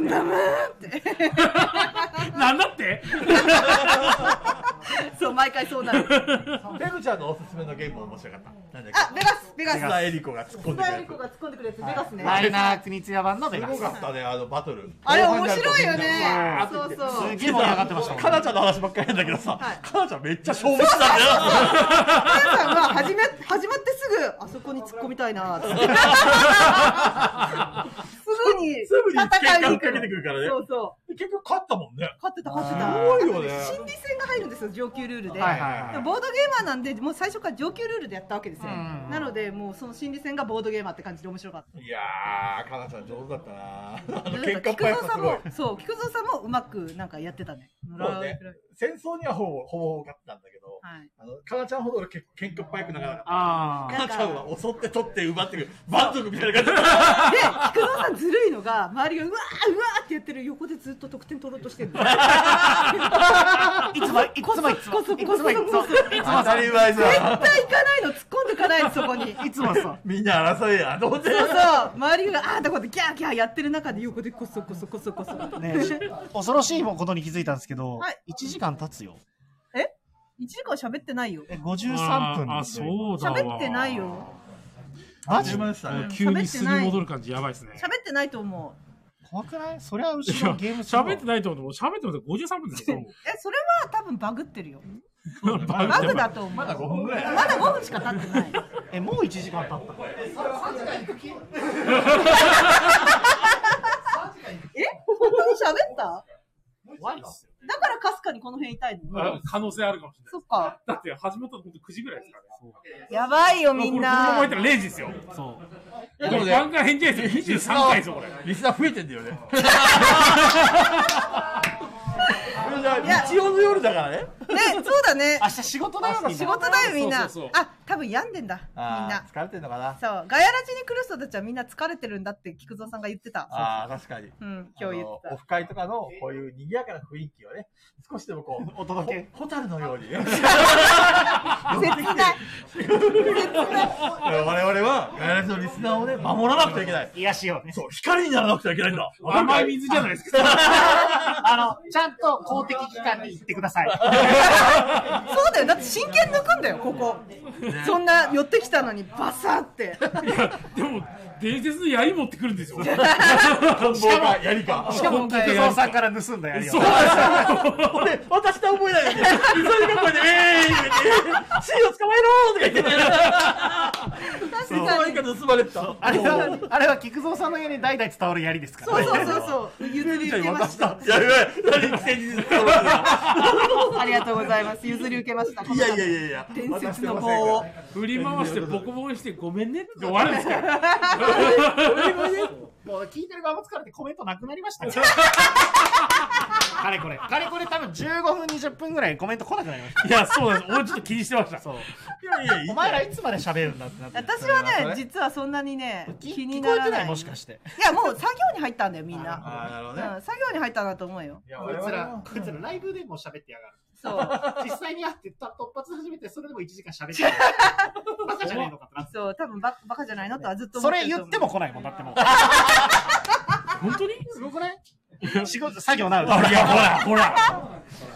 Speaker 2: ンママって。
Speaker 3: なんだって
Speaker 2: そう毎回そうなる。
Speaker 4: ペグちゃんのおすすめのゲーム面白かった。なんだっ
Speaker 2: あベガスベガス。
Speaker 4: け。さエリコが突っ込んでく
Speaker 2: スタイ
Speaker 4: れ
Speaker 2: リ
Speaker 4: る
Speaker 2: コ。が突っ込んでくるやつベガスね。
Speaker 1: ライナー国津屋版のベ
Speaker 4: す
Speaker 1: ガ
Speaker 4: ご
Speaker 1: ス。
Speaker 4: かったね、あのバトル。
Speaker 2: あれ面白いよね。そうそう。
Speaker 1: すげえ盛り上がってましたもん
Speaker 4: かなちゃんの話ばっかりなんだけどさ、
Speaker 2: はい
Speaker 4: かなちゃんめっちゃ勝負したんだよ。
Speaker 2: お母さんは始め始まってすぐあそこに突っ込みたいなって。すぐに
Speaker 4: すぐに
Speaker 2: 戦い
Speaker 4: 喧嘩をか
Speaker 2: に行
Speaker 4: けてくるからね
Speaker 2: そうそう。
Speaker 4: 結局勝ったもんね。
Speaker 2: 勝ってた勝ってた
Speaker 4: すごいよね
Speaker 2: 心理戦が入るんですよ上級ルールで、
Speaker 1: はいはいはい
Speaker 2: でもボードゲーマーなんでもう最初から上級ルールでやったわけですよ、
Speaker 1: ん
Speaker 2: なのでもうその心理戦がボードゲーマーって感じで面白かっ
Speaker 4: いやー、かなちゃん上手だったな。あ
Speaker 2: た
Speaker 4: の喧嘩っ早
Speaker 2: 菊
Speaker 4: さ
Speaker 2: 蔵さ
Speaker 4: す
Speaker 2: ん
Speaker 4: ごい
Speaker 2: も。そう菊蔵さんもうまくなんかやってたね
Speaker 4: そうね戦争にはほぼほぼ多かったんだけど、
Speaker 2: はい
Speaker 4: あのかなちゃんほど俺結構喧嘩っ早くなかなかった。
Speaker 1: あ
Speaker 4: かなちゃんは襲って取って奪ってくる満足みたいな感じ
Speaker 2: で菊蔵さんずるいのが周りがうわーうわーってやってる横でずっと得点取ろうとしてるの
Speaker 1: あ。いつも、いつも、いつも、いつも、いつも、いつも、いつも
Speaker 4: 当たり前
Speaker 2: 絶
Speaker 4: さ
Speaker 2: 対行かないの突っ込んでいかないそこに
Speaker 1: いつもそう。
Speaker 4: みんな争いやと思って
Speaker 2: そうそう周りがああだこうだギャーギャーやってる中で横でこそこそこそこそ
Speaker 1: ね恐ろしいことに気づいたんですけど、
Speaker 2: はい
Speaker 1: 1時間経つよ。
Speaker 2: 1時間喋ってないよ
Speaker 1: え、53分
Speaker 3: あ、
Speaker 1: ですよ。
Speaker 3: そうだわ。
Speaker 2: 喋ってないよ
Speaker 1: マジ
Speaker 4: ましたね
Speaker 3: 急に素に戻る感じやばいですね。
Speaker 2: 喋ってないと思う
Speaker 1: 怖くないそりゃ
Speaker 3: い
Speaker 1: 後
Speaker 3: や
Speaker 1: ろゲームするわ
Speaker 3: 喋ってないと思う。喋っても53分ですよ。
Speaker 2: えそれは多分バグってるよ
Speaker 3: バグ
Speaker 2: バグだと思うまだ
Speaker 4: 5分ぐらい
Speaker 2: 5分しか経ってない
Speaker 1: え、もう1時間経った。
Speaker 2: え本当に喋っただからかすかにこの辺痛いの
Speaker 3: 可能性あるかもしれない。
Speaker 2: そっか
Speaker 3: だって始まったの本当9時ぐらいですからね。
Speaker 2: やばいよ
Speaker 3: これ
Speaker 2: み
Speaker 3: こ
Speaker 2: ん
Speaker 3: のまま
Speaker 2: な
Speaker 3: ったら0時ですよ。
Speaker 1: そう。
Speaker 3: これ番外編じゃないですよ。23回ですよ、これ。
Speaker 4: リスナー増えてんだよね。だから日曜の夜だからね。
Speaker 2: ね、そうだね
Speaker 1: 明。日仕事だよな
Speaker 2: 仕事だよ、みんな。
Speaker 3: そうそうそう
Speaker 2: あ、多分病んでんだ、みん
Speaker 4: あ
Speaker 2: な
Speaker 4: ー。疲れてんのかな。
Speaker 2: そう、ガヤラジに来る人たちはみんな疲れてるんだって菊蔵さんが言ってた。
Speaker 4: ああ、確かに。
Speaker 2: うん、今日言って
Speaker 4: あのオフ会とかのこういう賑やかな雰囲気をね、少しでもこう、
Speaker 1: お届け。
Speaker 4: ホタルのようにね。
Speaker 2: た。切ない。
Speaker 4: 我々は、ガヤラジのリスナーをね、守らなくちゃいけない。
Speaker 1: 癒しをね。
Speaker 4: そう、光にならなくちゃいけないんだ。
Speaker 3: 甘い水じゃないですか。
Speaker 1: あの、ちゃんと公的機関に行ってください。
Speaker 2: そうだよ、だって真剣抜くんだよ、ここ。そんな寄ってきたのにバサって。
Speaker 3: でも、伝説の槍持ってくるんですよ。
Speaker 4: しかも、やりか。
Speaker 1: しかも、菊蔵さんから盗んだやりを。
Speaker 4: 俺、私とは思えないのに、急いで学校で、えーいって、シーを捕まえろーとか言って、
Speaker 2: 確
Speaker 4: いつの
Speaker 2: か
Speaker 4: 間に
Speaker 2: に。
Speaker 4: か盗まれてた。
Speaker 1: あれは、あれは菊蔵さんの家に代々伝わるやりですから
Speaker 2: そう
Speaker 1: ね。
Speaker 2: そうそうそう、譲り受けました。
Speaker 4: やべえ、何、先日捕ま
Speaker 2: ありがとうございます。譲り受けました。
Speaker 4: えいやいやいやいや、
Speaker 2: 伝説の棒を。
Speaker 3: 振り回して、ボコボコにして、ごめんねって終わるんですから。
Speaker 1: もう聞いてる側も疲れてコメントなくなりま したよ。かれこれ。かれこれ多分15分、20分ぐらいコメント来なくなりました。
Speaker 3: いや、そうなんです。俺ちょっと気にしてました。
Speaker 1: そう。
Speaker 4: いやいや
Speaker 1: お
Speaker 4: いや、
Speaker 1: 前らいつまで喋るんだってなって。
Speaker 2: 私はね、実はそんなにね、気
Speaker 1: 聞
Speaker 2: にな
Speaker 1: こえ
Speaker 2: ら
Speaker 1: て
Speaker 2: な。
Speaker 1: ないいもし
Speaker 2: い
Speaker 1: かして。
Speaker 2: や、もう作業に入ったんだよ、みんな。
Speaker 4: ああ、なるほ
Speaker 2: う
Speaker 4: ど
Speaker 2: ん、
Speaker 4: ね。
Speaker 2: 作業に入ったんだと思うよ。
Speaker 4: いや、
Speaker 9: こいつら、こいつらライブでも喋ってやがる。
Speaker 2: そう、
Speaker 9: 実際に会ってた突発始めて、それでも1時間喋ってやが る。バカじゃねえのかってなって。
Speaker 2: そう、多分ババカじゃないのとはずっと
Speaker 1: そ
Speaker 2: 思っ
Speaker 1: れ
Speaker 2: てる
Speaker 1: 言
Speaker 2: と思う。
Speaker 1: っても来ないもんだっても
Speaker 3: 本当に
Speaker 9: すごくない
Speaker 1: うん。仕事、作業なる。
Speaker 3: いや、ほら、ほら。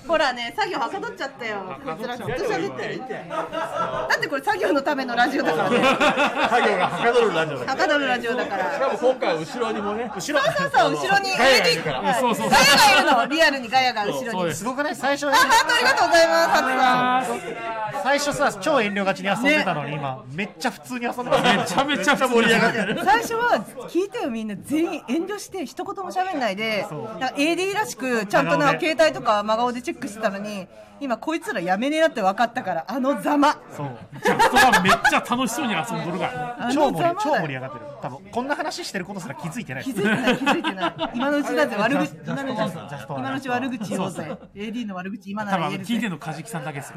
Speaker 2: ほらね、作業はかどっちゃったよ。こいつらずっと喋ってる。だってこれ作業のためのラジオだからね。
Speaker 4: 作業がはかどるラジオだ
Speaker 2: はかどるラジオだから。
Speaker 4: しかも今回後ろにもね、後ろ
Speaker 2: そうそう、後ろに
Speaker 4: ガヤがいるから
Speaker 2: はい
Speaker 3: そうそう
Speaker 2: ガヤがいるの。リアルにガヤが後ろ
Speaker 3: そう
Speaker 2: に。
Speaker 3: です
Speaker 1: すごくない最初、
Speaker 2: あ、ハートありがとうございます、ハ
Speaker 3: あ
Speaker 2: ートさん。
Speaker 1: 最初さ、超遠慮がちに遊んでたのに、今、めっちゃ普通に遊んでた。
Speaker 3: ーめちゃめちゃ盛り上がってる。
Speaker 2: 最初は聞いてよみんな全員遠慮して一言も喋んないでなんか AD らしくちゃんと
Speaker 1: 真
Speaker 2: な
Speaker 1: 顔で
Speaker 2: 携帯とか真顔でチェックしてたのに今こいつらやめねえなって分かったからあのざま
Speaker 1: そう。
Speaker 3: ジャストがめっちゃ楽しそうに遊んどるから。
Speaker 2: あ
Speaker 1: 超
Speaker 2: の
Speaker 1: 盛
Speaker 2: ざ
Speaker 1: り
Speaker 2: ま
Speaker 1: 超盛
Speaker 2: だ
Speaker 1: り
Speaker 2: よ
Speaker 1: 上がってる。多分こんな話してることすら気づいてない。
Speaker 2: 気づいてない気づいてない今のうちだぜ悪口今のうち
Speaker 1: ジャスト
Speaker 2: 今のうち悪口言おうぜ AD の悪口今な
Speaker 3: 多分
Speaker 2: ら
Speaker 3: あの
Speaker 2: 言える
Speaker 3: 聞いて
Speaker 2: ぜ
Speaker 3: んのカジキさんだけですよ。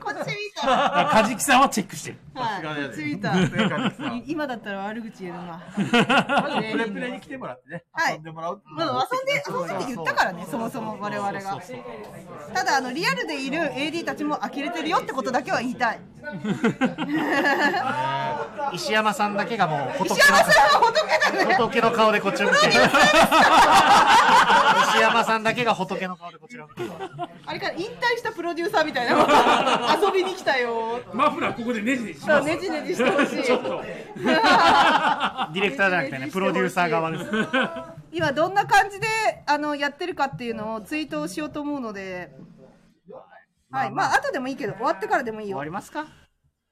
Speaker 2: こっち見た
Speaker 3: カジキさんはチェックしてる。
Speaker 2: はいこっち見た 今だったら悪口言えるな
Speaker 4: プレプレに来てもらってね、
Speaker 2: はい
Speaker 4: 遊んでもらうっていう
Speaker 2: ま
Speaker 4: の
Speaker 2: あ
Speaker 4: は、
Speaker 2: 遊んで遊んでって言ったからねそもそも我々がただあのリアルでいる AD たちも呆れてるよってことだけは言いたい
Speaker 1: 石山さんだけがもう
Speaker 2: 石
Speaker 1: 仏
Speaker 2: 山さんは仏だね
Speaker 1: の仏の顔でこっちを見て る。石山さんだけが仏の顔でこちらを見てる。
Speaker 2: あれから引退したプロデューサーみたいな 遊びに来たよ
Speaker 3: マフラーここでネジでし
Speaker 2: そ
Speaker 3: ま
Speaker 2: う
Speaker 3: す。
Speaker 2: ねじねじしてほしい
Speaker 3: ちょっと。
Speaker 1: ディレクターじゃなくてね、プロデューサー側です。
Speaker 2: 今どんな感じであのやってるかっていうのをツイートをしようと思うのではいまあ後でもいいけど終わってからでもいい
Speaker 1: 終
Speaker 2: よ
Speaker 1: わりますか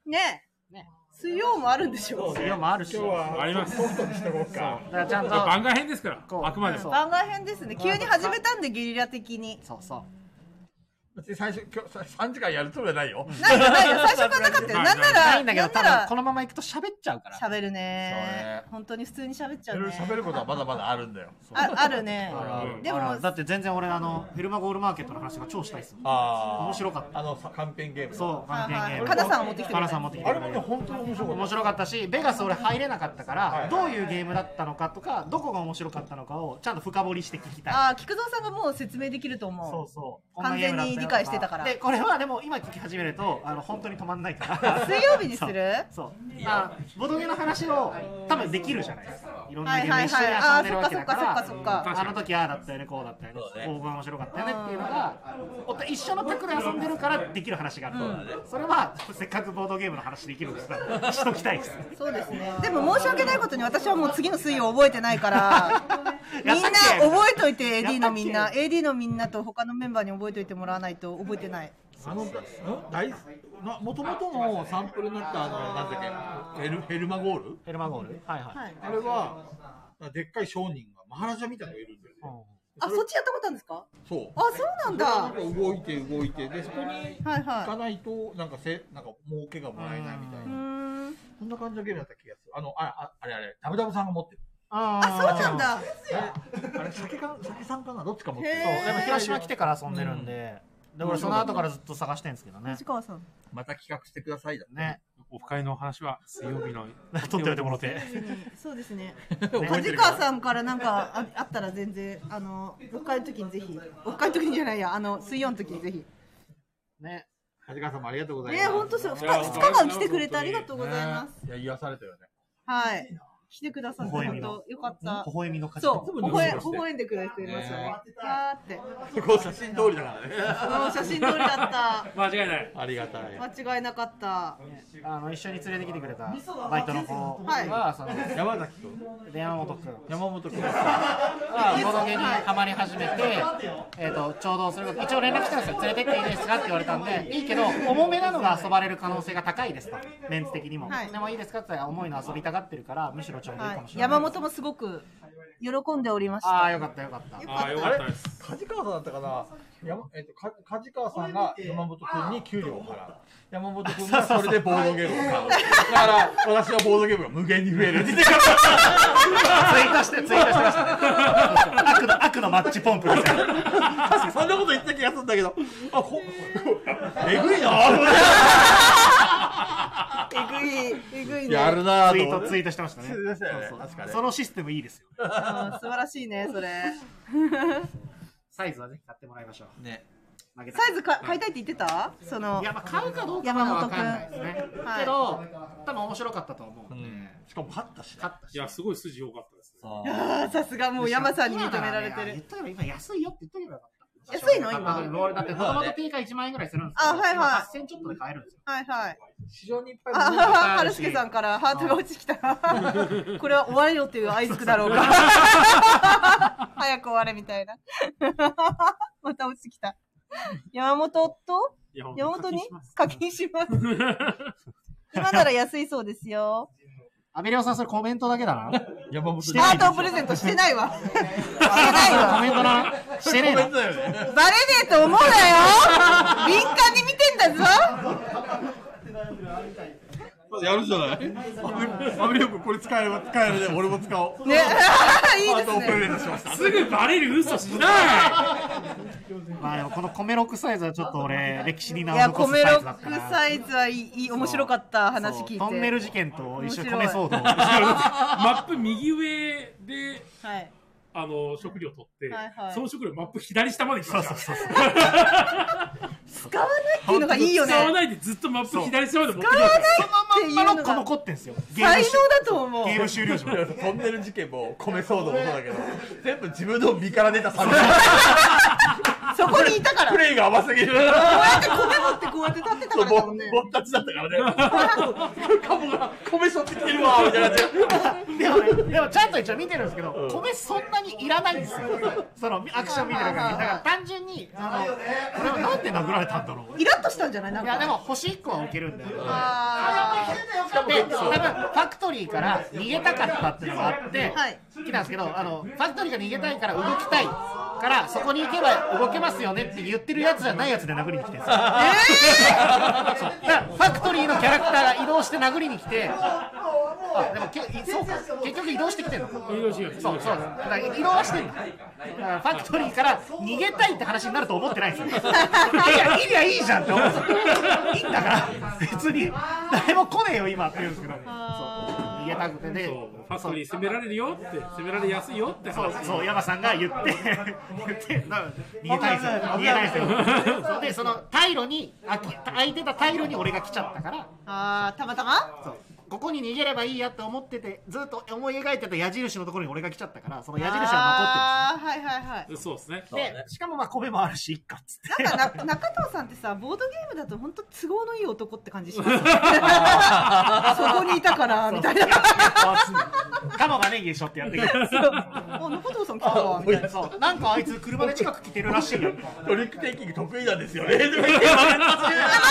Speaker 2: ねえ水曜もあるんでしょ
Speaker 1: 授業もあるし。だか
Speaker 3: あります。
Speaker 1: らちゃんと、
Speaker 3: 番外編ですから、あくまでも。
Speaker 2: 番外編ですね急に始めたんでゲリラ的 に
Speaker 1: そうそう。
Speaker 4: 別に最初、今日さ3時間やるつもりはないよ。
Speaker 2: ないよないよ最初からなかったよ
Speaker 3: はい
Speaker 2: なんなら
Speaker 1: ないんだけど、
Speaker 2: な
Speaker 1: 多
Speaker 2: んな
Speaker 1: 分
Speaker 2: ら
Speaker 1: このまま行くと喋っちゃうから。
Speaker 2: 喋る
Speaker 4: そう
Speaker 2: ね
Speaker 4: ね
Speaker 2: 本当に普通に喋っちゃ
Speaker 4: いうろい
Speaker 2: ね
Speaker 4: ろ喋ることはまだまだあるんだよ。
Speaker 2: ああるね
Speaker 3: る
Speaker 2: で
Speaker 1: あら
Speaker 2: も
Speaker 1: だって全然俺、あの、フェルマゴールマーケットの話が超したいっすもん。
Speaker 4: ああ。
Speaker 1: 面白かった。
Speaker 4: あの、さカンペンゲーム。
Speaker 1: そう、関係ゲ
Speaker 2: はいは
Speaker 1: ー
Speaker 2: い
Speaker 1: ム。
Speaker 2: カナさんを持ってきて
Speaker 1: カ
Speaker 2: くれ
Speaker 1: ナ
Speaker 2: た
Speaker 1: さん持ってきて
Speaker 4: あ
Speaker 1: くれ
Speaker 4: れも
Speaker 1: た
Speaker 4: ね、本当に面白かっ
Speaker 1: 面白かったし、ベガス俺入れなかったから、どういうゲームだったのかとか、どこが面白かったのかをちゃんと深掘りして聞きたい。
Speaker 2: あー菊蔵さんがもう説明できると
Speaker 1: そ
Speaker 2: 思
Speaker 1: う
Speaker 2: う
Speaker 1: そう。
Speaker 2: 完全に理解してたから
Speaker 1: で、これはでも今聞き始めると、あの、本当に止まんないから。
Speaker 2: 水曜日にする
Speaker 1: そう。あ、ボドゲの話を多分できるじゃないですか。いろん
Speaker 2: は
Speaker 1: ないゲーム
Speaker 2: はい
Speaker 1: 一緒
Speaker 2: はい
Speaker 1: に
Speaker 2: あ
Speaker 1: 遊ん
Speaker 2: あ
Speaker 1: で
Speaker 2: そ
Speaker 1: る
Speaker 2: っ
Speaker 1: わ
Speaker 2: か
Speaker 1: け
Speaker 2: そっ
Speaker 1: だか
Speaker 2: かそっかそ
Speaker 1: ら。
Speaker 2: っか
Speaker 1: あの時ああだったよねこうだったよね
Speaker 4: そうだね
Speaker 1: こうが面白かったよねっていうのがお互い一緒の卓で遊んでるからできる話があるそれはせっかくボードゲームの話できるんです からしときたいです
Speaker 2: そうですね でも申し訳ないことに私はもう次の水曜覚えてないからみ
Speaker 1: やっ
Speaker 2: ん
Speaker 1: た
Speaker 2: な
Speaker 1: っけ
Speaker 2: 覚えといて
Speaker 1: やったっけ
Speaker 2: AD のみんな AD のみんなと他のメンバーに覚えといてもらわないと覚えてない
Speaker 4: あの、ん大な、もともとのサンプルになった、あの、なんだっけ、ヘル、ヘルマゴール
Speaker 1: ヘルマゴールはいはい
Speaker 2: はい
Speaker 4: あれは、でっかい商人が、マハラジャみたいなのがいるんだよね。
Speaker 2: あそっちやったことあるんですか
Speaker 4: そう。
Speaker 2: あそうなんだ
Speaker 4: なん
Speaker 2: は
Speaker 4: か動いて動いて、で、そこに
Speaker 2: い
Speaker 4: 行か
Speaker 2: は
Speaker 4: ないと、なんかせ、なんか儲けがもらえないみたい
Speaker 2: いうー
Speaker 4: な。
Speaker 2: ん
Speaker 4: そんな感じのゲームだった気がする。あの、あ、ああれあれ、ダブダブさんが持ってる。
Speaker 1: あ
Speaker 2: あそうなんだ
Speaker 4: あれ、あれれ酒か酒さんかなどっちか持ってる
Speaker 2: へー
Speaker 1: そうでも広島来てから遊んでるんで、で俺その後からずっと探してるんですけどね
Speaker 2: 藤川さん。
Speaker 4: また企画してくださいだ
Speaker 1: ね
Speaker 5: オフ会の話は水曜日の。
Speaker 1: 取っておいてもらって
Speaker 2: そうです ね。
Speaker 1: 覚え
Speaker 2: 梶川さんからなんかああったら全然あのオフ会の時にぜひオフ会の時にじゃないやあの水曜の時にぜひ。
Speaker 4: ね梶川さんもありがとうございま
Speaker 2: ね
Speaker 4: す
Speaker 2: 本当そう
Speaker 4: ね
Speaker 2: 二日二日間来てくれてありがとうございます。
Speaker 4: いや癒されたよね
Speaker 2: はい。来てくださって
Speaker 1: 微笑み
Speaker 2: 本
Speaker 1: の
Speaker 2: 当よかった。
Speaker 1: 微笑みの価値観
Speaker 2: そう、微笑微笑んでくれてましたね
Speaker 4: ね。
Speaker 2: あーって。も
Speaker 4: そ こ写真通りだからね
Speaker 2: う写真通り だ
Speaker 3: 間違いない。
Speaker 4: ありがたい
Speaker 2: った。間違いなかった。
Speaker 1: あの一緒に連れてきてくれたバイトの子は、その
Speaker 4: 山崎君
Speaker 1: 山本君
Speaker 4: 山本君
Speaker 1: がボドゲにハマり始めて、えー、とちょうどそれこそ一応連絡したんですよ連れてっていいですかって言われたんでいいけど重めなのが遊ばれる可能性が高いですとメンツ的にも、
Speaker 2: はい
Speaker 1: でもいいですかって言ったら重いの遊びたがってるからむしろちょうどいいか
Speaker 2: は
Speaker 1: もし
Speaker 2: い。
Speaker 1: れない、
Speaker 2: 山本もすごく喜んでおりました。
Speaker 1: ああ
Speaker 2: よ
Speaker 1: よかったよかった
Speaker 3: あ
Speaker 2: か
Speaker 3: あ、
Speaker 2: っ
Speaker 3: よ
Speaker 2: た。
Speaker 3: かったです。
Speaker 4: 梶川さんだったかな山、えっと、か梶川さんが山本君に給料を払う山本君がそれでボードゲームを買うだから私のボードゲームが無限に増える
Speaker 1: ツイートしてツイートしてましたね悪の悪のマッチポンプですよ
Speaker 4: 確 かそんなこと言った気がするんだけどあこえぐいな
Speaker 2: えぐい、えぐいね。
Speaker 4: やるな
Speaker 1: ツイー
Speaker 4: と思
Speaker 1: ト
Speaker 4: っ
Speaker 1: ツ
Speaker 4: て
Speaker 1: イートしてましたね
Speaker 4: そうですよ
Speaker 1: そ
Speaker 4: ね
Speaker 1: うそう
Speaker 4: 確かね
Speaker 1: そのシステムいいですよね
Speaker 2: うん素晴らしいね、それ。
Speaker 1: サイズはぜひ買ってもらいましょう
Speaker 4: ね
Speaker 1: 負けた
Speaker 2: サイズか買いたいって言ってたその
Speaker 1: いや、まあ、買うかどうかは分かんないですね。
Speaker 2: はい
Speaker 1: けど、多分面白かったと思うんで、
Speaker 4: しかも勝ったし
Speaker 1: 買ったし。
Speaker 3: いや、すごい筋良かったですね。
Speaker 2: あーさすがもう山さんに認めら
Speaker 1: 今なら
Speaker 2: れて
Speaker 1: ね言
Speaker 2: る
Speaker 1: っ。とけば今安いよって言っとけばよかった。
Speaker 2: 安いの今
Speaker 1: まあロールだって、もともと定価1万円ぐらいするんですけど、
Speaker 2: あはいはい
Speaker 1: 今8000ちょっとで買えるんですよ。
Speaker 2: はいはい。
Speaker 4: 非常にいっぱい
Speaker 2: あはははるすけさんからハートが落ちてきた。 これは終われよっていう合図だろうか。 早く終われみたいな。 また落ちてきた。山本と山本に課金します。今なら安いそうですよ。
Speaker 1: アベレオさん、それコメントだけだな。
Speaker 4: 山本
Speaker 1: し
Speaker 4: 君
Speaker 1: てな
Speaker 2: ハ
Speaker 1: い
Speaker 2: ートをプレゼントしてないわ。してない
Speaker 1: それコ
Speaker 2: わ。
Speaker 1: メントな。してねえ
Speaker 4: ごめん
Speaker 1: な。
Speaker 4: なさいよね
Speaker 2: バレねえと思うなよ敏感に見てんだぞ
Speaker 4: やるじゃないアブリオ君これ使えば使えるね俺も使おう
Speaker 2: ね いい
Speaker 4: ハー
Speaker 2: で
Speaker 4: ト
Speaker 2: す
Speaker 4: をプ
Speaker 2: ね
Speaker 4: レゼントしました
Speaker 3: すぐバレる嘘しない
Speaker 1: まあでも、このコメロックサイズはちょっと 俺、歴史に名
Speaker 2: い
Speaker 1: を
Speaker 2: や
Speaker 1: 残
Speaker 2: コ
Speaker 1: す
Speaker 2: メ
Speaker 1: サ
Speaker 2: ロ
Speaker 1: イズだ
Speaker 2: ッ
Speaker 1: っ
Speaker 2: ク
Speaker 1: たな。
Speaker 2: サイズはいいいい面白かった話聞いて
Speaker 1: トンネル事件と一緒に米騒動。
Speaker 3: マップ右上で、
Speaker 2: はい
Speaker 3: あの、食料取って、
Speaker 2: はいはい
Speaker 3: その食料マップ左下まで来ました。
Speaker 2: 使わないっていうのがいいよね
Speaker 3: 使わ
Speaker 2: っ
Speaker 3: ないでずっとマップ左下まで持ってきました。
Speaker 2: ていう
Speaker 1: 今
Speaker 2: の
Speaker 1: の子
Speaker 2: が
Speaker 1: 残ってんすよ。ゲー
Speaker 2: 才
Speaker 1: ム
Speaker 2: 能
Speaker 1: し
Speaker 2: だと思う
Speaker 1: ゲーム終了時 まで。
Speaker 4: トンネル事件も米騒動もそうだけど全部自分の身から出たサビ
Speaker 2: そこにいたから
Speaker 4: プ
Speaker 2: こ
Speaker 4: レイが甘すぎる
Speaker 2: うやって米持ってこうやって立ってた
Speaker 4: そ
Speaker 2: か
Speaker 4: う
Speaker 2: ら
Speaker 4: ぼ
Speaker 2: だもんね
Speaker 4: ぼったちだったからねカモが米しょってきてるわみたいな感じ
Speaker 1: でもね、でもちゃんと一応見てるんですけど、米そんなにいらないんですよ。そのアクション見てるから、だから単純に、あの、これはなんで殴られたんだろう。
Speaker 2: イラッとしたんじゃないなん
Speaker 1: いや、で
Speaker 2: か
Speaker 1: も星1個は置けるんだよ。
Speaker 2: あ
Speaker 1: で、多分ファクトリーから逃げたかったっていうのがあって、
Speaker 2: はい
Speaker 1: 来たんですけど、あの、ファクトリーが逃げたいから動きたいから、そこに行けば動けますよねって言ってるやつじゃないやつで殴りに来てるんですよ。
Speaker 2: ーえ
Speaker 1: そうだからファクトリーのキャラクターが移動して殴りに来て、あでもけそうか結局移動してきてるのか、
Speaker 3: 移動してきてる
Speaker 1: そうそうだから移動はしてんだ、だからファクトリーから逃げたいって話になると思ってないんですよ、いや、いや、いいじゃんって思うんですよ、いいんだから、別に誰も来ねえよ、今って言うんですけど、そう逃げたくてで、
Speaker 3: そうファクトリー攻められるよって、攻められやすいよって
Speaker 1: そう
Speaker 3: 話。
Speaker 1: そう山さんが言って言ってな逃げたいですよ逃げたいですよそうでその退路にあき空いてた退路に俺が来ちゃったから
Speaker 2: あーたまたま
Speaker 1: そうここに逃げればいいやって思っててずっと思い描いてた矢印のところに俺が来ちゃったからその矢印は
Speaker 2: あーはいはいはい
Speaker 3: そうですね。
Speaker 1: 残ってるんですでしかもまあ米もあるしいっかっつっ て
Speaker 2: なんかな中藤さんってさボードゲームだと本当都合のいい男って感じ しますそこにいたからみたいな
Speaker 1: カモがね優勝ってやってくる
Speaker 2: あ中藤さん来たわみたいな
Speaker 1: そうなんかあいつ車で近く来てるらしいよみたいな
Speaker 4: トリックテイキング得意なんですよね。
Speaker 1: 負けた
Speaker 4: あ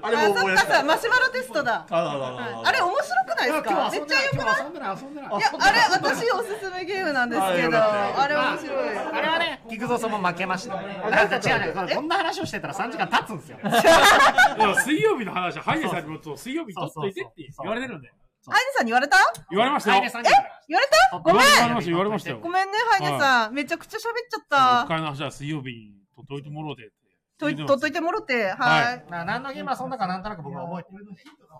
Speaker 2: あ
Speaker 4: れも
Speaker 2: そ
Speaker 4: 思い
Speaker 2: っ
Speaker 4: 出
Speaker 2: か
Speaker 4: した。
Speaker 2: さマシュマロテストだ
Speaker 4: あらららら
Speaker 2: あれ面白くないですかめっちゃよくないい
Speaker 1: 今日遊んでない遊んでない
Speaker 2: やあれ私おすすめゲームなんですけどあれ面白い
Speaker 1: あれはね、菊蔵さんも負けました。あ違うね、こんな話をしてたら3時間経つんですよ。
Speaker 3: でも水曜日の話は、ハイネさんにもそう水曜日取っといてって言われてるんで。
Speaker 1: そう
Speaker 2: ハイネさんに言われた
Speaker 3: 言われました
Speaker 1: ハイ
Speaker 3: よ
Speaker 1: ネ。さんに言われま
Speaker 2: 言われ
Speaker 1: した
Speaker 2: ごめん
Speaker 3: 言われました、言われましたよ。
Speaker 2: ごめんね、ハイネさん。めちゃくちゃ喋っちゃっ
Speaker 3: 国会の話は水曜日にとっといてもろうでって
Speaker 2: た。とい
Speaker 3: 言って
Speaker 2: とっ
Speaker 3: ました
Speaker 2: といてもろて、
Speaker 3: は
Speaker 2: はい。
Speaker 1: な何のゲーム遊んだかなんとなく僕は覚えてる。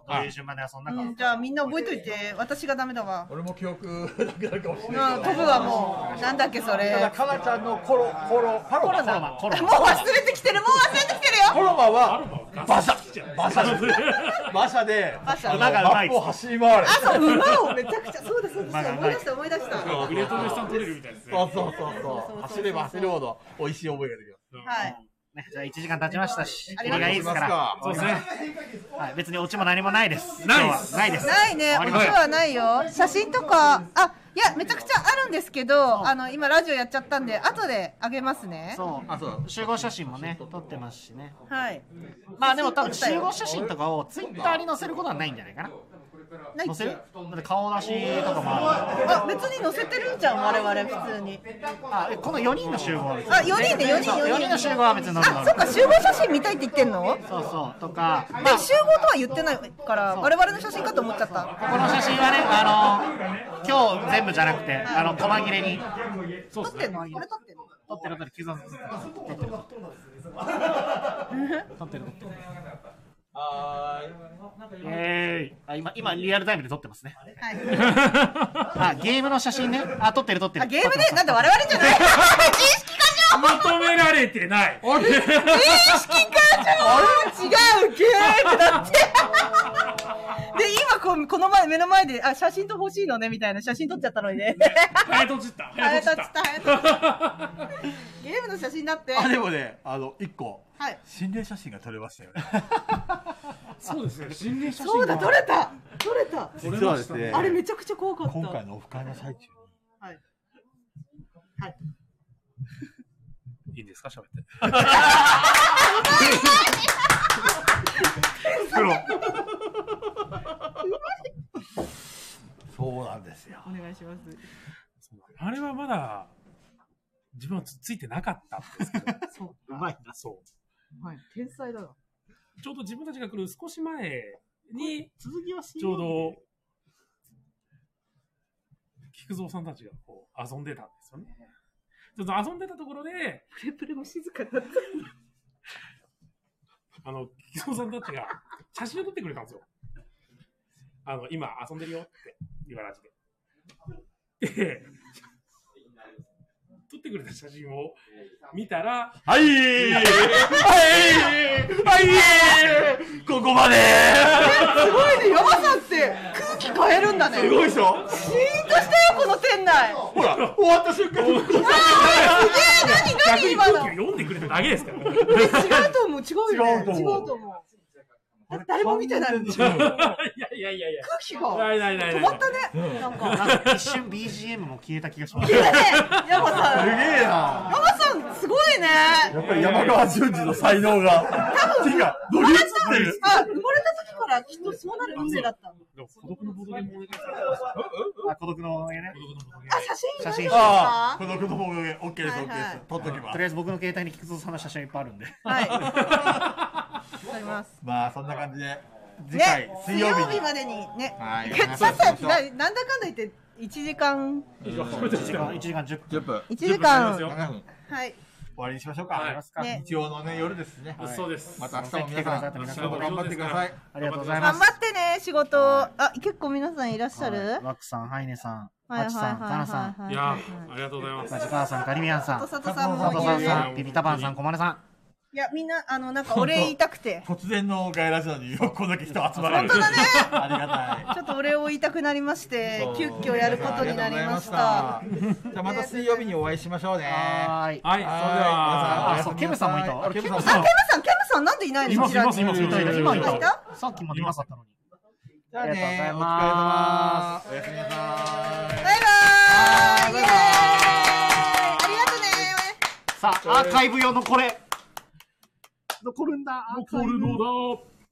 Speaker 1: どういう順番で遊んだか。
Speaker 2: うんじゃあみんな覚えといて、私がダメだわ。
Speaker 4: 俺も記憶なくなるかもし
Speaker 2: うん、
Speaker 4: れ
Speaker 2: 飛
Speaker 4: ないけど。
Speaker 2: ぶはもう、なんだっけそ
Speaker 4: ただ、
Speaker 2: れ。
Speaker 4: かなちゃんのコロ、コロ、パロ
Speaker 1: コロナ
Speaker 4: マ。
Speaker 1: コ
Speaker 2: もう
Speaker 1: ロナ
Speaker 2: 忘れてきてる、もう忘れてきてる
Speaker 4: コ
Speaker 2: よ
Speaker 4: ロマは、馬車。馬車で。馬車で、
Speaker 2: 馬
Speaker 4: あ
Speaker 2: 車
Speaker 4: の
Speaker 1: 馬がうまい
Speaker 4: マップを走り回る
Speaker 2: あ。、そう、馬をめちゃくちゃ、そうだそうだ
Speaker 1: 馬が
Speaker 2: そうだ、思い出した思い出した。は
Speaker 3: グレートウェスタントレイルみたいですね。
Speaker 4: そうそうそうそう。走れば走るほど、美味しい思いができます。
Speaker 2: い。
Speaker 1: ねじゃあ1時間経ちましたし、
Speaker 2: あ
Speaker 1: 切り
Speaker 2: りがとう
Speaker 1: がいいですから。
Speaker 3: そうですね。
Speaker 1: はい、別にオチも何もないです。
Speaker 3: ない
Speaker 1: 今日はないです。
Speaker 2: ないね、
Speaker 1: 終わ
Speaker 2: お
Speaker 1: り
Speaker 2: 世
Speaker 1: ました
Speaker 2: 話ないよ。写真とか、あ、いや、めちゃくちゃあるんですけど、あの、今ラジオやっちゃったんで、後であげますね。
Speaker 1: そ
Speaker 4: あ、そうだ。
Speaker 1: う。集合写真もね、撮ってますしね。
Speaker 2: はい。
Speaker 1: まあでも多分集合写真とかをツイッターに載せることはないんじゃないかな。
Speaker 2: ない
Speaker 1: 載
Speaker 2: っ
Speaker 1: せる
Speaker 2: け
Speaker 1: だって顔出しとかもある。
Speaker 2: あ、別に載せてるじゃん、我々、普通に。
Speaker 1: あ、えこの4人の集合は別に
Speaker 2: あ、4人で、4人、
Speaker 1: 4人の集合は別に載せる
Speaker 2: あ、そっか、集合写真見たいって言ってんの
Speaker 1: そうそう。とか、ま
Speaker 2: で
Speaker 1: あ、
Speaker 2: 集合とは言ってないから、我々の写真かと思っちゃった。
Speaker 1: この写真はね、あの、今日全部じゃなくて、あの、細切れに
Speaker 3: そう
Speaker 2: 撮
Speaker 3: です
Speaker 2: っ
Speaker 3: ね。
Speaker 2: てんのこれ撮ってんの
Speaker 1: 撮ってる撮ってる、刻んで撮ってる撮ってる。撮ってるイェーイあ今、今、リアルタイムで撮ってますね。
Speaker 2: は
Speaker 1: あ、
Speaker 2: い。
Speaker 1: ゲームの写真ね。あ、撮ってる撮ってる。
Speaker 2: あ、ゲー
Speaker 1: 撮
Speaker 2: ム
Speaker 1: って
Speaker 2: で、
Speaker 1: ます
Speaker 2: なんで我々 じゃない自意識過剰
Speaker 3: まとめられてない。
Speaker 2: 無意識感情違うゲーム だってで今こうこの前目の前であ写真と欲しいのねみたいな写真撮っちゃったのにね
Speaker 3: 早とちった。
Speaker 2: あや
Speaker 3: 早
Speaker 2: た
Speaker 3: と
Speaker 2: っ
Speaker 3: ち
Speaker 2: た
Speaker 3: った。
Speaker 2: やたっゲームの写真だって
Speaker 4: あ、でもね、あの、一個、
Speaker 2: はい
Speaker 4: 心霊写真が撮れましたよね。
Speaker 3: そうですね。心霊写
Speaker 2: そう
Speaker 3: 真
Speaker 2: だ
Speaker 3: が
Speaker 2: 撮れた撮れた
Speaker 4: 実はですね、
Speaker 2: あれめちゃくちゃ怖かった
Speaker 4: 今回のオフ会の最中に、
Speaker 2: はい
Speaker 3: いいんですか喋 って。
Speaker 4: そうなんですよ。
Speaker 2: お願いします
Speaker 3: あれはまだ自分はつついてなかったんですけど。
Speaker 2: そう
Speaker 1: うまいな、そ
Speaker 2: はい天才だな
Speaker 3: ちょうど自分たちが来る少し前に、
Speaker 1: う。続きは水
Speaker 3: ちょうど、菊蔵さんたちがこう遊んでたんですよね。ちょっと遊んでたところで、
Speaker 2: プレプレも静かだった
Speaker 3: あの、菊蔵さんたちが写真を撮ってくれたんですよ。あの、今遊んでるよって、茨城で。で、撮ってくれた写真を見たら、
Speaker 4: はいはいはいここまです
Speaker 2: ごいね山さんって空気変えるんだね
Speaker 4: すごいでしょ
Speaker 2: シーンとしたよこの店内
Speaker 4: ほら、終わった瞬 間に、
Speaker 2: えー、何
Speaker 3: 逆
Speaker 2: 何
Speaker 3: に
Speaker 2: 今
Speaker 3: 空気を
Speaker 2: の
Speaker 3: 読んでくれただけですから。
Speaker 2: 違うと思う違うよ、ね、違うと
Speaker 4: 違うと
Speaker 2: 思
Speaker 4: 思
Speaker 2: う
Speaker 4: う
Speaker 2: だって誰も見てないもん空
Speaker 3: いやいやいやいや。
Speaker 2: 気
Speaker 3: な
Speaker 2: が
Speaker 3: いないないな
Speaker 2: 止
Speaker 3: い
Speaker 2: まったねなんか
Speaker 1: なんか一瞬 BGM も消えた気がします。
Speaker 2: いいねヤマ
Speaker 4: す
Speaker 2: さ
Speaker 4: げ
Speaker 2: ん
Speaker 4: えな
Speaker 2: ヤマさんすごいね
Speaker 4: やっぱり山川淳二の才能 が、てか、乗り移ってる
Speaker 2: あ生まれた時からきっとそうなる運命だったの
Speaker 3: でも孤独のボドゲもお願いします
Speaker 1: あ、孤独のね。
Speaker 3: 孤独のボドゲ
Speaker 2: あ写真大丈夫です
Speaker 4: ああ、
Speaker 2: か
Speaker 4: この子供が OK です、OK です。撮っときま
Speaker 1: と
Speaker 4: す
Speaker 1: り。あえず僕の携帯に菊蔵さんの写真いっぱいあるんで。
Speaker 2: はいわかります
Speaker 4: まあ、そんな感じで、 次回
Speaker 2: ね、、水
Speaker 4: 水曜
Speaker 2: 曜
Speaker 4: 日
Speaker 2: 日
Speaker 4: に。
Speaker 2: までにね、
Speaker 4: はい
Speaker 2: だってななんだかんだ言って一時間
Speaker 1: 1時間、1時間10分。
Speaker 4: 10分、
Speaker 2: 一時間
Speaker 3: 10分
Speaker 4: 7分、終
Speaker 2: はい
Speaker 4: わりにしましょう
Speaker 3: はい
Speaker 4: か。
Speaker 2: ね
Speaker 4: 日曜のね、夜ですね。
Speaker 3: そうです。
Speaker 4: また明日も皆さん、
Speaker 1: 明
Speaker 4: 明
Speaker 1: 日
Speaker 4: 日
Speaker 1: も
Speaker 4: も頑張ってください。
Speaker 1: ありがとうございま
Speaker 2: 頑
Speaker 1: す。
Speaker 2: 張ってね仕事あ結構皆さんいらっしゃる、
Speaker 1: ワックさん、ハイネさん、
Speaker 2: は
Speaker 1: ハ
Speaker 2: いはい
Speaker 1: チ
Speaker 2: はい
Speaker 1: さん、タナさん、
Speaker 2: はい
Speaker 3: やー、ありがとうございます。
Speaker 1: マジカーさん、ガリミアンさん、
Speaker 2: と
Speaker 1: 佐
Speaker 2: 佐藤さんも
Speaker 1: 藤さん
Speaker 2: いや
Speaker 1: さん、ピピタパンさん、コマネさん。
Speaker 2: いやみんなあのなんかお礼言いたくて
Speaker 4: 突然の外ラジオによくこんだけ人集まれる。
Speaker 2: 本当だね
Speaker 4: ありがたい。
Speaker 2: ちょっとお礼を言いたくなりまして急遽やることになりました
Speaker 4: ありがとうございましたじゃあまた水曜日にお会いしましょうね。
Speaker 1: はーい。
Speaker 3: はい、それでは
Speaker 1: あ、そう、ケムさんもいた。あれケムさん
Speaker 2: あケムさんケムさんなんでいないのこちらに
Speaker 3: いますい
Speaker 1: い
Speaker 3: ます
Speaker 1: たいた、
Speaker 2: 今
Speaker 1: 今
Speaker 2: い
Speaker 1: い
Speaker 2: た
Speaker 1: た。さっきまでいなかったのに。
Speaker 4: じゃあね、お
Speaker 1: あ
Speaker 4: 疲れ様。おやすみなさい
Speaker 2: バイ。バーイイエーイありがとうね
Speaker 1: さあ、アーカイブ用のこれ。残るんだ。
Speaker 3: 残るのだ。